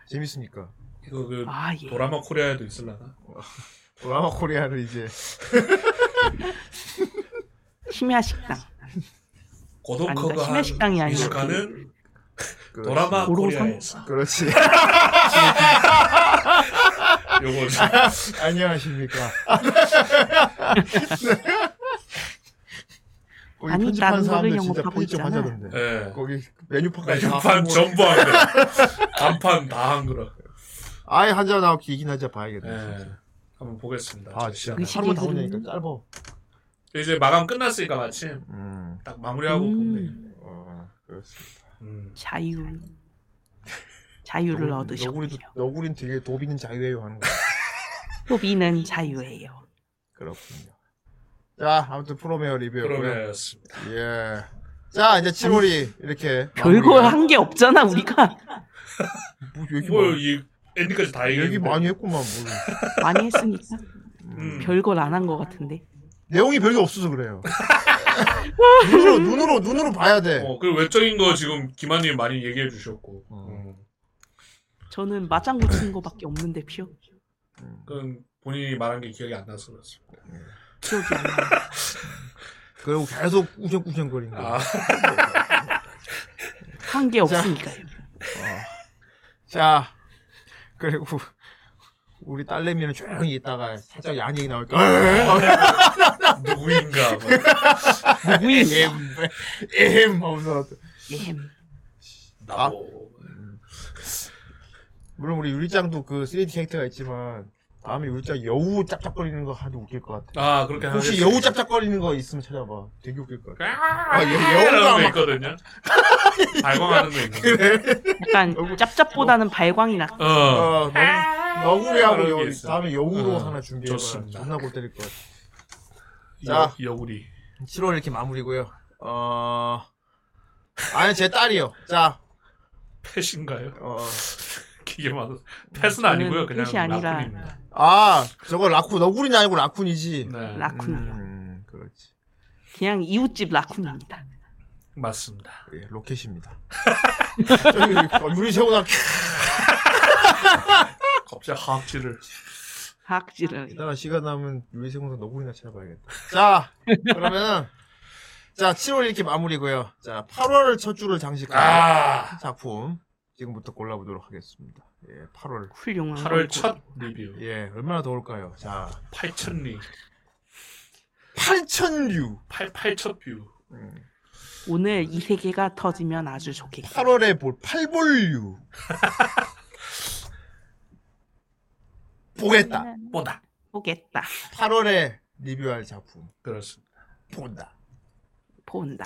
Speaker 3: 재밌으니까.
Speaker 2: 이거 그
Speaker 4: 아 예.
Speaker 2: 도라마 코리아에도 있을라나?
Speaker 3: 드라마 코리아를 이제.
Speaker 4: 심야 식당. 아니다,
Speaker 2: 고도커가
Speaker 4: 심야 식당이 아니라
Speaker 2: 미식가는
Speaker 3: 그-
Speaker 2: 도라마
Speaker 4: 고로성?
Speaker 2: 코리아에서
Speaker 3: 그렇지.
Speaker 2: 요거
Speaker 3: 안녕하십니까. 어, 거기
Speaker 4: 아니,
Speaker 3: 편집한
Speaker 4: 다른
Speaker 3: 사람들
Speaker 4: 거를
Speaker 3: 진짜
Speaker 4: 영업하고
Speaker 3: 편집 좀
Speaker 4: 있잖아.
Speaker 3: 하자던데.
Speaker 2: 예.
Speaker 3: 거기 네. 메뉴판까지 뭐. 다
Speaker 2: 메뉴판 네,
Speaker 3: 하고.
Speaker 2: 전부 한 그릇 간판 다 한 그릇
Speaker 3: 아예 한자 나오기 이긴 한자 봐야겠네.
Speaker 2: 예. 한번 보겠습니다
Speaker 3: 아 진짜
Speaker 2: 시간을.
Speaker 4: 의식이
Speaker 3: 하루만 다
Speaker 4: 흐르는-
Speaker 3: 보니까 짧아.
Speaker 2: 이제 마감 끝났으니까 마침
Speaker 3: 음,
Speaker 2: 딱 마무리하고
Speaker 4: 음.
Speaker 2: 보면 되겠네
Speaker 3: 어, 그렇습니다.
Speaker 2: 음.
Speaker 4: 자유. 자유를 얻으셨군요.
Speaker 3: 너구리도 너구리는 되게 도비는 자유예요 하는 거.
Speaker 4: 소비는 자유예요.
Speaker 3: 그렇군요. 자 아무튼 프로메어 리뷰였고요.
Speaker 2: 그러면였습니다
Speaker 3: 예. 자 이제 7월이 이렇게
Speaker 4: 별거
Speaker 3: 마무리가-
Speaker 4: 한 게 없잖아 우리가
Speaker 3: 뭐 얘기 많이,
Speaker 2: 뭘이 엔딩까지 다
Speaker 3: 얘기 뭐-
Speaker 2: 얘기했는데
Speaker 3: 많이 했구만 뭘.
Speaker 4: 많이 했으니까
Speaker 2: 음.
Speaker 4: 별걸 안 한 것 같은데
Speaker 3: 내용이 별게 없어서 그래요. 눈으로 눈으로 눈으로 봐야 돼.
Speaker 2: 어, 그리고 외적인 거 지금 김한님 많이 얘기해 주셨고
Speaker 3: 음.
Speaker 2: 음.
Speaker 4: 저는 맞장 붙인 거밖에 없는데 피어
Speaker 2: 그건 본인이 말한 게 기억이 안 나서 그렇습니다
Speaker 4: 기억이 안 나.
Speaker 3: 그리고 계속 꾸정꾸정거리는 거.
Speaker 2: 아
Speaker 4: 한 게 없으니까요.
Speaker 3: 자, 그리고 우리 딸내미는 조용히 있다가 살짝 양 얘기 나올
Speaker 2: 아,
Speaker 3: 거야.
Speaker 2: 누구인가 뭐.
Speaker 4: 누구인가?
Speaker 3: 엠, 엠 하면서.
Speaker 4: 예.
Speaker 3: 아.
Speaker 2: 나보
Speaker 3: 물론 우리 유리짱도 그 3D 캐릭터가 있지만 다음에 유리짱 여우 짭짭거리는 거 하도 웃길 것 같아.
Speaker 2: 아 그렇게
Speaker 3: 혹시
Speaker 2: 하겠습니다.
Speaker 3: 여우 짭짭거리는 거 있으면 찾아봐. 되게 웃길 것 같아.
Speaker 2: 아,
Speaker 3: 예, 여우가
Speaker 2: 여우가
Speaker 3: 막-
Speaker 2: 있거든요. 발광하는 거 있는데.
Speaker 4: 약간 짭짭보다는 발광이 낫.
Speaker 2: 어.
Speaker 3: 어, 너무 너구리하고
Speaker 2: 아, 그런 게
Speaker 3: 여우
Speaker 2: 있어.
Speaker 3: 다음에 여우로
Speaker 2: 어,
Speaker 3: 하나 준비해봐.
Speaker 2: 좋습니다.
Speaker 3: 존나 골 때릴 것 같아.
Speaker 2: 자, 여우리.
Speaker 3: 7월 이렇게 마무리고요. 어, 아니 제 딸이요. 자,
Speaker 2: 펫인가요?
Speaker 3: 어.
Speaker 2: 기계 맞아. 펫은 아니고요. 그냥
Speaker 4: 펫이 음, 아니라-
Speaker 2: 라쿤입니다.
Speaker 3: 아, 저거 라쿤, 너구리는 아니고 라쿤이지.
Speaker 2: 네.
Speaker 4: 라쿤이요.
Speaker 3: 음, 그렇지.
Speaker 4: 그냥 이웃집 라쿤입니다.
Speaker 2: 맞습니다.
Speaker 3: 예, 로켓입니다. 저기, 어, 유리 세우다
Speaker 2: 갑자기 하악질을.
Speaker 4: 학질을.
Speaker 3: 이따가 시간 나면 유리 세우면서 너구리나 찾아봐야겠다. 자, 그러면은, 자, 7월 이렇게 마무리고요. 자, 8월 첫 주를 장식한
Speaker 2: 아.
Speaker 3: 작품. 지금부터 골라보도록 하겠습니다. 예, 8월.
Speaker 4: 훌륭한.
Speaker 2: 8월 첫 리뷰.
Speaker 3: 예, 얼마나 더울까요? 자,
Speaker 2: 8천 리.
Speaker 3: 8,000류.
Speaker 2: 8 8천 뷰.
Speaker 4: 오늘 이 세계가 터지면 아주 좋겠다.
Speaker 3: 8월에 볼 8볼류. 보겠다.
Speaker 2: 뭐다.
Speaker 4: 보겠다.
Speaker 3: 8월에 리뷰할 작품
Speaker 2: 그렇습니다.
Speaker 3: 본다.
Speaker 4: 본다.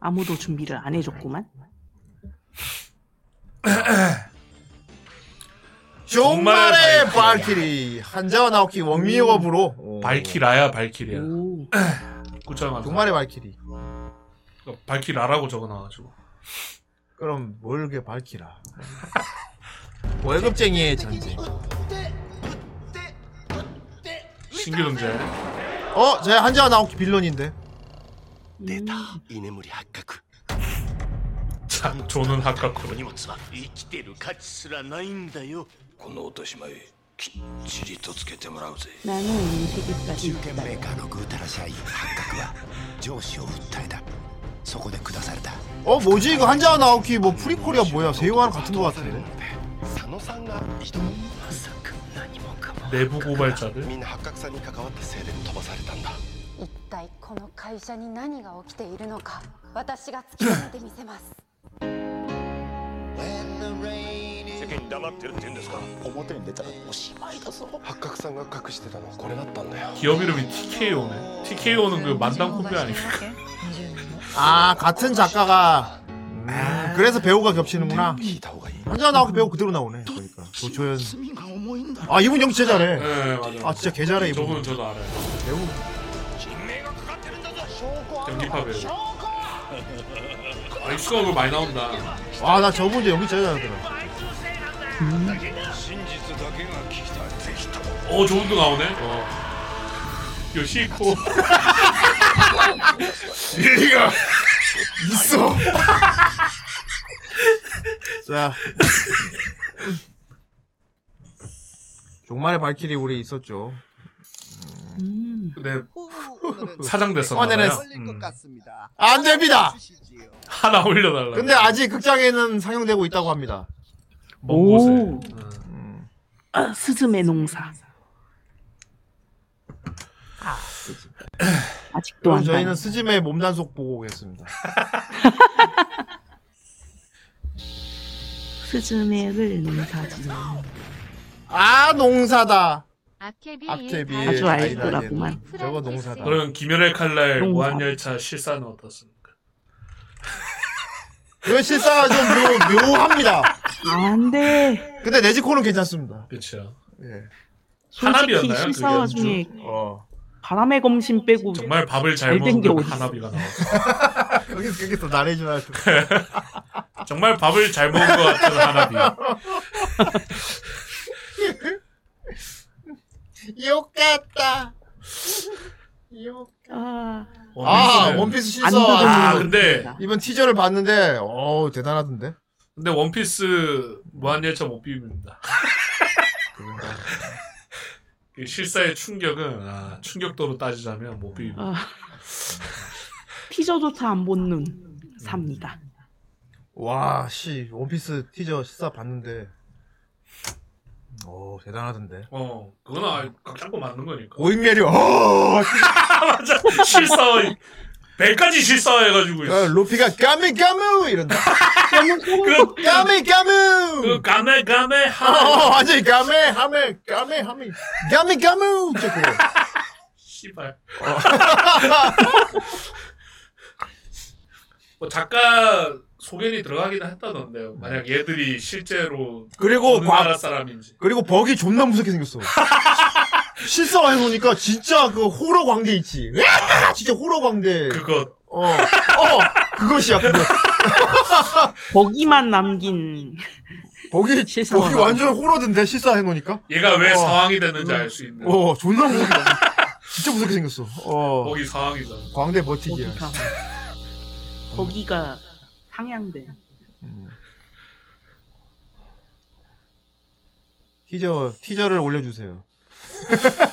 Speaker 4: 아무도 준비를 안 해줬구만.
Speaker 3: 정말의
Speaker 2: 정말
Speaker 3: 발키리 음. 한자와 나오키 원미업으로 오.
Speaker 2: 발키라야 발키리야.
Speaker 4: 오.
Speaker 2: 구천 원.
Speaker 3: 정말의 발키리.
Speaker 2: 발키라라고 적어놔가지고.
Speaker 3: 그럼 뭘게 발키라. 월급쟁이의 전쟁.
Speaker 2: 신규동제.
Speaker 3: 어, 제 한자와 나오키 빌런인데.
Speaker 8: 出た居眠り発覚
Speaker 2: 참 조는
Speaker 8: この荷
Speaker 2: 하카코르.
Speaker 8: 物は生きてる価値すらないんだよこの落とし前きっちりとつけてもらうぜ
Speaker 4: 나는 이 세계까지
Speaker 8: 中堅メーカーのぐうたら社員発覚は上司を訴えたそこで下された
Speaker 3: 어, 뭐지 이거 한자와 나오키 뭐 프리콜이야 뭐야 세이와랑 같은 거 같은데.
Speaker 8: 佐野さんが挑むまさか何もかも
Speaker 2: 내부 고발자들.
Speaker 8: みんな八角さんに関わったせいで飛ばされたんだ
Speaker 9: 一体この会社に何が起きているのか私が突き止めてみせます
Speaker 8: 世間に黙ってるって言うんですか表に出たらおしまいだぞ八角さんが隠してたのはこれだったんだよ
Speaker 2: 기업 이름이 TKO네. TKO는 그 만담 콤비 아닙니까?
Speaker 3: 아, 같은 작가가 음, 그래서 배우가 겹치는구나.
Speaker 8: 聞いた方がいい
Speaker 3: 한자와 나오키 배우 그대로 나오네. 그러니까. 조초연.
Speaker 10: 罪が重いんだ
Speaker 3: 아 이분 연기 진짜 잘해.
Speaker 2: 네, 맞아요.
Speaker 3: 아 진짜 개 잘해 이분.
Speaker 2: 저분 저도 알아요.
Speaker 3: 배우.
Speaker 2: 연기파 배우. 아, 입수가 얼굴 많이 나온다.
Speaker 3: 아나 저분 이제 연기 진짜 잘하더라.
Speaker 2: 어, 저분도 나오네. 어. E 요시코.
Speaker 3: 일리가 있어. 자. 종말의 발길이 우리 있었죠.
Speaker 4: 음.
Speaker 2: 네,
Speaker 10: 후, 오늘은
Speaker 2: 사장
Speaker 3: 꺼내는
Speaker 2: 됐었나봐요.
Speaker 10: 걸릴 것 같습니다
Speaker 3: 안 됩니다.
Speaker 10: 주시지요.
Speaker 2: 하나 올려달라.
Speaker 3: 근데 아직 극장에는 상영되고 있다고 합니다.
Speaker 2: 먼 곳에.
Speaker 4: 오.
Speaker 2: 음.
Speaker 3: 음.
Speaker 4: 아, 스즈메 농사. 아, 아직도
Speaker 3: 그럼
Speaker 4: 안
Speaker 3: 저희는
Speaker 4: 저희는
Speaker 3: 스즈메 몸단속 보고 오겠습니다.
Speaker 4: 스즈메를 농사 지는
Speaker 3: 아 농사다.
Speaker 1: 아케비
Speaker 3: 아케비.
Speaker 4: 네, 아주
Speaker 3: 아니다,
Speaker 4: 알더라고만.
Speaker 3: 얘는. 저거 농사다.
Speaker 2: 그러면 김연의 칼날
Speaker 4: 농사.
Speaker 2: 무한열차 실사는 어떻습니까?
Speaker 3: 이거 실사가 좀 묘, 묘합니다.
Speaker 4: 안 돼.
Speaker 3: 근데 네지코는 괜찮습니다.
Speaker 2: 그렇죠.
Speaker 3: 예.
Speaker 4: 솔직히
Speaker 2: 하나비였나요?
Speaker 4: 실사화
Speaker 2: 그게?
Speaker 4: 중에
Speaker 3: 어.
Speaker 4: 바람의 검심 빼고
Speaker 2: 정말 밥을 잘
Speaker 4: 잘
Speaker 2: 먹는
Speaker 4: 된게 어디
Speaker 2: 하나비가 나왔어.
Speaker 3: 그게 그게 또 나래줘야 돼.
Speaker 2: 정말 밥을 잘 먹은 것 같은 하나비.
Speaker 3: 욕같다.
Speaker 4: 아,
Speaker 3: 아
Speaker 2: 원피스는-
Speaker 3: 원피스
Speaker 4: 안
Speaker 3: 실사.
Speaker 4: 들어오는
Speaker 2: 아,
Speaker 3: 아,
Speaker 2: 거. 근데-
Speaker 3: 이번 티저를 봤는데 어 대단하던데.
Speaker 2: 근데 원피스 무한열차 못 비웁니다.
Speaker 3: 그런가.
Speaker 2: 이 실사의 충격은 아, 충격도로 따지자면 못 비웁니다.
Speaker 4: 아. 티저조차 안 보는 삽니다.
Speaker 3: 와, 씨, 원피스 티저 실사 봤는데. 오, 대단하던데.
Speaker 2: 어, 그건 아예 각잡고 맞는 거니까.
Speaker 3: 고인멸이, 어!
Speaker 2: 맞아. 실사와 배까지 실사해가지고
Speaker 3: 야, 루피가 까미 까무! 이런다.
Speaker 2: 그,
Speaker 3: 까미 까무!
Speaker 2: 그 가메 가메
Speaker 3: 어,
Speaker 2: 하
Speaker 3: 완전히 까메, 하메, 까메, 하메. 까미 까무! 진짜 그래.
Speaker 2: 씨발. 어. 뭐 작가 소견이 들어가기는 했다던데요. 만약 얘들이 실제로
Speaker 3: 그리고
Speaker 2: 어느
Speaker 3: 과,
Speaker 2: 나라 사람인지.
Speaker 3: 그리고 버기 존나 무섭게 생겼어. 실사가 해놓으니까 진짜 그 호러 광대 있지. 으아! 진짜 호러 광대.
Speaker 2: 그거
Speaker 3: 어, 어, 그것이야, 그거.
Speaker 4: 거기만 남긴
Speaker 3: 버기,
Speaker 4: 실사가
Speaker 3: 버기
Speaker 4: 나와.
Speaker 3: 완전 호러던데, 실사 해놓으니까.
Speaker 2: 얘가 왜
Speaker 3: 어.
Speaker 2: 상황이 됐는지 알 수 있는
Speaker 3: 어, 존나 무섭게 진짜 무섭게 생겼어. 어,
Speaker 2: 거기 상황이잖아.
Speaker 3: 광대 버티기야.
Speaker 4: 거기가
Speaker 2: 어.
Speaker 4: 거기가 상향돼.
Speaker 3: 티저, 티저를 올려주세요.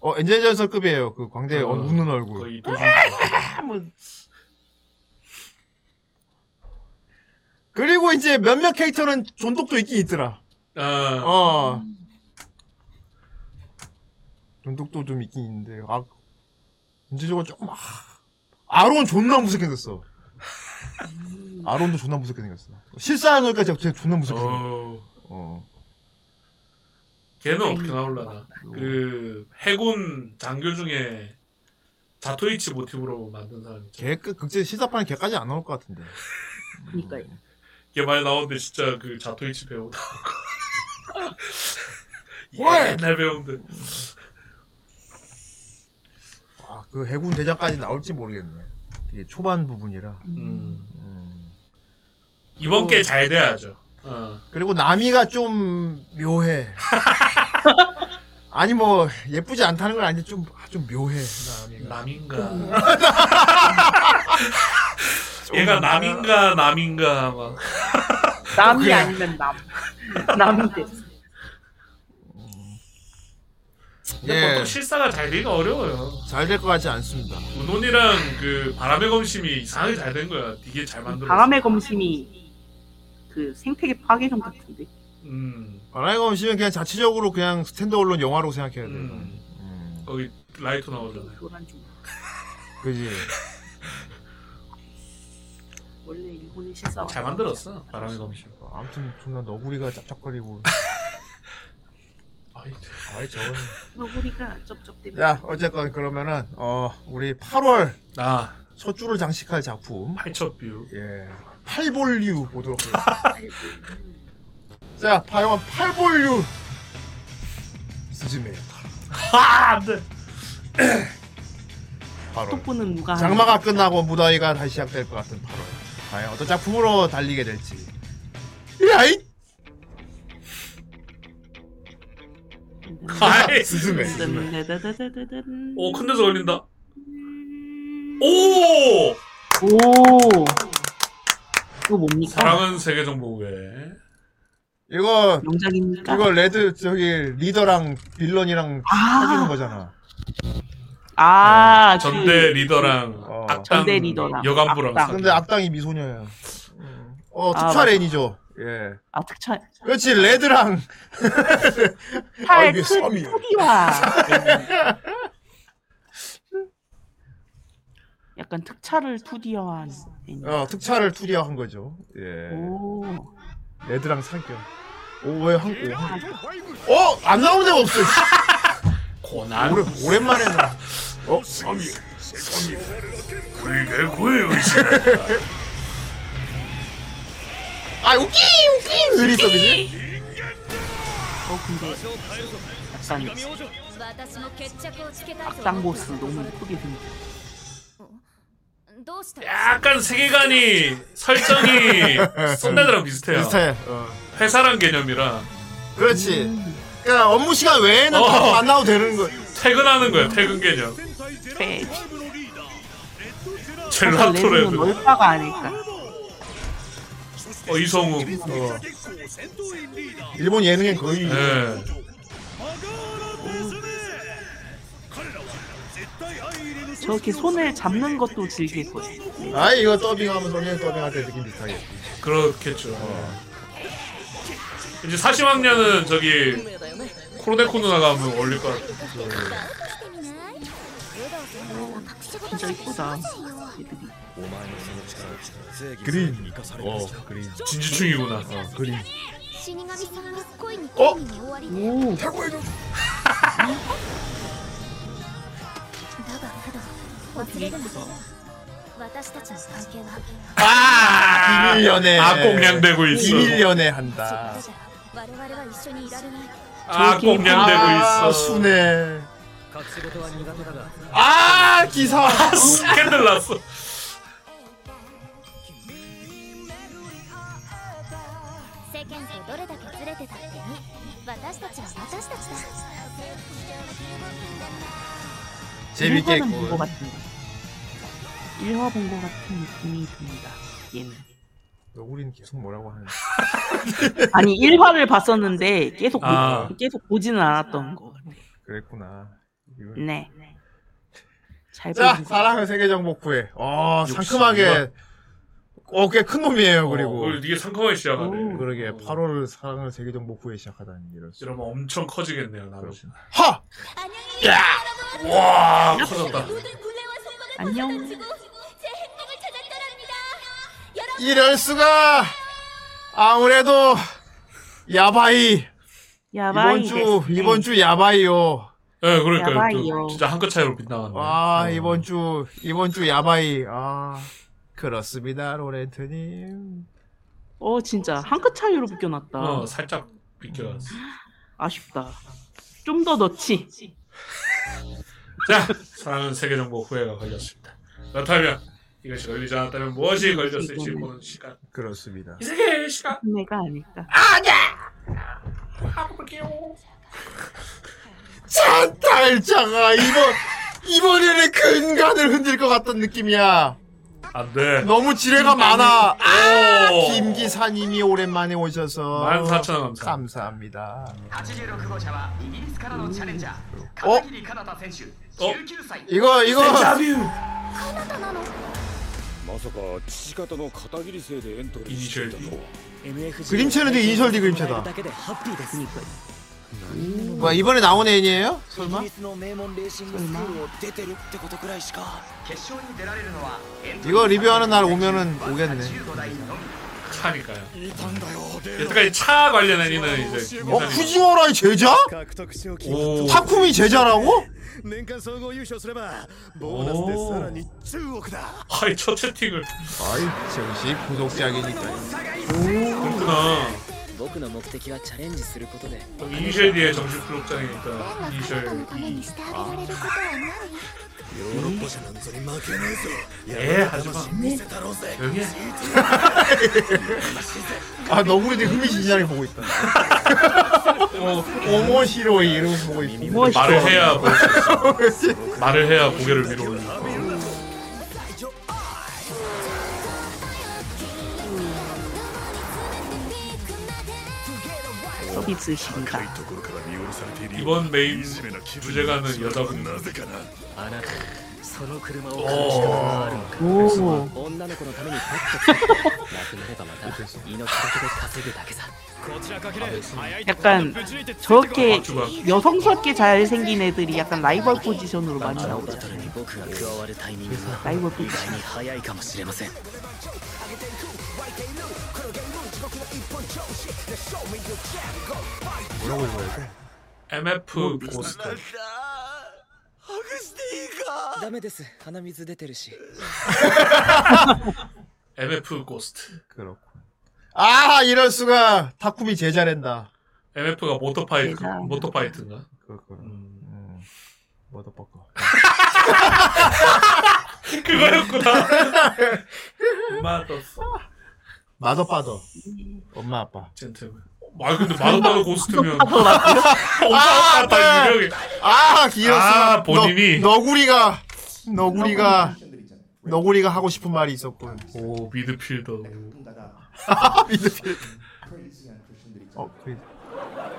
Speaker 3: 어, 엔젤 전설급이에요. 그 광대
Speaker 2: 어,
Speaker 3: 어, 웃는 얼굴.
Speaker 2: 거의 도중.
Speaker 3: 그리고 이제 몇몇 캐릭터는 존독도 있긴 있더라.
Speaker 2: 어,
Speaker 3: 어. 존독도 좀 있긴 있는데, 아, 전체적으로 조금, 아, 아론 존나 무섭게 생겼어. 아론도 존나 무섭게 생겼어. 실사하는 것까지 진짜 존나 무섭게 생겼어.
Speaker 2: 어.
Speaker 3: 어.
Speaker 2: 걔는 어떻게 나올라나? 그 해군 장교 중에 자토이치 모티브로 만든 사람. 있죠.
Speaker 3: 걔, 그, 극제 시사판 걔까지 안 나올 것 같은데.
Speaker 4: 그러니까
Speaker 2: 음. 걔 많이 나오는데 진짜 그 자토이치 배우 나오고.
Speaker 3: 헐!
Speaker 2: 옛날 배우인데. 음.
Speaker 3: 아, 그 해군 대장까지 나올지 모르겠네. 이게 초반 부분이라.
Speaker 2: 음. 이번 게 잘 돼야죠. 어.
Speaker 3: 그리고 나미가 좀 묘해. 아니 뭐 예쁘지 않다는 건 아닌데 좀, 아, 좀 묘해. 나미가.
Speaker 2: 남인가. 얘가 남인가 남인가 막.
Speaker 4: 남이 아니면 남 남이 돼.
Speaker 2: 근데
Speaker 3: 예,
Speaker 2: 보통 실사가 잘 되기가 어려워요.
Speaker 3: 잘 될 것 같지 않습니다.
Speaker 2: 문혼이랑 그 바람의 검심이 이상하게 잘 된 거야. 되게 잘 만들었어.
Speaker 4: 바람의 검심이 그 생태계 파괴종 같은데.
Speaker 2: 음.
Speaker 3: 바람의 검심은 그냥 자체적으로 그냥 스탠드얼론 영화로 생각해야 돼.
Speaker 2: 음.
Speaker 3: 음. 음.
Speaker 2: 거기 라이터 나오잖아요.
Speaker 4: 노란 종.
Speaker 3: 그지.
Speaker 4: 원래 일본의 실사.
Speaker 2: 잘 만들었어. 바람의 검심.
Speaker 3: 아무튼 존나 너구리가 짭짭거리고.
Speaker 2: 아이,
Speaker 3: 아이 저건.
Speaker 4: 너구리가 쩝쩝대고.
Speaker 3: 야 어쨌건 그러면은 어 우리 8월
Speaker 2: 아,
Speaker 3: 첫 주를 장식할 작품.
Speaker 2: 팔첩뷰.
Speaker 3: 예. 팔볼류 보도록 하겠습니다. 자, 파용한 팔볼류. 스즈메.
Speaker 2: 하! 안 돼.
Speaker 3: 바로.
Speaker 4: 톡보는 누가 하는
Speaker 3: 장마가 끝나고 무더위가 다시 시작될 것 같은 8월. 과연 어떤 작품으로 달리게 될지. 야이!
Speaker 2: 아이.
Speaker 3: 스즈메.
Speaker 4: 음,
Speaker 3: 스즈메.
Speaker 4: 짠.
Speaker 2: 오, 큰 데서 걸린다. 오!
Speaker 4: 오. 이거 뭡니까?
Speaker 2: 사랑은 세계 정보국에.
Speaker 3: 이거
Speaker 4: 명작입니까?
Speaker 3: 이거 레드 저기 리더랑 빌런이랑 사귀는
Speaker 4: 아,
Speaker 3: 거잖아.
Speaker 4: 아
Speaker 2: 네. 전대
Speaker 4: 그,
Speaker 2: 리더랑
Speaker 3: 어.
Speaker 2: 악당
Speaker 4: 전대 리더랑
Speaker 2: 여간부랑
Speaker 4: 악당.
Speaker 2: 사귀는.
Speaker 3: 근데 악당이 미소녀야. 어
Speaker 4: 아,
Speaker 3: 특차
Speaker 4: 맞아.
Speaker 3: 렌이죠. 예.
Speaker 4: 아 특차
Speaker 3: 그렇지 레드랑 아,
Speaker 4: 팔
Speaker 3: 이게
Speaker 4: 큰
Speaker 3: 섬이에요.
Speaker 4: 크기와 약간 특차를 2D화한 애니.
Speaker 3: 어 특차를 투리화한 거죠. 예.
Speaker 4: 오
Speaker 3: 레드랑 예. 사귀어. 오왜 한국? 어안 나오는 데가 없어.
Speaker 2: 고난.
Speaker 3: 오래, 오랜만에 나.
Speaker 2: 그게 구해요, 이제.
Speaker 3: 아 웃기 웃기 느리 서비지.
Speaker 4: 어 근데 약간
Speaker 1: 私も決着をつけたいと
Speaker 4: 악당 보스 너무 이쁘게 생겼.
Speaker 1: どうした
Speaker 2: 약간 세계관이, 설정이 쏜내드랑 비슷해요.
Speaker 3: 비슷해. 어.
Speaker 2: 회사란 개념이라
Speaker 3: 그렇지. 그러니까 업무 시간 외에는
Speaker 2: 어.
Speaker 3: 다 만나도 되는 거.
Speaker 2: 퇴근하는 거예요, 퇴근 개념.
Speaker 4: 네.
Speaker 2: 젤라토
Speaker 4: 레드는
Speaker 2: 레드.
Speaker 4: 얼빠가 아닐까.
Speaker 2: 어, 이성우.
Speaker 3: 어. 일본 예능엔 거의
Speaker 2: 예.
Speaker 4: 저렇게 손을 잡는 것도 즐길 거예요.
Speaker 3: 아 이거 더빙하면서 그냥 더빙할 때 느낌 비슷하게
Speaker 2: 그렇겠죠. 이제 사시왕년은 저기 코로네코 누나가 한번 어울릴 것 같아.
Speaker 1: 来てみない有働さん
Speaker 4: 어,
Speaker 1: は隠し事
Speaker 4: 진짜
Speaker 1: なんてしないよ
Speaker 4: 이쁘다. 애들이.
Speaker 2: 진지충이구나. 어.
Speaker 3: 그린 어 그린 그린
Speaker 1: 死神さんが恋に
Speaker 3: お
Speaker 1: 興味に終わりでだ
Speaker 4: 오.
Speaker 1: が不動お連れでも私たちの関係は
Speaker 2: 아!
Speaker 3: 비밀 연애
Speaker 2: 악공량되고 있어.
Speaker 3: 비밀 연애
Speaker 1: そ
Speaker 3: 한다
Speaker 1: こじゃ我々は一緒にいられない
Speaker 4: 아,
Speaker 2: 악공량되고 있어.
Speaker 3: 순해 아 기사
Speaker 2: 스캔들 났어.
Speaker 1: 「世間とどれだけずれてたってね私たちは私たちだ」
Speaker 3: 재밌게 뭐.
Speaker 4: 일화는 본것
Speaker 3: 했고
Speaker 4: 같은 거. 일화 본 것 같은 느낌이 듭니다. 얘는.
Speaker 3: 너구리는 계속 뭐라고 하는
Speaker 4: 아니 1화를 봤었는데 계속 보,
Speaker 2: 아.
Speaker 4: 계속 보지는 않았던 거 같아요.
Speaker 3: 그랬구나 이거.
Speaker 4: 네. 잘
Speaker 3: 자
Speaker 4: 보신 거.
Speaker 3: 사랑은 세계 정복후에 어
Speaker 2: 역시
Speaker 3: 상큼하게 어꽤큰 놈이에요
Speaker 2: 그리고
Speaker 3: 그리고
Speaker 2: 이게 상큼하게 시작하네.
Speaker 4: 오.
Speaker 3: 그러게
Speaker 2: 어.
Speaker 3: 8월 사랑을 세계 정복후에 시작하다니 이럴 수
Speaker 2: 이러면 엄청 커지겠네요, 나머지는.
Speaker 3: 하!
Speaker 2: 와, 커졌다.
Speaker 4: 안녕.
Speaker 3: 이럴 수가 아무래도 야바이
Speaker 4: 야바이.
Speaker 3: 이번 주 이번 주 야바이요
Speaker 2: 예, 그러니까요. 또
Speaker 4: 야바이요.
Speaker 2: 진짜 한 끗 차이로 빗나갔네.
Speaker 3: 아 이번 주 이번 주 야바이 아 그렇습니다 로렌트님
Speaker 4: 어 진짜 한 끗 차이로 비껴놨다.
Speaker 2: 어, 살짝 비껴갔어.
Speaker 4: 아쉽다. 좀 더 넣지.
Speaker 2: 자, 사랑은 세계 정보 후회가 걸렸습니다. 그렇다면 이것이 걸리지 않았다면 무엇이 걸렸을지 보는 시간.
Speaker 3: 그렇습니다
Speaker 2: 이 세계의 시간.
Speaker 4: 내가 아닐까.
Speaker 3: 찬탈자가 이번 이번에는 근간을 흔들 것 같던 느낌이야
Speaker 2: 안 돼.
Speaker 3: 너무
Speaker 2: 음,
Speaker 3: 지뢰가 많아 아
Speaker 2: 오.
Speaker 3: 김기사님이 오랜만에 오셔서
Speaker 2: 14,000원 감사.
Speaker 3: 감사합니다
Speaker 11: 86号車はイギリスからのチャレンジャー
Speaker 3: お
Speaker 11: 片桐かなた選手
Speaker 2: お
Speaker 11: 19歳
Speaker 3: 이거 이거
Speaker 6: まさか父方の片桐生でエントリー
Speaker 2: していたとは
Speaker 3: 그림체는 되게 이니셜 D 그림체다 뭐야 이번에 나온 애니에요? 음. 설마?
Speaker 11: 決勝に出られるのはエントリー
Speaker 3: 이거 리뷰하는 날 오면은 오겠네.
Speaker 11: 15台のみ
Speaker 2: 차니까요. 여태까지 차 관련 애니는 이제
Speaker 3: 어,
Speaker 2: 김사님.
Speaker 3: 후지오라의 제자?
Speaker 2: 오.
Speaker 3: 타쿠미 제자라고?
Speaker 10: 年間総合優勝すればボーナスでさら
Speaker 2: 오.
Speaker 10: に10億だ
Speaker 2: 아이 첫 채팅을
Speaker 3: 아이, 정식 구독작이니까.
Speaker 2: 그렇구나.
Speaker 12: 僕の目的はチャレンジすることで
Speaker 2: 이셜디의 정식 부록장이니까 이셜
Speaker 1: ためにしてあげられることは何
Speaker 10: ヨーロッパじゃなんぞに負けねえぞ
Speaker 2: 에, 예, 하지 마.
Speaker 10: 見せたろうぜ
Speaker 2: 조용히 해.
Speaker 3: 아 너구리 되게 흥미진진하게 보고 있다. 오모시로이 이러면서 보고 있어.
Speaker 2: 어, 말을 해야 볼수 있어. 말을 해야 고개를 위로 올린다.
Speaker 4: 서비스신가.
Speaker 2: 이번 메인 주제가는 여자분.
Speaker 12: あなたその車を
Speaker 2: おー
Speaker 12: 買う資格があるのか
Speaker 2: おー
Speaker 12: その女の子のため にペット作ってなくなればまた命がけで稼ぐだけさ
Speaker 4: 약간 저렇게 여성스럽게 잘생긴 애들이 약간 라이벌 포지션으로 많이
Speaker 12: あの
Speaker 4: 나오죠.
Speaker 12: バトルに僕が加わるタイミングは
Speaker 4: ラ
Speaker 12: 意
Speaker 4: イバル
Speaker 12: 外に早いかもしれません
Speaker 3: 고 읽어야 돼?
Speaker 2: MF 고스트.
Speaker 12: ダメです鼻水出て るし
Speaker 2: MF 고스트.
Speaker 3: 그렇고. 아 이럴 수가 타쿠미 제자랜다.
Speaker 2: MF가 모터파이트. 모터파이트인가?
Speaker 3: 그렇구나.
Speaker 2: 음.
Speaker 3: 음. 워터파커.
Speaker 2: 그거였구나. 맞았어.
Speaker 3: 마더파더. 엄마 아빠.
Speaker 2: 젠틀맨. 아 근데 마더파더 고스트면
Speaker 3: 아,
Speaker 2: 엄마 아빠
Speaker 3: 네.
Speaker 2: 유명해.
Speaker 3: 아 기어스가
Speaker 2: 아, 본인이?
Speaker 3: 너, 너구리가 너구리가 너구리가 하고 싶은 말이 있었군. 아,
Speaker 2: 오 미드필더.
Speaker 3: 미드필더. 어, 그래.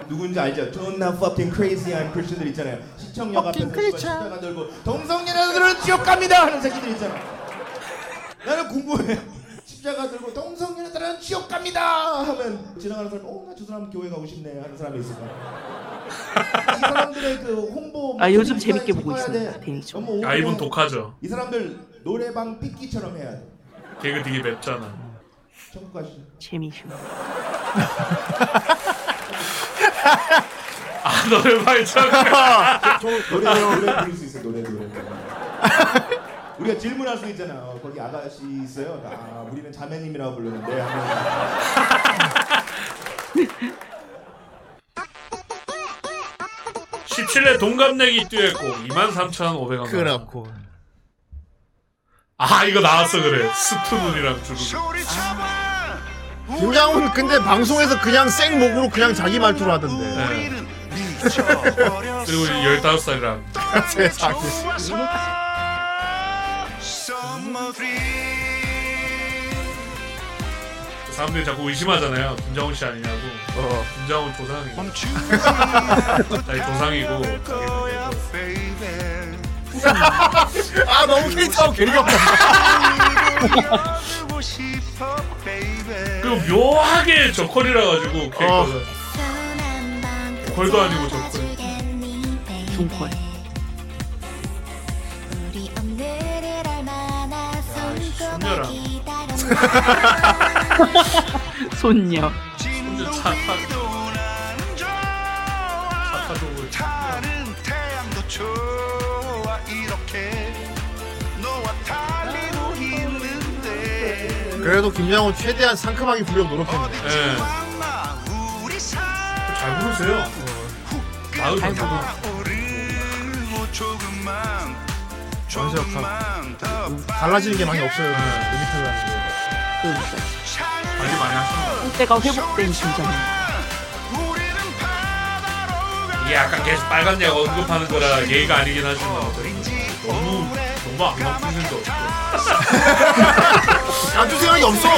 Speaker 13: 누군지 알죠? 존나 fucking crazy I'm Christian들 있잖아요. 시청역 앞에서 씨발 십자가 들고 동성애자들은 지옥 갑니다 하는 새끼들 있잖아. 나는 궁금해. 십자가 들고 동성애자들은 지옥 갑니다 하면 지나가는 사람이 어나 저 사람 교회 가고 싶네 하는 사람이 있을까? 이 사람들의 그 홍보
Speaker 4: 아 요즘
Speaker 13: 정말
Speaker 4: 재밌게 보고
Speaker 13: 찍어야
Speaker 4: 있습니다.
Speaker 13: 돼.
Speaker 4: 데니죠.
Speaker 13: 너무
Speaker 2: 아 이분
Speaker 13: 오히려
Speaker 2: 독하죠.
Speaker 13: 이 사람들 노래방 삐끼처럼 해야 돼.
Speaker 2: 개그 되게 맵잖아.
Speaker 13: 천국 가시.
Speaker 4: 재미있어.
Speaker 2: 아 너를 말참.
Speaker 13: 노래 노래 부를 수 있어 노래 노래. 우리가 질문할 수 있잖아. 어, 거기 아가씨 있어요. 아 우리는 자매님이라고 부르는데. 뭐. 하면.
Speaker 2: 십칠회 동갑내기 듀엣곡 23,500원.
Speaker 3: 그렇고.
Speaker 2: 아 이거 나왔어 그래. 스푼이랑 주부.
Speaker 3: 김장훈 근데 방송에서 그냥 생 목으로 그냥 자기 말투로 하던데.
Speaker 2: 네. 그리고 15살이랑
Speaker 3: 세상에.
Speaker 2: 사람들이 자꾸 의심하잖아요. 김정훈 씨 아니냐고.
Speaker 3: 어.
Speaker 2: 김정훈 조상이고. 자기 조상이고.
Speaker 3: 아 너무 캐릭터하고 괴리가 없다.
Speaker 2: 그리고 묘하게 저컬이라
Speaker 3: 어.
Speaker 2: 가지고 캐릭터가 걸도 아니고 저컬.
Speaker 4: 중콜.
Speaker 1: 우리 오늘을 얼마나 손꼽아
Speaker 2: 손녀랑.
Speaker 1: 기다렸나
Speaker 4: 손녀.
Speaker 2: 근데 차 타고. 차 타고.
Speaker 3: 그래도 김장훈 최대한 상큼하게 부려고 노력했네.
Speaker 2: 예. 잘 부르세요. 나도 잘 부르.
Speaker 3: 전세 역할. 달라지는 게 많이 없어요. 리미터라는 게.
Speaker 2: 네. 많이 많이 하시는
Speaker 4: 그러니까. 때가 회복된 김장훈.
Speaker 2: 이게 약간 계속 빨간 약 언급하는 거라 예의가 아니긴 하지만 어쨌든 너무 너무 악마 풍신도 없고
Speaker 3: 아주 생각이 없어.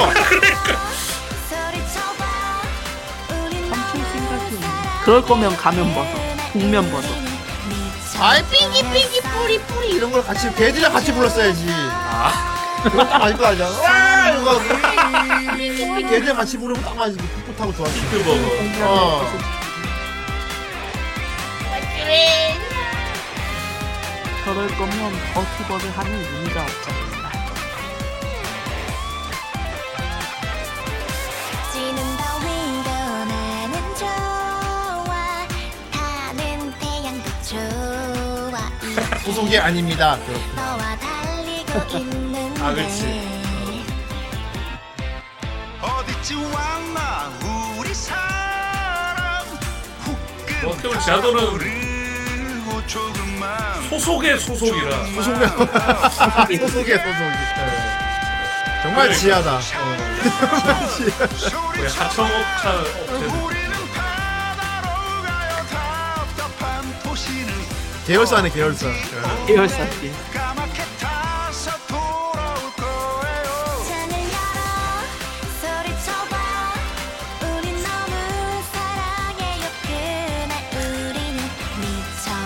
Speaker 4: 그럴 거면 가면 벗어. 복면 벗어.
Speaker 3: 아이 삐기 삐기 뿌리 뿌리 이런 걸 같이 걔들이랑 같이 불렀어야지.
Speaker 2: 아.
Speaker 3: 그거 딱 맞을 거 아니야. 와 이거 삐기 삐기 걔들이랑 같이 부르면 딱 맞지. 풋풋하고 좋아.
Speaker 2: 그 뭐, 피트버거.
Speaker 3: 어.
Speaker 4: 저럴 거면 버티버를 하는 의미가 없잖아.
Speaker 1: 지는 더위도 나는 좋아 타는 태양도 좋아
Speaker 3: 소속이 아닙니다.
Speaker 1: 너와 달리고 있는데
Speaker 3: 아, 그치.
Speaker 1: 어디쯤 왔나 우리
Speaker 2: 뭐 어떻게 보면 제아도는 소속의 소속이라
Speaker 3: 소속의 소속이. 소속의 정말 지하다. 어.
Speaker 2: 우리 뭐 하청업차 업체들
Speaker 3: 계열사네 계열사.
Speaker 4: 계열사.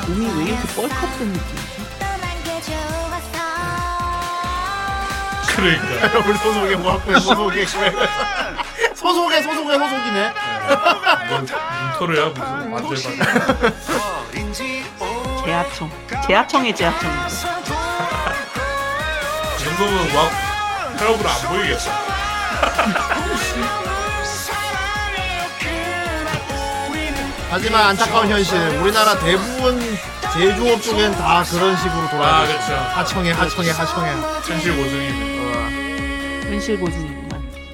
Speaker 1: 우리
Speaker 4: 왜 이렇게 뻘컵한 느낌이지?
Speaker 2: 그러니까
Speaker 3: 우리 소속의 뭐 학교에 소속의 소속의 소속의 소속이네.
Speaker 2: 인터로야 뭐 무슨 완전 반
Speaker 4: 제하청. 제하청의 제하청.
Speaker 2: 이 정도면 와 혈압으로 안 보이겠어
Speaker 3: 하지만 안타까운 현실, 우리나라 대부분 제조업 쪽엔 다 그런 식으로
Speaker 2: 아
Speaker 3: 돌아가고 있어.
Speaker 2: 그렇죠
Speaker 3: 하청해, 하청해,
Speaker 4: 네,
Speaker 3: 하청해.
Speaker 1: 뭐
Speaker 2: 현실 고증이
Speaker 4: 현실 고증이구만.
Speaker 1: 뭐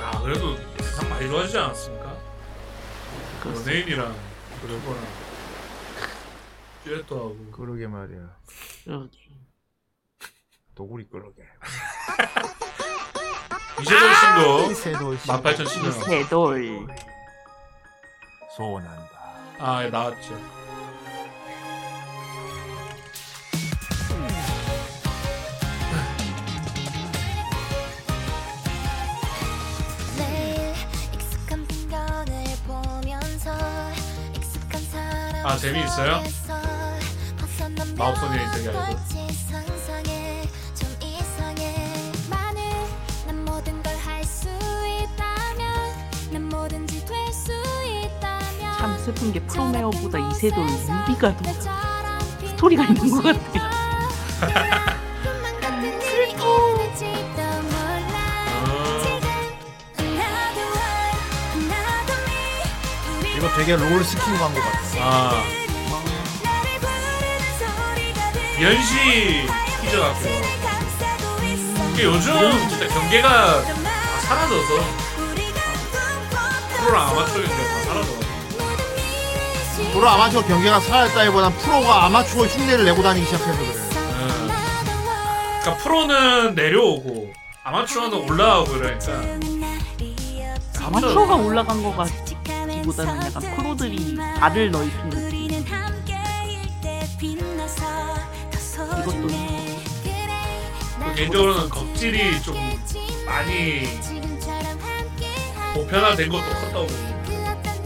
Speaker 2: 아, 야 그래도 세상 많이 좋아지지 않았습니까? 연예인이랑 그거랑 듀엣도 하고
Speaker 3: 그러게 말이야. 도구리 그러게.
Speaker 2: 이재돌
Speaker 3: 어?
Speaker 2: 씨도
Speaker 3: 이세돌 씨.
Speaker 2: 18,000
Speaker 4: 이세돌.
Speaker 3: 소원한다.
Speaker 2: 아 예, 나왔죠
Speaker 1: 아 재미있어요? 마법소녀의 세계라고
Speaker 4: 참 슬픈 게 프로메어보다 이세돌 무비가 더 스토리가 있는 것 같아.
Speaker 3: 이거 되게 롤 스킨 광고 같아.
Speaker 2: 아 연시 티저 같고 이게 요즘 진짜 경계가 다 사라져서 프로랑 아마추어 경계가 다 사라져가지고
Speaker 3: 프로 아마추어 경기가 살아있다기보단 프로가 아마추어 흉내를 내고 다니기 시작해서 그래.
Speaker 2: 음. 그러니까 프로는 내려오고 아마추어는 올라오고 이러니까
Speaker 4: 아마추어가 올라간 것 같기보다는 약간 프로들이 발을 넓힌 느낌. 이것도
Speaker 2: 그
Speaker 3: 뭐
Speaker 2: 개인적으로는 껍질이 좀 많이
Speaker 3: 어.
Speaker 2: 보편화된 것도 컸다고
Speaker 1: 그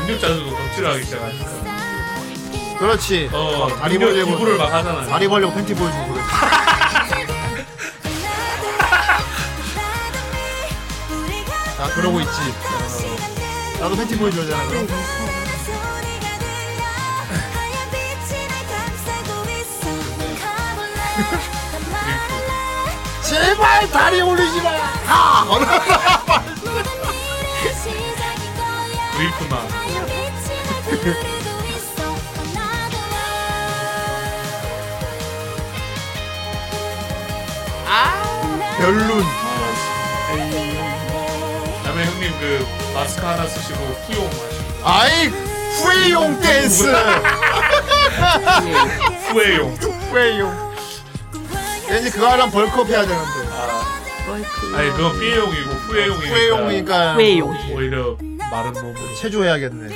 Speaker 2: 능력자들도 껍질을 하기 시작하니까
Speaker 3: 그렇지.
Speaker 2: 어,
Speaker 3: 막 다리
Speaker 2: 능력
Speaker 3: 벌려고.
Speaker 2: 기부를 막 하잖아요.
Speaker 3: 다리 벌려고 팬티 보여주고 그래. 나 그러고 있지. 어. 나도 팬티 보여줘야 되나 그럼. 네. 제발 다리 올리지 마. 아!
Speaker 2: 그리프만
Speaker 3: 별룬
Speaker 2: 그다음에 형님 그 마스크 하나 쓰시고 후용 마시고
Speaker 3: 아이 후회용 댄스.
Speaker 2: 후회용
Speaker 3: 후회용. 왠지 그거 하려면 벌크업 해야 되는데.
Speaker 2: 아니 그건 삐용이고 후회용이니까 뭐
Speaker 3: 후회용이니까.
Speaker 4: 후회용.
Speaker 2: 오히려 마른 몸으로
Speaker 3: 체조해야겠네.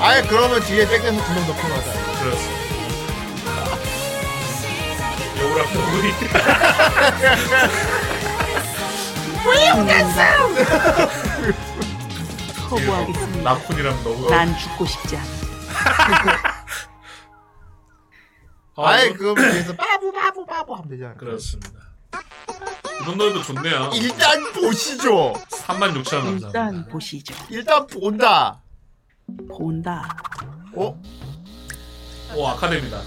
Speaker 3: 아예 그러면 뒤에 땡겨서 두명 넣고 가자.
Speaker 2: 그렇습니다 여우랑 여우이
Speaker 3: 후회용 댄스.
Speaker 4: 커버하겠습니다.
Speaker 2: 나쿤이랑 너무
Speaker 4: 난 죽고 싶지 않아.
Speaker 3: 아예 그러면 뒤에서 바보 바보 바보 하면 되잖아.
Speaker 2: 그렇습니다 이번 노래도 좋네요
Speaker 3: 일단 보시죠.
Speaker 2: 36,000원 감사합니다
Speaker 4: 일단 보시죠.
Speaker 3: 일단 본다.
Speaker 4: 본다.
Speaker 3: 어?
Speaker 2: 오 아카데미다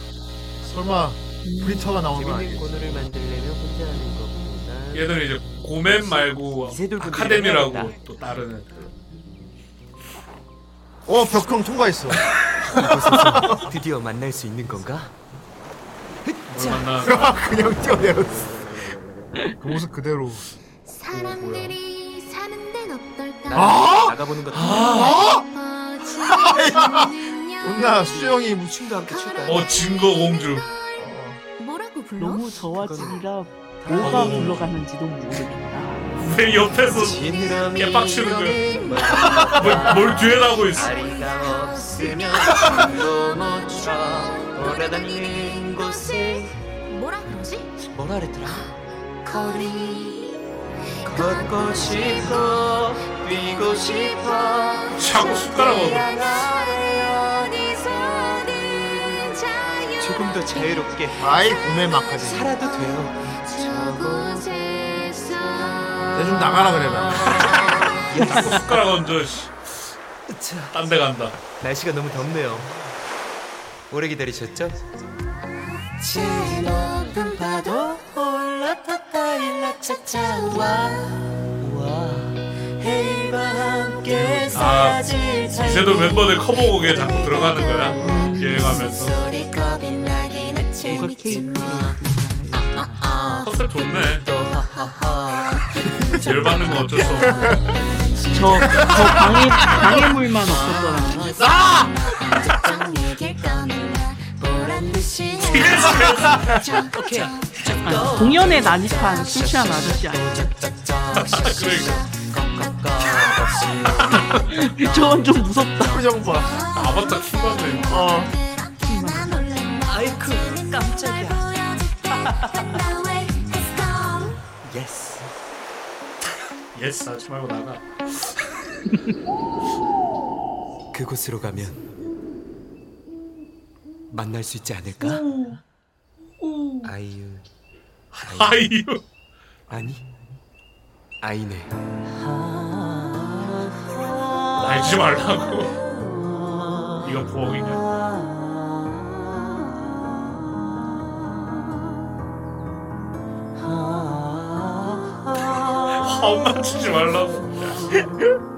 Speaker 3: 설마 브리처가 나오는
Speaker 14: 재밌는 코너를 만들려면 혼자 하는 것보다
Speaker 2: 얘들은 이제 고맨 말고 아카데미라고 또 다른
Speaker 3: 어 벽형 통과했어
Speaker 14: 선생, 드디어 만날 수 있는 건가?
Speaker 2: 뭘 만나
Speaker 3: 그냥 뛰어내렸어 그 모습 그대로
Speaker 1: 사람들이 사는 데는 어떨까?
Speaker 3: 아!
Speaker 14: 나가보는 것도
Speaker 3: 존나 수정이 뭐 무침도 함께 칠까
Speaker 2: 어 증거 공주
Speaker 1: 뭐라고 불러?
Speaker 4: 너무 저와 지가 뭐가 굴러가는지도 모르겠다.
Speaker 2: 왜 옆에서 개빡치는 거야 뭘, 뭘 뒤에 나고 있어
Speaker 14: 다리가 없으면 춤도 못춰 돌아다니는 곳에
Speaker 1: 뭐라 그러지?
Speaker 14: 뭐라 그랬더라?
Speaker 1: 거리
Speaker 14: 걷고 싶고 뛰고 싶어
Speaker 2: 자꾸 숟가락으로.
Speaker 14: 조금 더 자유롭게
Speaker 3: 아이 구매 마카지
Speaker 14: 살아도 돼요
Speaker 1: 저곳에서
Speaker 3: 내좀 나가라 그래 나
Speaker 2: 자꾸 숟가락 얹어 딴 데 간다
Speaker 14: 날씨가 너무 덥네요 오래 기다리셨죠?
Speaker 1: 제일 높은 파도 올라타다 일라 찾아와 해와 함께
Speaker 2: 아
Speaker 1: 사라질
Speaker 2: 이제도 멤버들 커버곡에 자꾸 들어가는 거야 여행하면서
Speaker 1: 소리 겁이 나긴 아침이지만 뭐.
Speaker 2: 아, 컨셉 좋네 열받는 거 어쩔 수 없어
Speaker 4: 저, 저 방해, 방해물만 없었더라면.
Speaker 3: 싸!
Speaker 4: 아니, 공연의 난입한 술 취한 아저씨
Speaker 2: 그러니까.
Speaker 4: 아니야? 저건 좀 무섭다.
Speaker 3: 표정 봐.
Speaker 2: 아바타 킹받네
Speaker 3: 어.
Speaker 1: 아이쿠 깜짝이야
Speaker 14: 예스
Speaker 2: 예스 하지 말고 나가
Speaker 14: 그곳으로 가면 만날 수 있지 않을까? 아이유
Speaker 2: 아이유
Speaker 14: 아니 아이네
Speaker 2: 날지 말라고 이거 부엌이냐 엄마 치지 말라고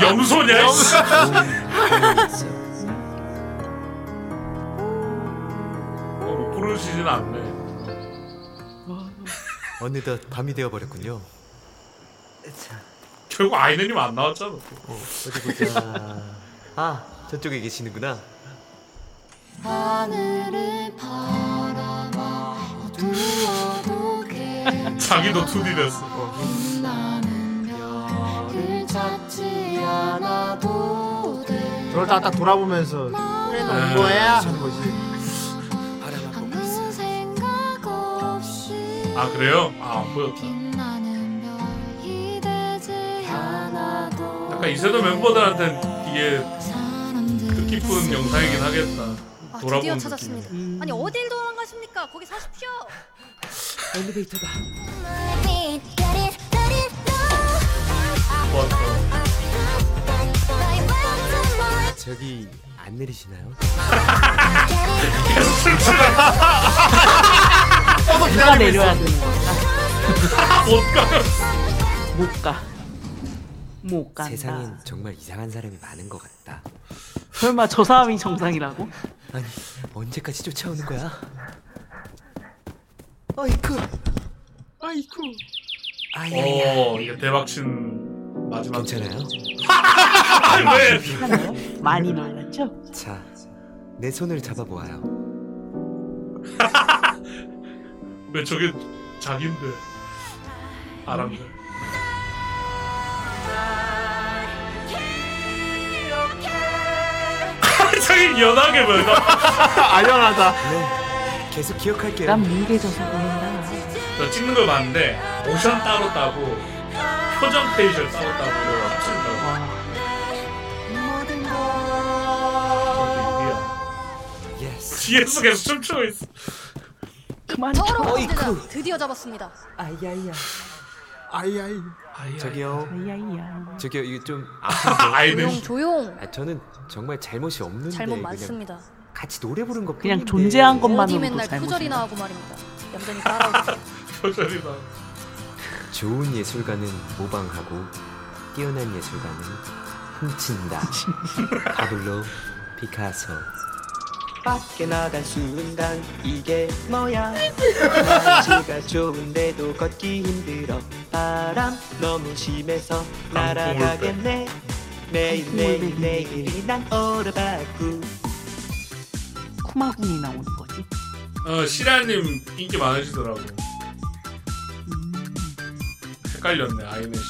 Speaker 2: 염소냐 이씨. 어, 부르시진 않네
Speaker 14: 어느덧 밤이 되어버렸군요
Speaker 2: 결국 아이네님 안 나왔잖아 또.
Speaker 14: 어디 보자 아 저쪽에 계시는구나
Speaker 1: 하늘을 바라봐 어두워도
Speaker 2: 자기도 2D 됐어
Speaker 1: 괜찮은 별을 찾지 않아도 돼
Speaker 3: 저걸 딱, 딱 돌아보면서 그래 넌 거야 하는 거지
Speaker 1: 아무 생각 없이
Speaker 2: 아 그래요? 아안 보였다
Speaker 1: 나는 별이 되지 않아도
Speaker 2: 약간 이세돌 멤버들한텐 이게 뜻깊은 그 영상이긴 하겠다 돌아본 느낌
Speaker 4: 음.
Speaker 15: 아니 어딜 도망가십니까? 거기 사십시오.
Speaker 14: 엘리베이터가 저기 안 내리시나요?
Speaker 3: 뻗어
Speaker 4: 누가
Speaker 3: 기다리고 있어
Speaker 4: 내려야 되는 거야? 못 가. 못 간다.
Speaker 14: 세상엔 정말 이상한 사람이 많은 것 같다
Speaker 4: 설마 저 사람이 정상이라고?
Speaker 14: 아니 언제까지 쫓아오는 거야? 아이쿠
Speaker 4: 아이쿠
Speaker 2: 오 어, 이게 대박친 마지막
Speaker 14: 괜찮아요?
Speaker 2: 아, 왜?
Speaker 4: 많이 놀랐죠?
Speaker 14: 자, 내 손을 잡아보아요
Speaker 2: 왜 저게 자기인데 아람들 저기 연하게 뭐나
Speaker 3: 아련하다
Speaker 14: 네 계속 기억할게요
Speaker 4: 난 뭉개져서 보인다.
Speaker 2: 저 찍는 걸 봤는데 모션 따로 따고 표정 페이지를 따로 따고 합친다고 뒤에서 계속 춤추고 있어
Speaker 4: 그만
Speaker 15: 더러운 놈들아 드디어 잡았습니다.
Speaker 14: 아야야
Speaker 3: 아이아이.
Speaker 14: 저기요.
Speaker 4: 아이아이야.
Speaker 14: 저기요 이거 좀
Speaker 1: 아이들.
Speaker 2: 조용 조용.
Speaker 14: 아, 저는 정말 잘못이 없는데
Speaker 2: 잘못
Speaker 14: 그냥
Speaker 2: 많습니다.
Speaker 14: 같이 노래 부른 것
Speaker 4: 그냥 존재한
Speaker 2: 어디
Speaker 4: 것만으로도
Speaker 2: 맨날
Speaker 4: 잘못이야.
Speaker 2: 표절이나 하고 말입니다. 얌전히 따라오세요.
Speaker 1: 표절이나.
Speaker 14: 좋은 예술가는 모방하고 뛰어난 예술가는 훔친다. 파블로 피카소.
Speaker 16: 밖에 나간 순간 이게 뭐야 날씨가 좋은데도 걷기 힘들어 바람 너무 심해서 날아가겠네 매일 매일 매일이 난 오르바꾸
Speaker 4: 쿠마군이 나오는 거지.
Speaker 1: 어 시라님 인기 많으시더라고.
Speaker 4: 음,
Speaker 1: 헷갈렸네 아이네 씨.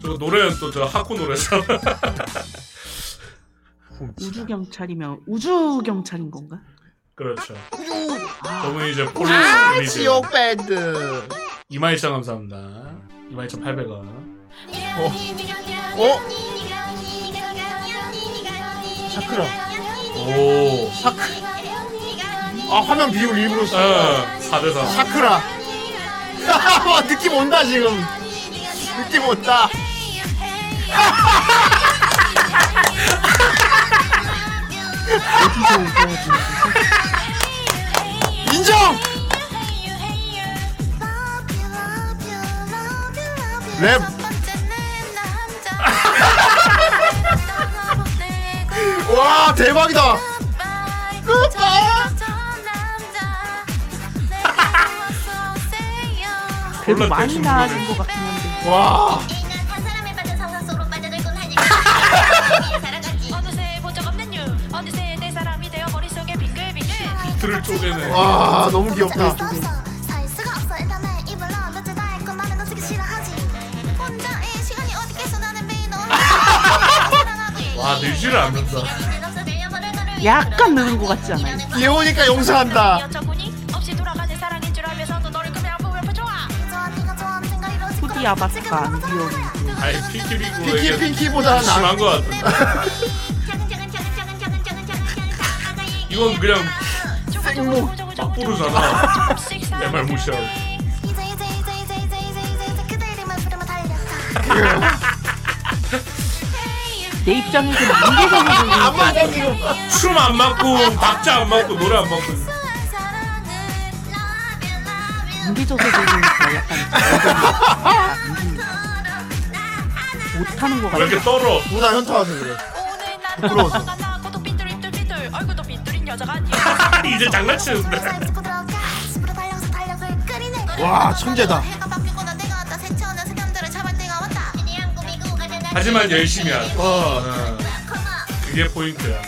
Speaker 1: 저 노래는 또 저 하쿠 노래잖아.
Speaker 4: 우주 경찰이면 우주 경찰인 건가?
Speaker 1: 그렇죠. 저분이 이제 폴리
Speaker 3: 아, 지옥 밴드.
Speaker 1: 22,000 감사합니다. 22,800원.
Speaker 3: 어? 샤크라.
Speaker 1: 오.
Speaker 3: 아, 화면 비율 일부러 써.
Speaker 1: 어, 4대 4.
Speaker 2: 아.
Speaker 3: 샤크라. 와, 느낌 온다, 지금. 느낌 온다. 인정! 랩. 와, 대박이다.
Speaker 4: 그래도 많이 나아진 것 같긴 한데.
Speaker 3: 와.
Speaker 2: 어느새 본적 없는 유 어느새 내 사람이 되어 머릿속에 빙글빙글
Speaker 1: 들을 쪼개네.
Speaker 3: 와, 너무 귀엽다.
Speaker 1: 와, 늘지를 않는다.
Speaker 4: 약간 느은 것 같지 않아요?
Speaker 3: 귀여우니까 용서한다.
Speaker 2: 아. 없이 돌아가는 사랑인 줄 알면서도 너를 그냥 보면 좋아
Speaker 4: 후디 아바타 안 귀여운
Speaker 1: 아이 피키피쿠
Speaker 3: 피키 핑키보다는 나-
Speaker 1: 심한 것 같아. 이건 그냥
Speaker 3: 생목
Speaker 1: 막 부르잖아. 내 말 무시하고.
Speaker 4: 내 입장에서 무게감이
Speaker 1: 안 맞아 지금. 춤 안 맞고 박자 안 맞고 노래 안 맞고.
Speaker 4: 무게져서 되니까 약간 못하는 것 같아.
Speaker 1: 왜 이렇게 떨어?
Speaker 3: 뭐 누나 현타와서 그래. 부끄러워서.
Speaker 2: 얼굴도 빈뚜린 여자가 아니야
Speaker 1: 이제 장난치는데.
Speaker 3: 와, 천재다.
Speaker 1: 하지만 열심히 하죠.
Speaker 3: 어.
Speaker 1: 어. 그게 포인트야.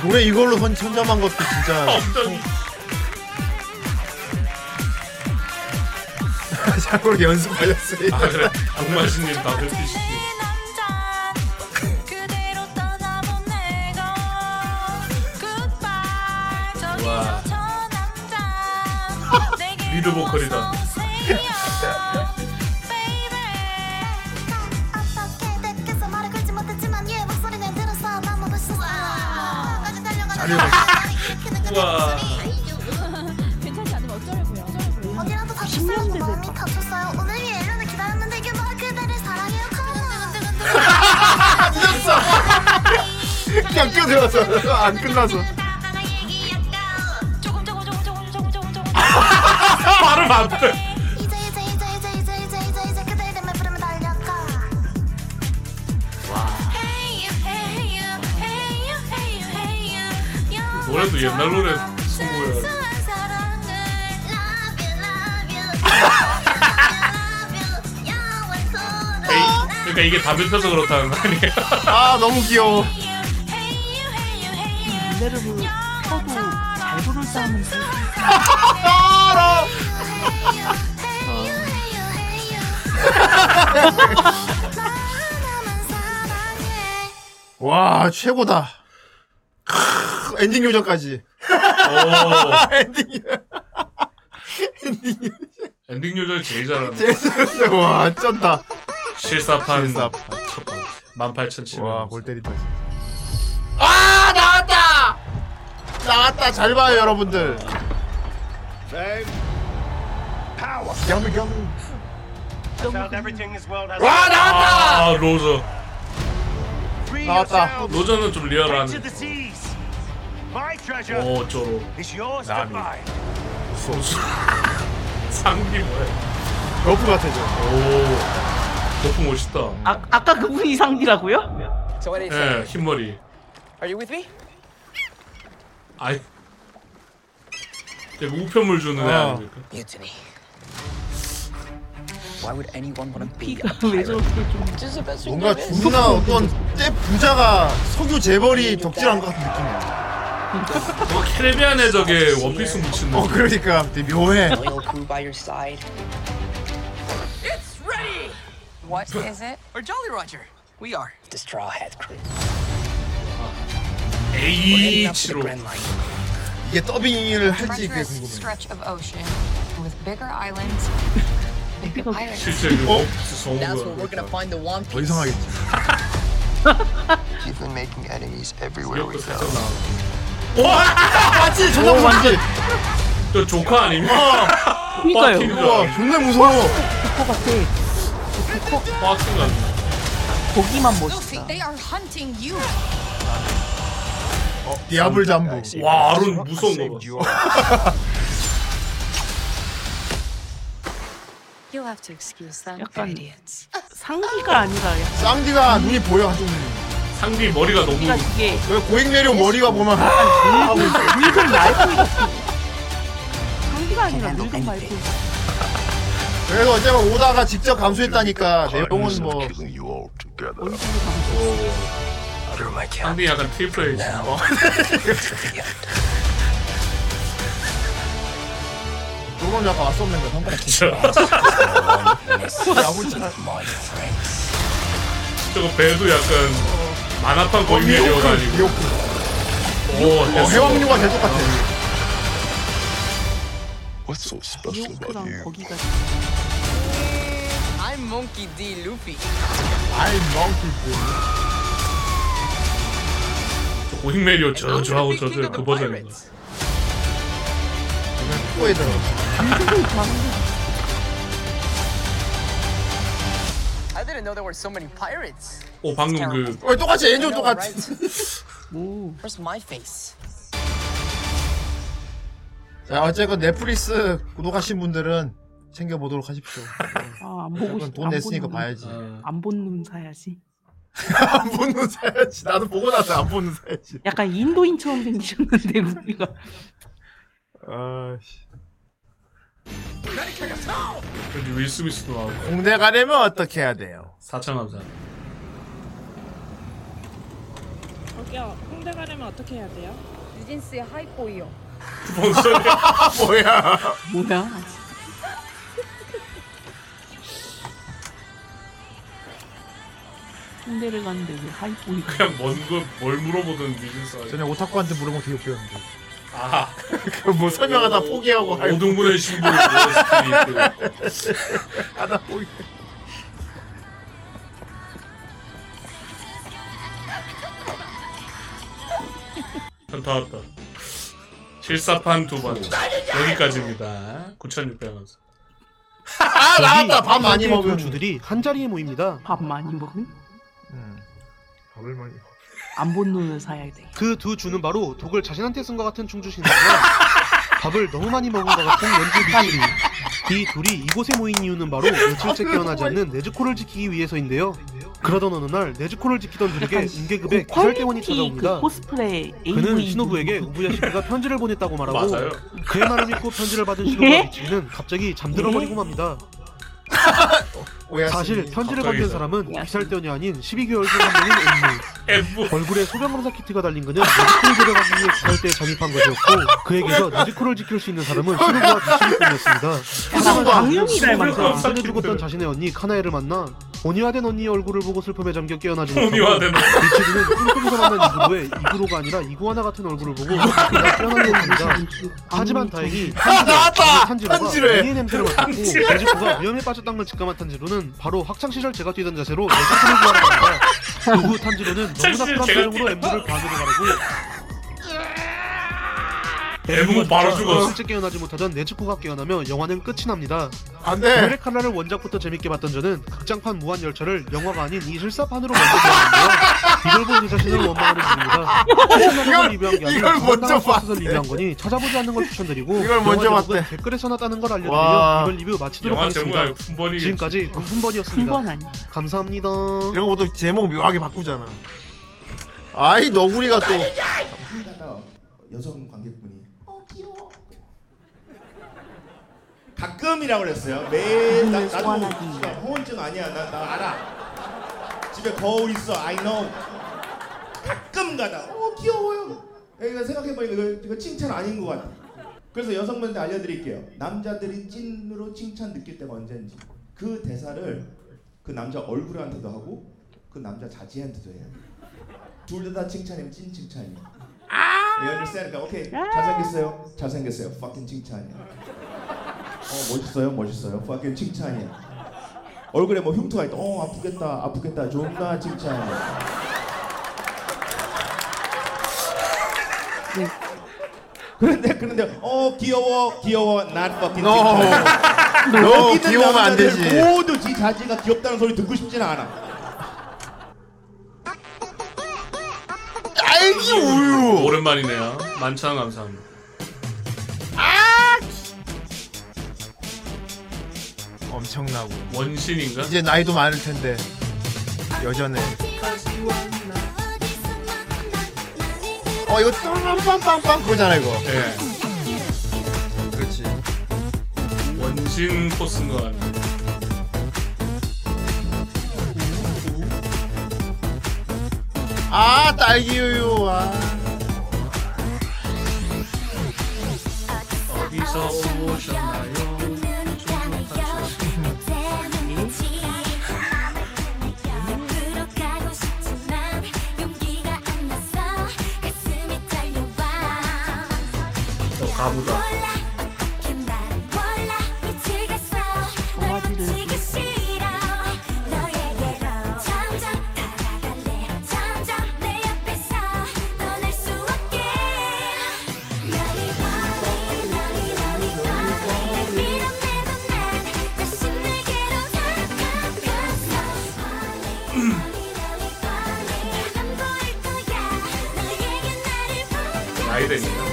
Speaker 3: 노래 이걸로 선 천점한 것도 진짜.
Speaker 1: 엉덩이.
Speaker 3: 자꾸 이렇게 연습하셨어요.
Speaker 1: 아 그래. 악마신님 다들 피시키. 와. 리드 보컬이다. 와.
Speaker 2: 괜찮지 않으면 어쩌려고요
Speaker 17: 10년대 마음이 다쳤어요. 오늘 위해 1년을 기다렸는데 이게 뭐 그대를 사랑해요.
Speaker 3: 아, 늦었어. 그냥 뛰어들어서 안 끝나서.
Speaker 1: 발음 아, 안 돼. 노래도 옛날 노래 수고야. 그러니까 이게 담배 펴서 그렇다는 거 아니에요?
Speaker 3: 아 너무 귀여워.
Speaker 4: 노래를 부- 쳐도 잘 부를 사람은
Speaker 3: 알아. 와 최고다. 크으, 엔딩 요정까지.
Speaker 1: 오.
Speaker 3: 아, 엔딩 요정.
Speaker 1: 엔딩 요정 제일
Speaker 3: 제일
Speaker 1: 잘하는
Speaker 3: 잘한다. 와 쩐다.
Speaker 1: 실사판 첫 번째 18,700.
Speaker 3: 와골 때린다.
Speaker 1: 진짜.
Speaker 3: 아 나왔다. 나왔다 잘 봐요 여러분들 아.
Speaker 2: 와 나왔다. 아 로저.
Speaker 3: 나왔다. 뭐,
Speaker 2: 로저는 좀 리얼한. 어,
Speaker 18: To the seas. My treasure
Speaker 2: 오 저로.
Speaker 18: is yours to
Speaker 2: 나미.
Speaker 18: find.
Speaker 2: 소수. 상기 뭐야?
Speaker 3: 러프 같아 저.
Speaker 2: 오. 너프 멋있다.
Speaker 4: 아 아까 그분이 상디라고요?
Speaker 7: So what
Speaker 2: 예,
Speaker 7: do you say?
Speaker 2: 흰머리.
Speaker 7: Are you with me?
Speaker 2: 아이. 되게 우편물 주는 애
Speaker 7: 어.
Speaker 2: 아닙니까?
Speaker 7: Mutiny. Why would anyone want to be a
Speaker 4: 왜
Speaker 7: pirate?
Speaker 4: 저렇게 좀
Speaker 7: Just the best we
Speaker 3: 뭔가
Speaker 7: can do.
Speaker 3: 존나 어떤 때 부자가 석유 재벌이 덕질한 것 같은 느낌이야
Speaker 2: 뭐 캐리비안에 저게 원피스 묻힌
Speaker 3: 어 그러니까 되게 묘해
Speaker 7: Loyal crew by your side. It's ready. What is it? Or Jolly Roger. We are the Straw Hat crew.
Speaker 2: H로
Speaker 3: 이게 더빙을 할지 그게
Speaker 19: Treacherous
Speaker 3: 궁금해
Speaker 19: stretch of ocean with bigger islands, bigger pirates.
Speaker 2: 실제 그
Speaker 3: 어?
Speaker 2: 원피스 좋은 거.
Speaker 7: That's where we're gonna find the One
Speaker 3: 더
Speaker 7: Piece.
Speaker 3: 이상하겠지
Speaker 7: You've been making enemies everywhere we go.
Speaker 3: 맞지 존나
Speaker 2: 오,
Speaker 3: 무섭지
Speaker 2: 어? 저 조카 아닙니까? 어,
Speaker 4: 그러니까요.
Speaker 3: 와 존나 무서워
Speaker 4: 코코 같아.
Speaker 2: 박스 같네.
Speaker 4: 고기만
Speaker 19: Luffy,
Speaker 4: 멋있다.
Speaker 19: they are hunting you.
Speaker 3: 디아블 잠부
Speaker 2: 와 아론 무서운 거 봐.
Speaker 19: You'll have to excuse them.
Speaker 4: 약간 상기가 아니라 약간
Speaker 3: 쌍디가 눈이 보여 한쪽 눈이
Speaker 2: 상디 머리가 너무
Speaker 4: 그러니까 이게
Speaker 3: 왜 고액 내려 머리가 보면 아, 하고 있어
Speaker 4: 늙은 말고 상기가 아니라 늙은 말고
Speaker 3: 그래서 어제가 오다가 직접 감수했다니까 내용은 뭐
Speaker 2: 상디 약간 트리플 H. 어.
Speaker 3: 그건 약간 왔없는 거야
Speaker 2: 저거 배도 약간 만화판 거의 내려가지고. 오
Speaker 3: 어,
Speaker 2: 됐어.
Speaker 3: 해왕류가 계속 같아
Speaker 4: 미호크랑 거기가
Speaker 7: I'm Monkey D. Luffy.
Speaker 3: 아이 멍키 그,
Speaker 2: 고잉메리오 저저하고 저저 그 버전인 거.
Speaker 3: 코에 들어
Speaker 7: I didn't know there were so many pirates.
Speaker 2: 오 방금 그
Speaker 3: 어, 똑같이
Speaker 7: I
Speaker 3: 엔조
Speaker 7: know,
Speaker 3: 똑같이
Speaker 4: 뭐,
Speaker 7: right? Where's my face?
Speaker 3: 자 어쨌건 넷플릭스 구독하신 분들은 챙겨보도록 하십시오
Speaker 4: 아, 안 보고
Speaker 3: 그건
Speaker 4: 싶.
Speaker 3: 돈 냈으니까 봐야지
Speaker 4: 안본눈 사야지.
Speaker 3: 안 보는 사야지 나도 보고 나서 안 보는 사야지
Speaker 4: 약간 인도인처럼 생기셨는데 우리가
Speaker 3: 아씨
Speaker 2: 여기 윌 스미스도 나오고
Speaker 3: 공대 가려면 어떻게 해야 돼요
Speaker 2: 사창 감사.
Speaker 20: 저기요, 홍대 가려면 어떻게 해야 돼요?
Speaker 21: 뉴진스의 하이보이요.
Speaker 2: 뭔 소리야?
Speaker 3: 뭐야
Speaker 4: 뭐야? 홍대를 갔는데 왜 하이보이?
Speaker 2: 그냥 뭔거뭘 물어보든 미진스.
Speaker 3: 전에 오타쿠한테 물어본 거 되게 웃겼는데
Speaker 2: 아.
Speaker 3: 그뭐 설명하다 포기하고 하이보이.
Speaker 2: 오등분의 어, 신부 그 스킬이
Speaker 3: 하다 보기
Speaker 2: 있고. 다 왔다. 실사판 두 번. 여기까지입니다. 9,600원.
Speaker 3: 아 나왔다 밥 많이 먹은
Speaker 16: 주들이 한 자리에 모입니다.
Speaker 4: 밥 많이 먹은?
Speaker 16: 밥을 많이.
Speaker 4: 안 본 눈을 사야 돼.
Speaker 16: 그 두 주는 바로 독을 자신한테 쓴 것 같은 충주신데요. 밥을 너무 많이 먹은 것 같은 연주 미치리. 이 둘이 이곳에 모인 이유는 바로 며칠째 깨어나지 않는 네즈코를 지키기 위해서인데요. 그러던 어느 날 네즈코를 지키던 둘에게
Speaker 4: 약간
Speaker 16: 임계급의 기절대원이
Speaker 4: 그 퀄리티
Speaker 16: 찾아옵니다.
Speaker 4: 그 코스프레
Speaker 16: 그는
Speaker 4: AV
Speaker 16: 신호부에게 우부야시키가 편지를 보냈다고 말하고
Speaker 2: 맞아요.
Speaker 16: 그의 말을 믿고 편지를 받은
Speaker 4: 예?
Speaker 16: 신호부와 미치리는 갑자기 잠들어 버리고 맙니다. 사실 편지를 건넨 사람은 기살대원이 아닌 12개월 중 한 명인 엠무 얼굴에 소변검사 키트가 달린 그는 네즈코를 데려가기 위해 기살대에 잠입한 것이었고 그에게서 네즈코를 지킬 수 있는 사람은 신호부와 미치리뿐이었습니다 그
Speaker 4: 약간 강령이 닮았다.
Speaker 16: 사겨 죽었던 자신의 언니 카나에를 만나 온유화된 언니의 얼굴을 보고 슬픔에 잠겨 깨어나진
Speaker 2: 온유화된
Speaker 16: 미치리는 꿈속에서 만난 이구로의 이구로가 아니라 이구아나 같은 얼굴을 보고 그가 깨어나게 됩니다 하지만 다행히
Speaker 3: 아, 나왔다!
Speaker 16: 탄지로가
Speaker 3: 탄지로에!
Speaker 16: 의 냄새를 맡았고
Speaker 3: 탄지로에!
Speaker 16: 네즈코가 위험에 빠졌다는 걸 직감한 탄지로는 바로 학창시절 제가 뛰던 자세로 네즈코를 구하러 갑니다 그후 탄지로는 너무나
Speaker 2: 학창시절
Speaker 16: 쿨한
Speaker 2: 제가
Speaker 16: 표정으로 엠브를 반으로 가르고
Speaker 2: 애무고 바로 죽었어.
Speaker 21: 실제
Speaker 16: 깨어나지 못하던 네즈코가 깨어나며 영화는 끝이 납니다.
Speaker 3: 안 돼.
Speaker 21: 블랙칼라를
Speaker 16: 원작부터 재밌게 봤던 저는 극장판 무한 열차를 영화가 아닌 이 실사판으로 먼저 봤는데요. 비글보 그 자신을 원망하는 중입니다. 실사판을 리뷰한 게 아니라
Speaker 3: 이걸 먼저
Speaker 16: 서서
Speaker 3: 봤대.
Speaker 16: 리뷰한 거니 찾아보지 않는 걸 추천드리고
Speaker 3: 이걸 먼저
Speaker 16: 영화 제목은
Speaker 3: 봤대.
Speaker 16: 댓글에서 났다는 걸
Speaker 3: 와.
Speaker 16: 알려드리며 이번 리뷰 마치도록
Speaker 3: 영화 뭐
Speaker 16: 하겠습니다.
Speaker 3: 제목이 군번이겠지.
Speaker 16: 지금까지 군번이었습니다.
Speaker 3: 군번 아니야.
Speaker 16: 감사합니다.
Speaker 3: 이런 것도 제목 묘하게 바꾸잖아. 아이 너구리가 또
Speaker 13: 여성 관객분이 가끔이라고 그랬어요. 매일 나, 나도 씨발, 허언증 아니야. 나, 나 알아. 집에 거울 있어. I know. 가끔 가다. 어 귀여워요. 내가 생각해보니까 이거, 이거 칭찬 아닌 것 같아. 그래서 여성분한테 알려드릴게요. 남자들이 찐으로 칭찬 느낄 때가 언제인지 그 대사를 그 남자 얼굴한테도 하고 그 남자 자지한테도 해요. 둘 다 칭찬이면 찐 칭찬이에요. You understand? 그러니까 오케이 잘생겼어요. 잘생겼어요. Fucking 칭찬이야. 어 멋있어요. 멋있어요. Fucking 칭찬이야. 얼굴에 뭐 흉터가 있다. 어 아프겠다. 아프겠다. 존나 칭찬이야. 그런데 그런데 어 귀여워 귀여워 not fucking
Speaker 3: No.
Speaker 13: 칭찬.
Speaker 3: No,
Speaker 13: 여기 있는
Speaker 3: 귀여우면 안
Speaker 13: 남자들
Speaker 3: 되지.
Speaker 13: 모두 지 자지가 귀엽다는 소리 듣고 싶지는 않아.
Speaker 3: 딸기 우유.
Speaker 2: 오랜만이네요. 만찬 감사합니다.
Speaker 3: 엄청나고
Speaker 2: 원신인가?
Speaker 3: 이제 나이도 많을 텐데 여전해. 어 이거 빵빵빵빵 그거잖아 이거.
Speaker 2: 예.
Speaker 3: 그렇지.
Speaker 2: 원신 코스인 것 같네.
Speaker 3: 아 딸기 우유. 아.
Speaker 2: 어디서 오셨나요? 또 가보다. 나이 되니까.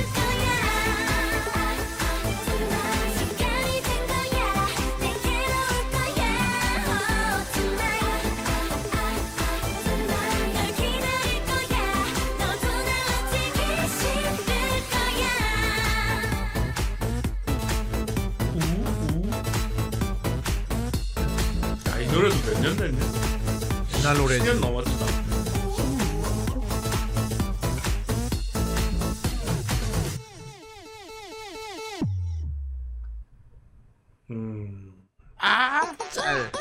Speaker 2: 야, 이 노래도 몇 년 됐냐?
Speaker 3: 옛날 노래지.
Speaker 2: 10년 넘었다. 음,
Speaker 3: 아 짤.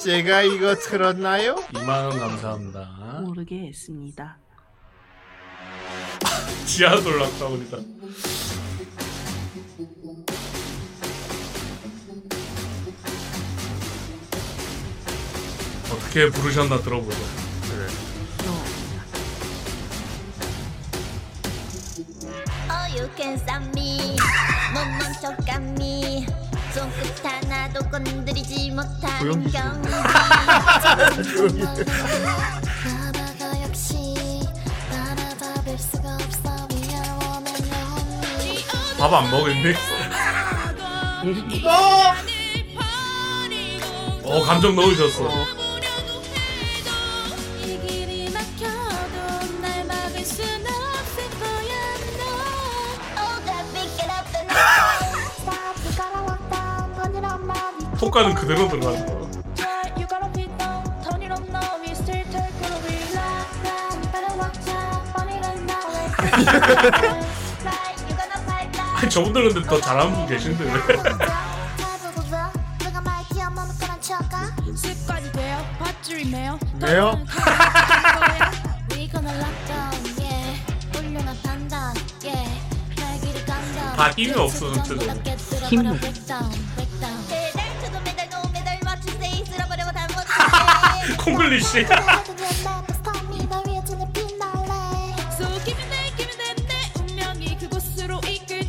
Speaker 3: 제가 이거 틀었나요?
Speaker 2: 2만원
Speaker 16: 아.
Speaker 2: 감사합니다.
Speaker 4: 모르겠습니다.
Speaker 2: 지하 놀랐다, 우리가. 어떻게 부르셨나 들어보자. 그래.
Speaker 1: Oh, you can stop me. 못 멈춰감이. 손끝 하나도 건드리지 못하는
Speaker 3: 조용히
Speaker 1: 경기. 바다가 역시 따라다 뵐 수가 없어. We are one and only.
Speaker 2: 밥 안 먹었니? 어, 감정 넣으셨어.
Speaker 1: 이 길이 막혀도 날 막을 순 없을 거야, 너. Oh, that pick it up the night. Stop, you gotta walk down, turn it on, my
Speaker 2: 톡가는 그대로 들어가는 거.
Speaker 1: Yeah, you gotta be down, turn it on now, we still take it, we love that. Better watch out, funny right now, it's right, you gotta fight that.
Speaker 2: 아니, 저분들 근데 그 더 잘하는 분 계신데 왜?
Speaker 1: 습관이 돼요 밧줄이네요
Speaker 2: 왜요? 다 힘이 없어졌대도.
Speaker 1: 힘
Speaker 2: 콩글리시.
Speaker 1: So give me that, give me that 내 운명이 그곳으로 이끌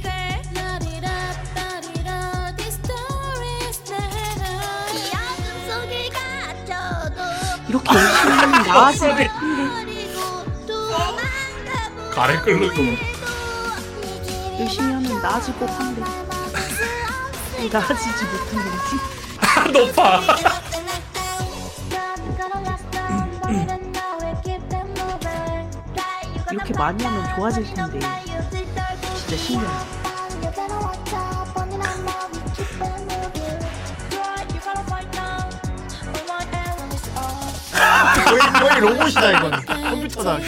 Speaker 4: 이렇게 열심히 나와줘야 될 텐데
Speaker 2: 가래 끓는 거.
Speaker 4: 열심히 하면 나아질 법한데 나아지지 못한 거지
Speaker 2: 아, 높아.
Speaker 4: 이렇게 많이 하면 좋아질 텐데 진짜 신기해
Speaker 3: 거의 로봇이다 이건 컴퓨터다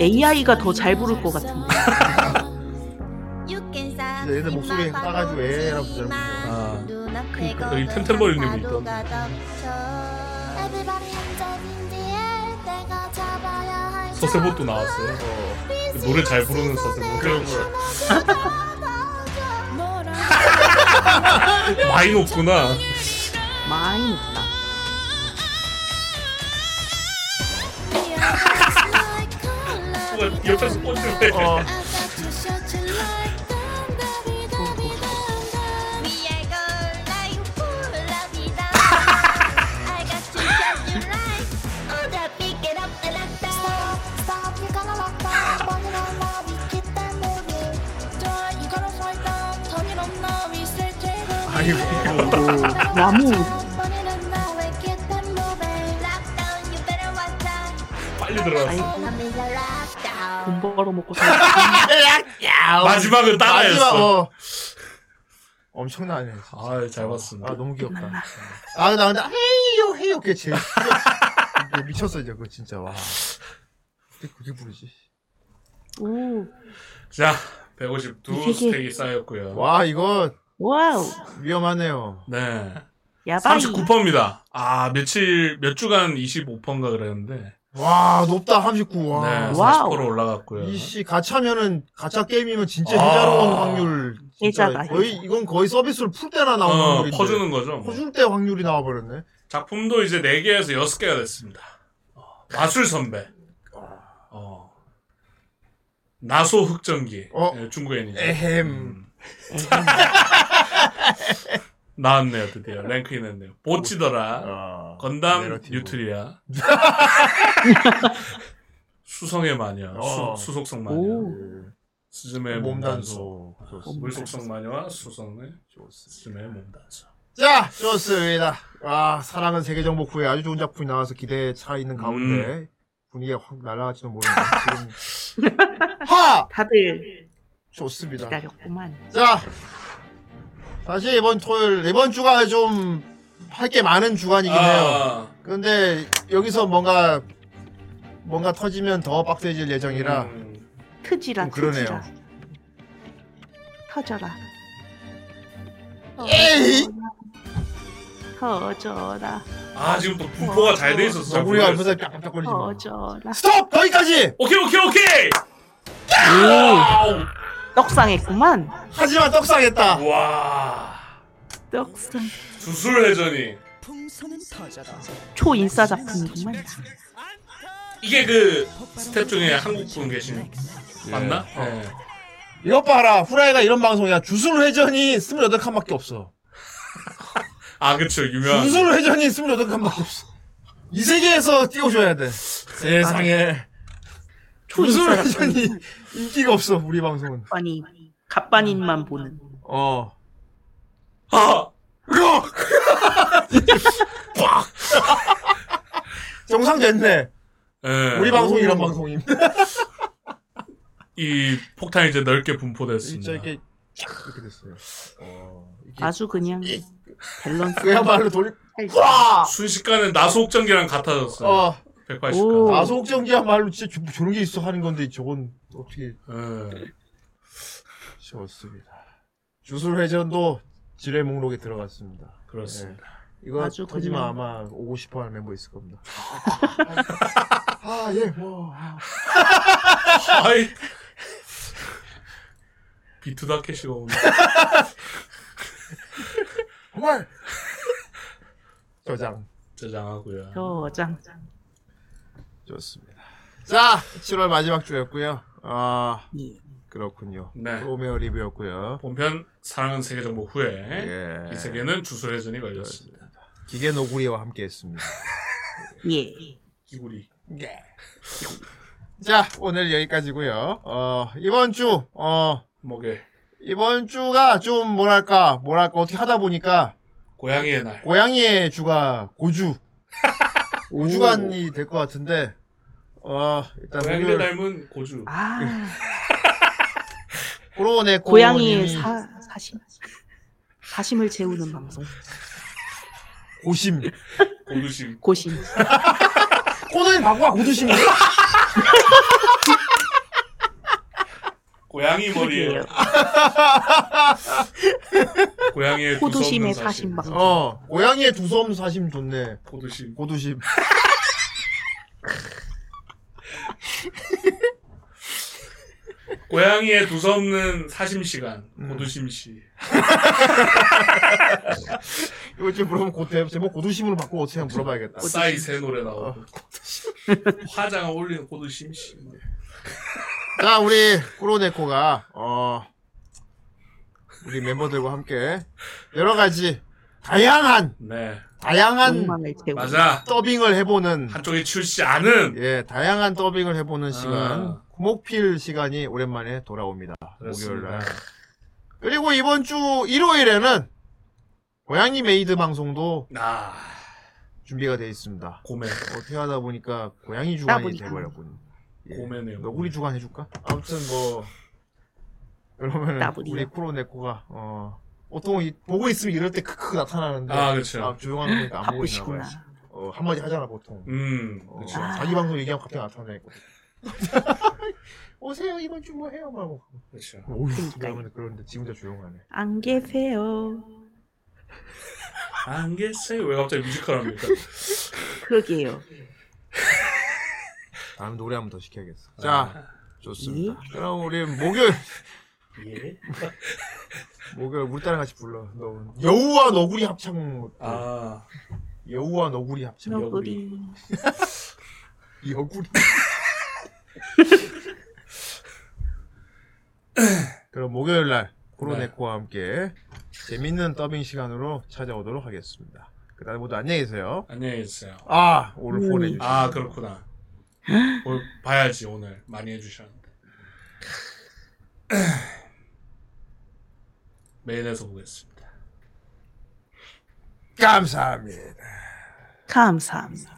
Speaker 4: AI가 더 잘 부를 것 같은데
Speaker 3: 진짜 얘들 목소리 따가지고 애라고 부르는 거
Speaker 2: 아, 그니까 여기 템템버리님이 있던데. 서세봇도 나왔어요. 노래 잘 부르는 서세봇. 그런 거. 어, 많이 높구나.
Speaker 4: 많이 높다
Speaker 2: 누가 뭐, 옆에서 꽂을래.
Speaker 1: 어.
Speaker 2: 어.
Speaker 1: 아이고
Speaker 4: 나무
Speaker 2: 빨리 들어갔어.
Speaker 4: 돈 벌어먹고
Speaker 3: 야,
Speaker 2: 마지막은 따라했어.
Speaker 3: 마지막, 어. 엄청나네.
Speaker 2: 아, 잘 봤습니다.
Speaker 3: 아, 너무 귀엽다. 아, 나 근데 헤이요 헤이요 그게 제일 싫어. 미쳤어 이제 그거 진짜 와. 어떻게 그렇게 부르지?
Speaker 4: 오
Speaker 2: 자,
Speaker 4: 이게-
Speaker 2: 152 스테이 쌓였고요.
Speaker 3: 와 이거
Speaker 4: 와우
Speaker 3: 위험하네요.
Speaker 2: 네.
Speaker 4: 야바이
Speaker 2: 39%입니다. 아, 며칠, 몇 주간 25%인가 그랬는데.
Speaker 3: 와 높다 39.
Speaker 2: 네,
Speaker 3: 와.
Speaker 2: 40% 올라갔고요.
Speaker 3: 이씨 가차면은 가차 게임이면 진짜
Speaker 2: 아.
Speaker 3: 혜자로 온 확률. 진짜
Speaker 2: 혜자다, 혜자.
Speaker 3: 거의 이건 거의 서비스로 풀 때나 나오는
Speaker 2: 어,
Speaker 3: 확률인데.
Speaker 2: 퍼주는 거죠, 뭐.
Speaker 3: 퍼줄 때 확률이 나와버렸네.
Speaker 2: 작품도 이제 4개에서 6개가 됐습니다. 어, 마술 선배. 어. 나소 흑전기. 예, 중국 애니죠.
Speaker 3: 어?
Speaker 2: 음.
Speaker 3: 에헴.
Speaker 2: 나왔네요, 드디어. 랭크인 했네요. 보찌더라.
Speaker 3: 어, 아,
Speaker 2: 건담 뉴트리아. 수성의 마녀.
Speaker 3: 어.
Speaker 2: 수, 속성 마녀. 스즈메 네, 그 몸단소.
Speaker 3: 몸단소.
Speaker 2: 어, 물속성 마녀와 수성의 스즈메 몸단소.
Speaker 3: 자, 좋습니다. 아, 사랑은 세계 정복 후에 아주 좋은 작품이 나와서 기대에 차 있는 가운데
Speaker 2: 음.
Speaker 3: 분위기가 확 날아갈지는 모르는데 지금
Speaker 4: 하 다들
Speaker 3: 좋습니다.
Speaker 4: 기다렸구만
Speaker 3: 자, 사실 이번 토요일 이번 주가 좀 할 게 많은 주간이긴 해요.
Speaker 2: 아.
Speaker 3: 그런데 여기서 뭔가 뭔가 터지면 더 빡세질 예정이라
Speaker 2: 음.
Speaker 4: 트지라
Speaker 3: 좀 그러네요.
Speaker 4: 트지라 터져라
Speaker 3: 에이!
Speaker 4: 터져라
Speaker 2: 아, 지금 또 분포가 잘 돼 있어서 잘
Speaker 3: 우리가
Speaker 2: 모르겠어요.
Speaker 3: 옆에서 깜짝거리지 마.
Speaker 4: 터져라
Speaker 3: 스톱! 거기까지!
Speaker 2: 오케이, 오케이, 오케이!
Speaker 4: 오 떡상했구만
Speaker 3: 하지만 떡상했다.
Speaker 2: 와.
Speaker 4: 떡상
Speaker 2: 주술회전이.
Speaker 4: 초인싸 작품이구만
Speaker 2: 이게 그 스텝 중에 한국 분 계신 맞나?
Speaker 3: 예. 어.
Speaker 2: 예.
Speaker 3: 이것 봐라. 후라이가 이런 방송이야. 주술회전이 28칸밖에 없어.
Speaker 2: 아 그쵸 유명한
Speaker 3: 주술회전이 28칸밖에 없어. 이 세계에서 띄워줘야 돼. 세상에. 주술회전이 인기가 없어, 우리 방송은.
Speaker 4: 아니 갑반인만 보는
Speaker 3: 어.
Speaker 2: 아!
Speaker 3: 정상 됐네.
Speaker 2: 예.
Speaker 3: 우리 방송 이런 방송임.
Speaker 2: 이 폭탄이 이제 넓게 분포됐습니다.
Speaker 3: 진짜 이렇게 쫙 이렇게 됐어요. 어. 이게
Speaker 4: 아주 그냥 밸런스
Speaker 3: 그야말로 돌,
Speaker 2: 순식간에 나소옥전기랑 같아졌어요.
Speaker 3: 어.
Speaker 2: 180가.
Speaker 4: 네.
Speaker 3: 아소옥정기야말로 진짜 저, 저런 게 있어 하는 건데 저건 어떻게
Speaker 2: 예,
Speaker 3: 좋습니다. 주술회전도 지뢰 목록에 들어갔습니다.
Speaker 2: 그렇습니다.
Speaker 3: 예. 이거
Speaker 4: 아주
Speaker 3: 터지면
Speaker 4: 그냥-
Speaker 3: 아마 오고 싶어하는 멤버 있을 겁니다. 아 예 뭐. 아.
Speaker 2: 아이. 비투다케시가 오네.
Speaker 3: 정말. 저장.
Speaker 2: 저장하고요.
Speaker 4: 저장
Speaker 3: 좋습니다. 자, 7월 마지막 주였고요. 아
Speaker 4: 예.
Speaker 3: 그렇군요.
Speaker 2: 네.
Speaker 3: 로메오 리뷰였고요.
Speaker 2: 예.
Speaker 3: 예,
Speaker 2: 본편 사랑은 세계 정복 후에 이 세계는 주술회전이 걸렸습니다.
Speaker 3: 기계 노구리와 함께했습니다.
Speaker 4: 예.
Speaker 2: 기구리.
Speaker 3: 예. 자 오늘 여기까지고요. 어 이번 주어
Speaker 2: 목에
Speaker 3: 이번 주가 좀 뭐랄까 뭐랄까 어떻게 하다 보니까
Speaker 2: 고양이의 날.
Speaker 3: 고양이의 주가 고주 5주간이 될 것 같은데 어 일단
Speaker 2: 고양이를 닮은 고주.
Speaker 4: 아.
Speaker 3: 코로네 어, 예.
Speaker 4: 고양이의 사, 사심. 사심을 재우는 방송.
Speaker 3: 고심.
Speaker 2: 고두심.
Speaker 3: 어,
Speaker 4: 고심.
Speaker 3: 예. 코너인 바보가 고두심.
Speaker 2: 고양이 머리에
Speaker 3: 예,
Speaker 2: 고양이의 두서 없는
Speaker 4: 호두심의
Speaker 2: 사심.
Speaker 4: 사심 방송.
Speaker 3: 어 고양이의 두섬 사심 좋네.
Speaker 2: 고두심.
Speaker 3: 고두심.
Speaker 2: 고양이의 두서없는 사심 시간. 고두심 씨.
Speaker 3: 이거 지금 물어보면 고, 대- 제목 고두심으로 바꾸고 어떻게 하면 물어봐야겠다.
Speaker 2: 싸이 새 노래 어, 나오고. 화장 어울리는 고두심 씨.
Speaker 3: 자, 우리 꾸로네코가 어 우리 멤버들과 함께 여러 가지 다양한
Speaker 2: 네.
Speaker 3: 다양한
Speaker 2: 맞아.
Speaker 3: 더빙을 해보는
Speaker 2: 한쪽에 출시 않은
Speaker 3: 예 다양한 더빙을 해보는 시간
Speaker 2: 아.
Speaker 3: 구목필 시간이 오랜만에 돌아옵니다 목요일 날
Speaker 2: 그렇습니다.
Speaker 3: 그리고 이번 주 일요일에는 고양이 메이드 방송도
Speaker 2: 아,
Speaker 3: 준비가 돼 있습니다
Speaker 2: 고매
Speaker 3: 어떻게 하다 보니까 고양이
Speaker 2: 나
Speaker 3: 주간이
Speaker 2: 보니까.
Speaker 3: 돼버렸군
Speaker 2: 고매네요.
Speaker 3: 너구리 그러니까 주간 해줄까 아무튼 뭐 그러면
Speaker 2: 나부리요.
Speaker 3: 우리 쿠로네코가 어 보통 이- 보고 있으면 이럴 때 크크 나타나는데
Speaker 2: 아, 그쵸.
Speaker 3: 조용한 거니까 안 보고 있나 봐요
Speaker 2: 바쁘시구나.
Speaker 3: 어, 한마디 하잖아 보통
Speaker 2: 음.
Speaker 3: 어,
Speaker 2: 그쵸.
Speaker 3: 자기 방송 얘기하면 갑자기 나타나고 오세요 이번 주 뭐 해요 말고
Speaker 2: 그렇죠.
Speaker 3: 그러면 그런데 지금도 조용하네
Speaker 4: 안 계세요.
Speaker 2: 안 계세요. 왜 갑자기 뮤지컬 합니까?
Speaker 4: 그러게요.
Speaker 3: 다음 노래 한 번 더 시켜야겠어 자 좋습니다 그럼 우리 목요일
Speaker 2: 예.
Speaker 3: 목요일 우리 딸랑 같이 불러 너 여우와 너구리 합창
Speaker 2: 아.
Speaker 3: 여우와 너구리 합창
Speaker 4: 너구리.
Speaker 3: 여구리. 그럼 목요일 날 코로네코와 함께 재밌는 더빙 시간으로 찾아오도록 하겠습니다. 그다음 모두 안녕히 계세요.
Speaker 2: 안녕히 계세요.
Speaker 3: 아 오늘 보내주신.
Speaker 2: 아 그렇구나. 오늘 봐야지 오늘 많이 해주셨는데. 메인에서 보겠습니다.
Speaker 3: 감사합니다.
Speaker 4: 감사합니다.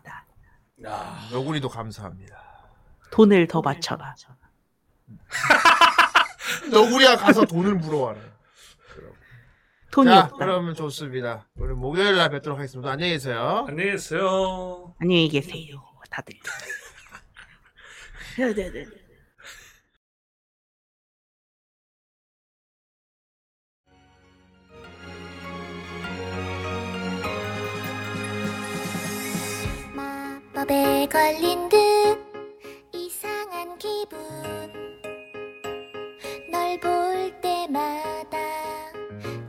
Speaker 2: 아,
Speaker 3: 너구리도 감사합니다.
Speaker 4: 돈을 더 바쳐라.
Speaker 3: 너구리야 가서 돈을 물어와라.
Speaker 4: 돈이
Speaker 3: 자
Speaker 4: 없다.
Speaker 3: 그러면 좋습니다. 오늘 목요일 날 뵙도록 하겠습니다. 안녕히 계세요.
Speaker 2: 안녕히 계세요.
Speaker 4: 안녕히 계세요. 다들. 네네네.
Speaker 1: 마법에 걸린 듯 이상한 기분 널 볼 때마다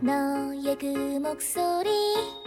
Speaker 1: 너의 그 목소리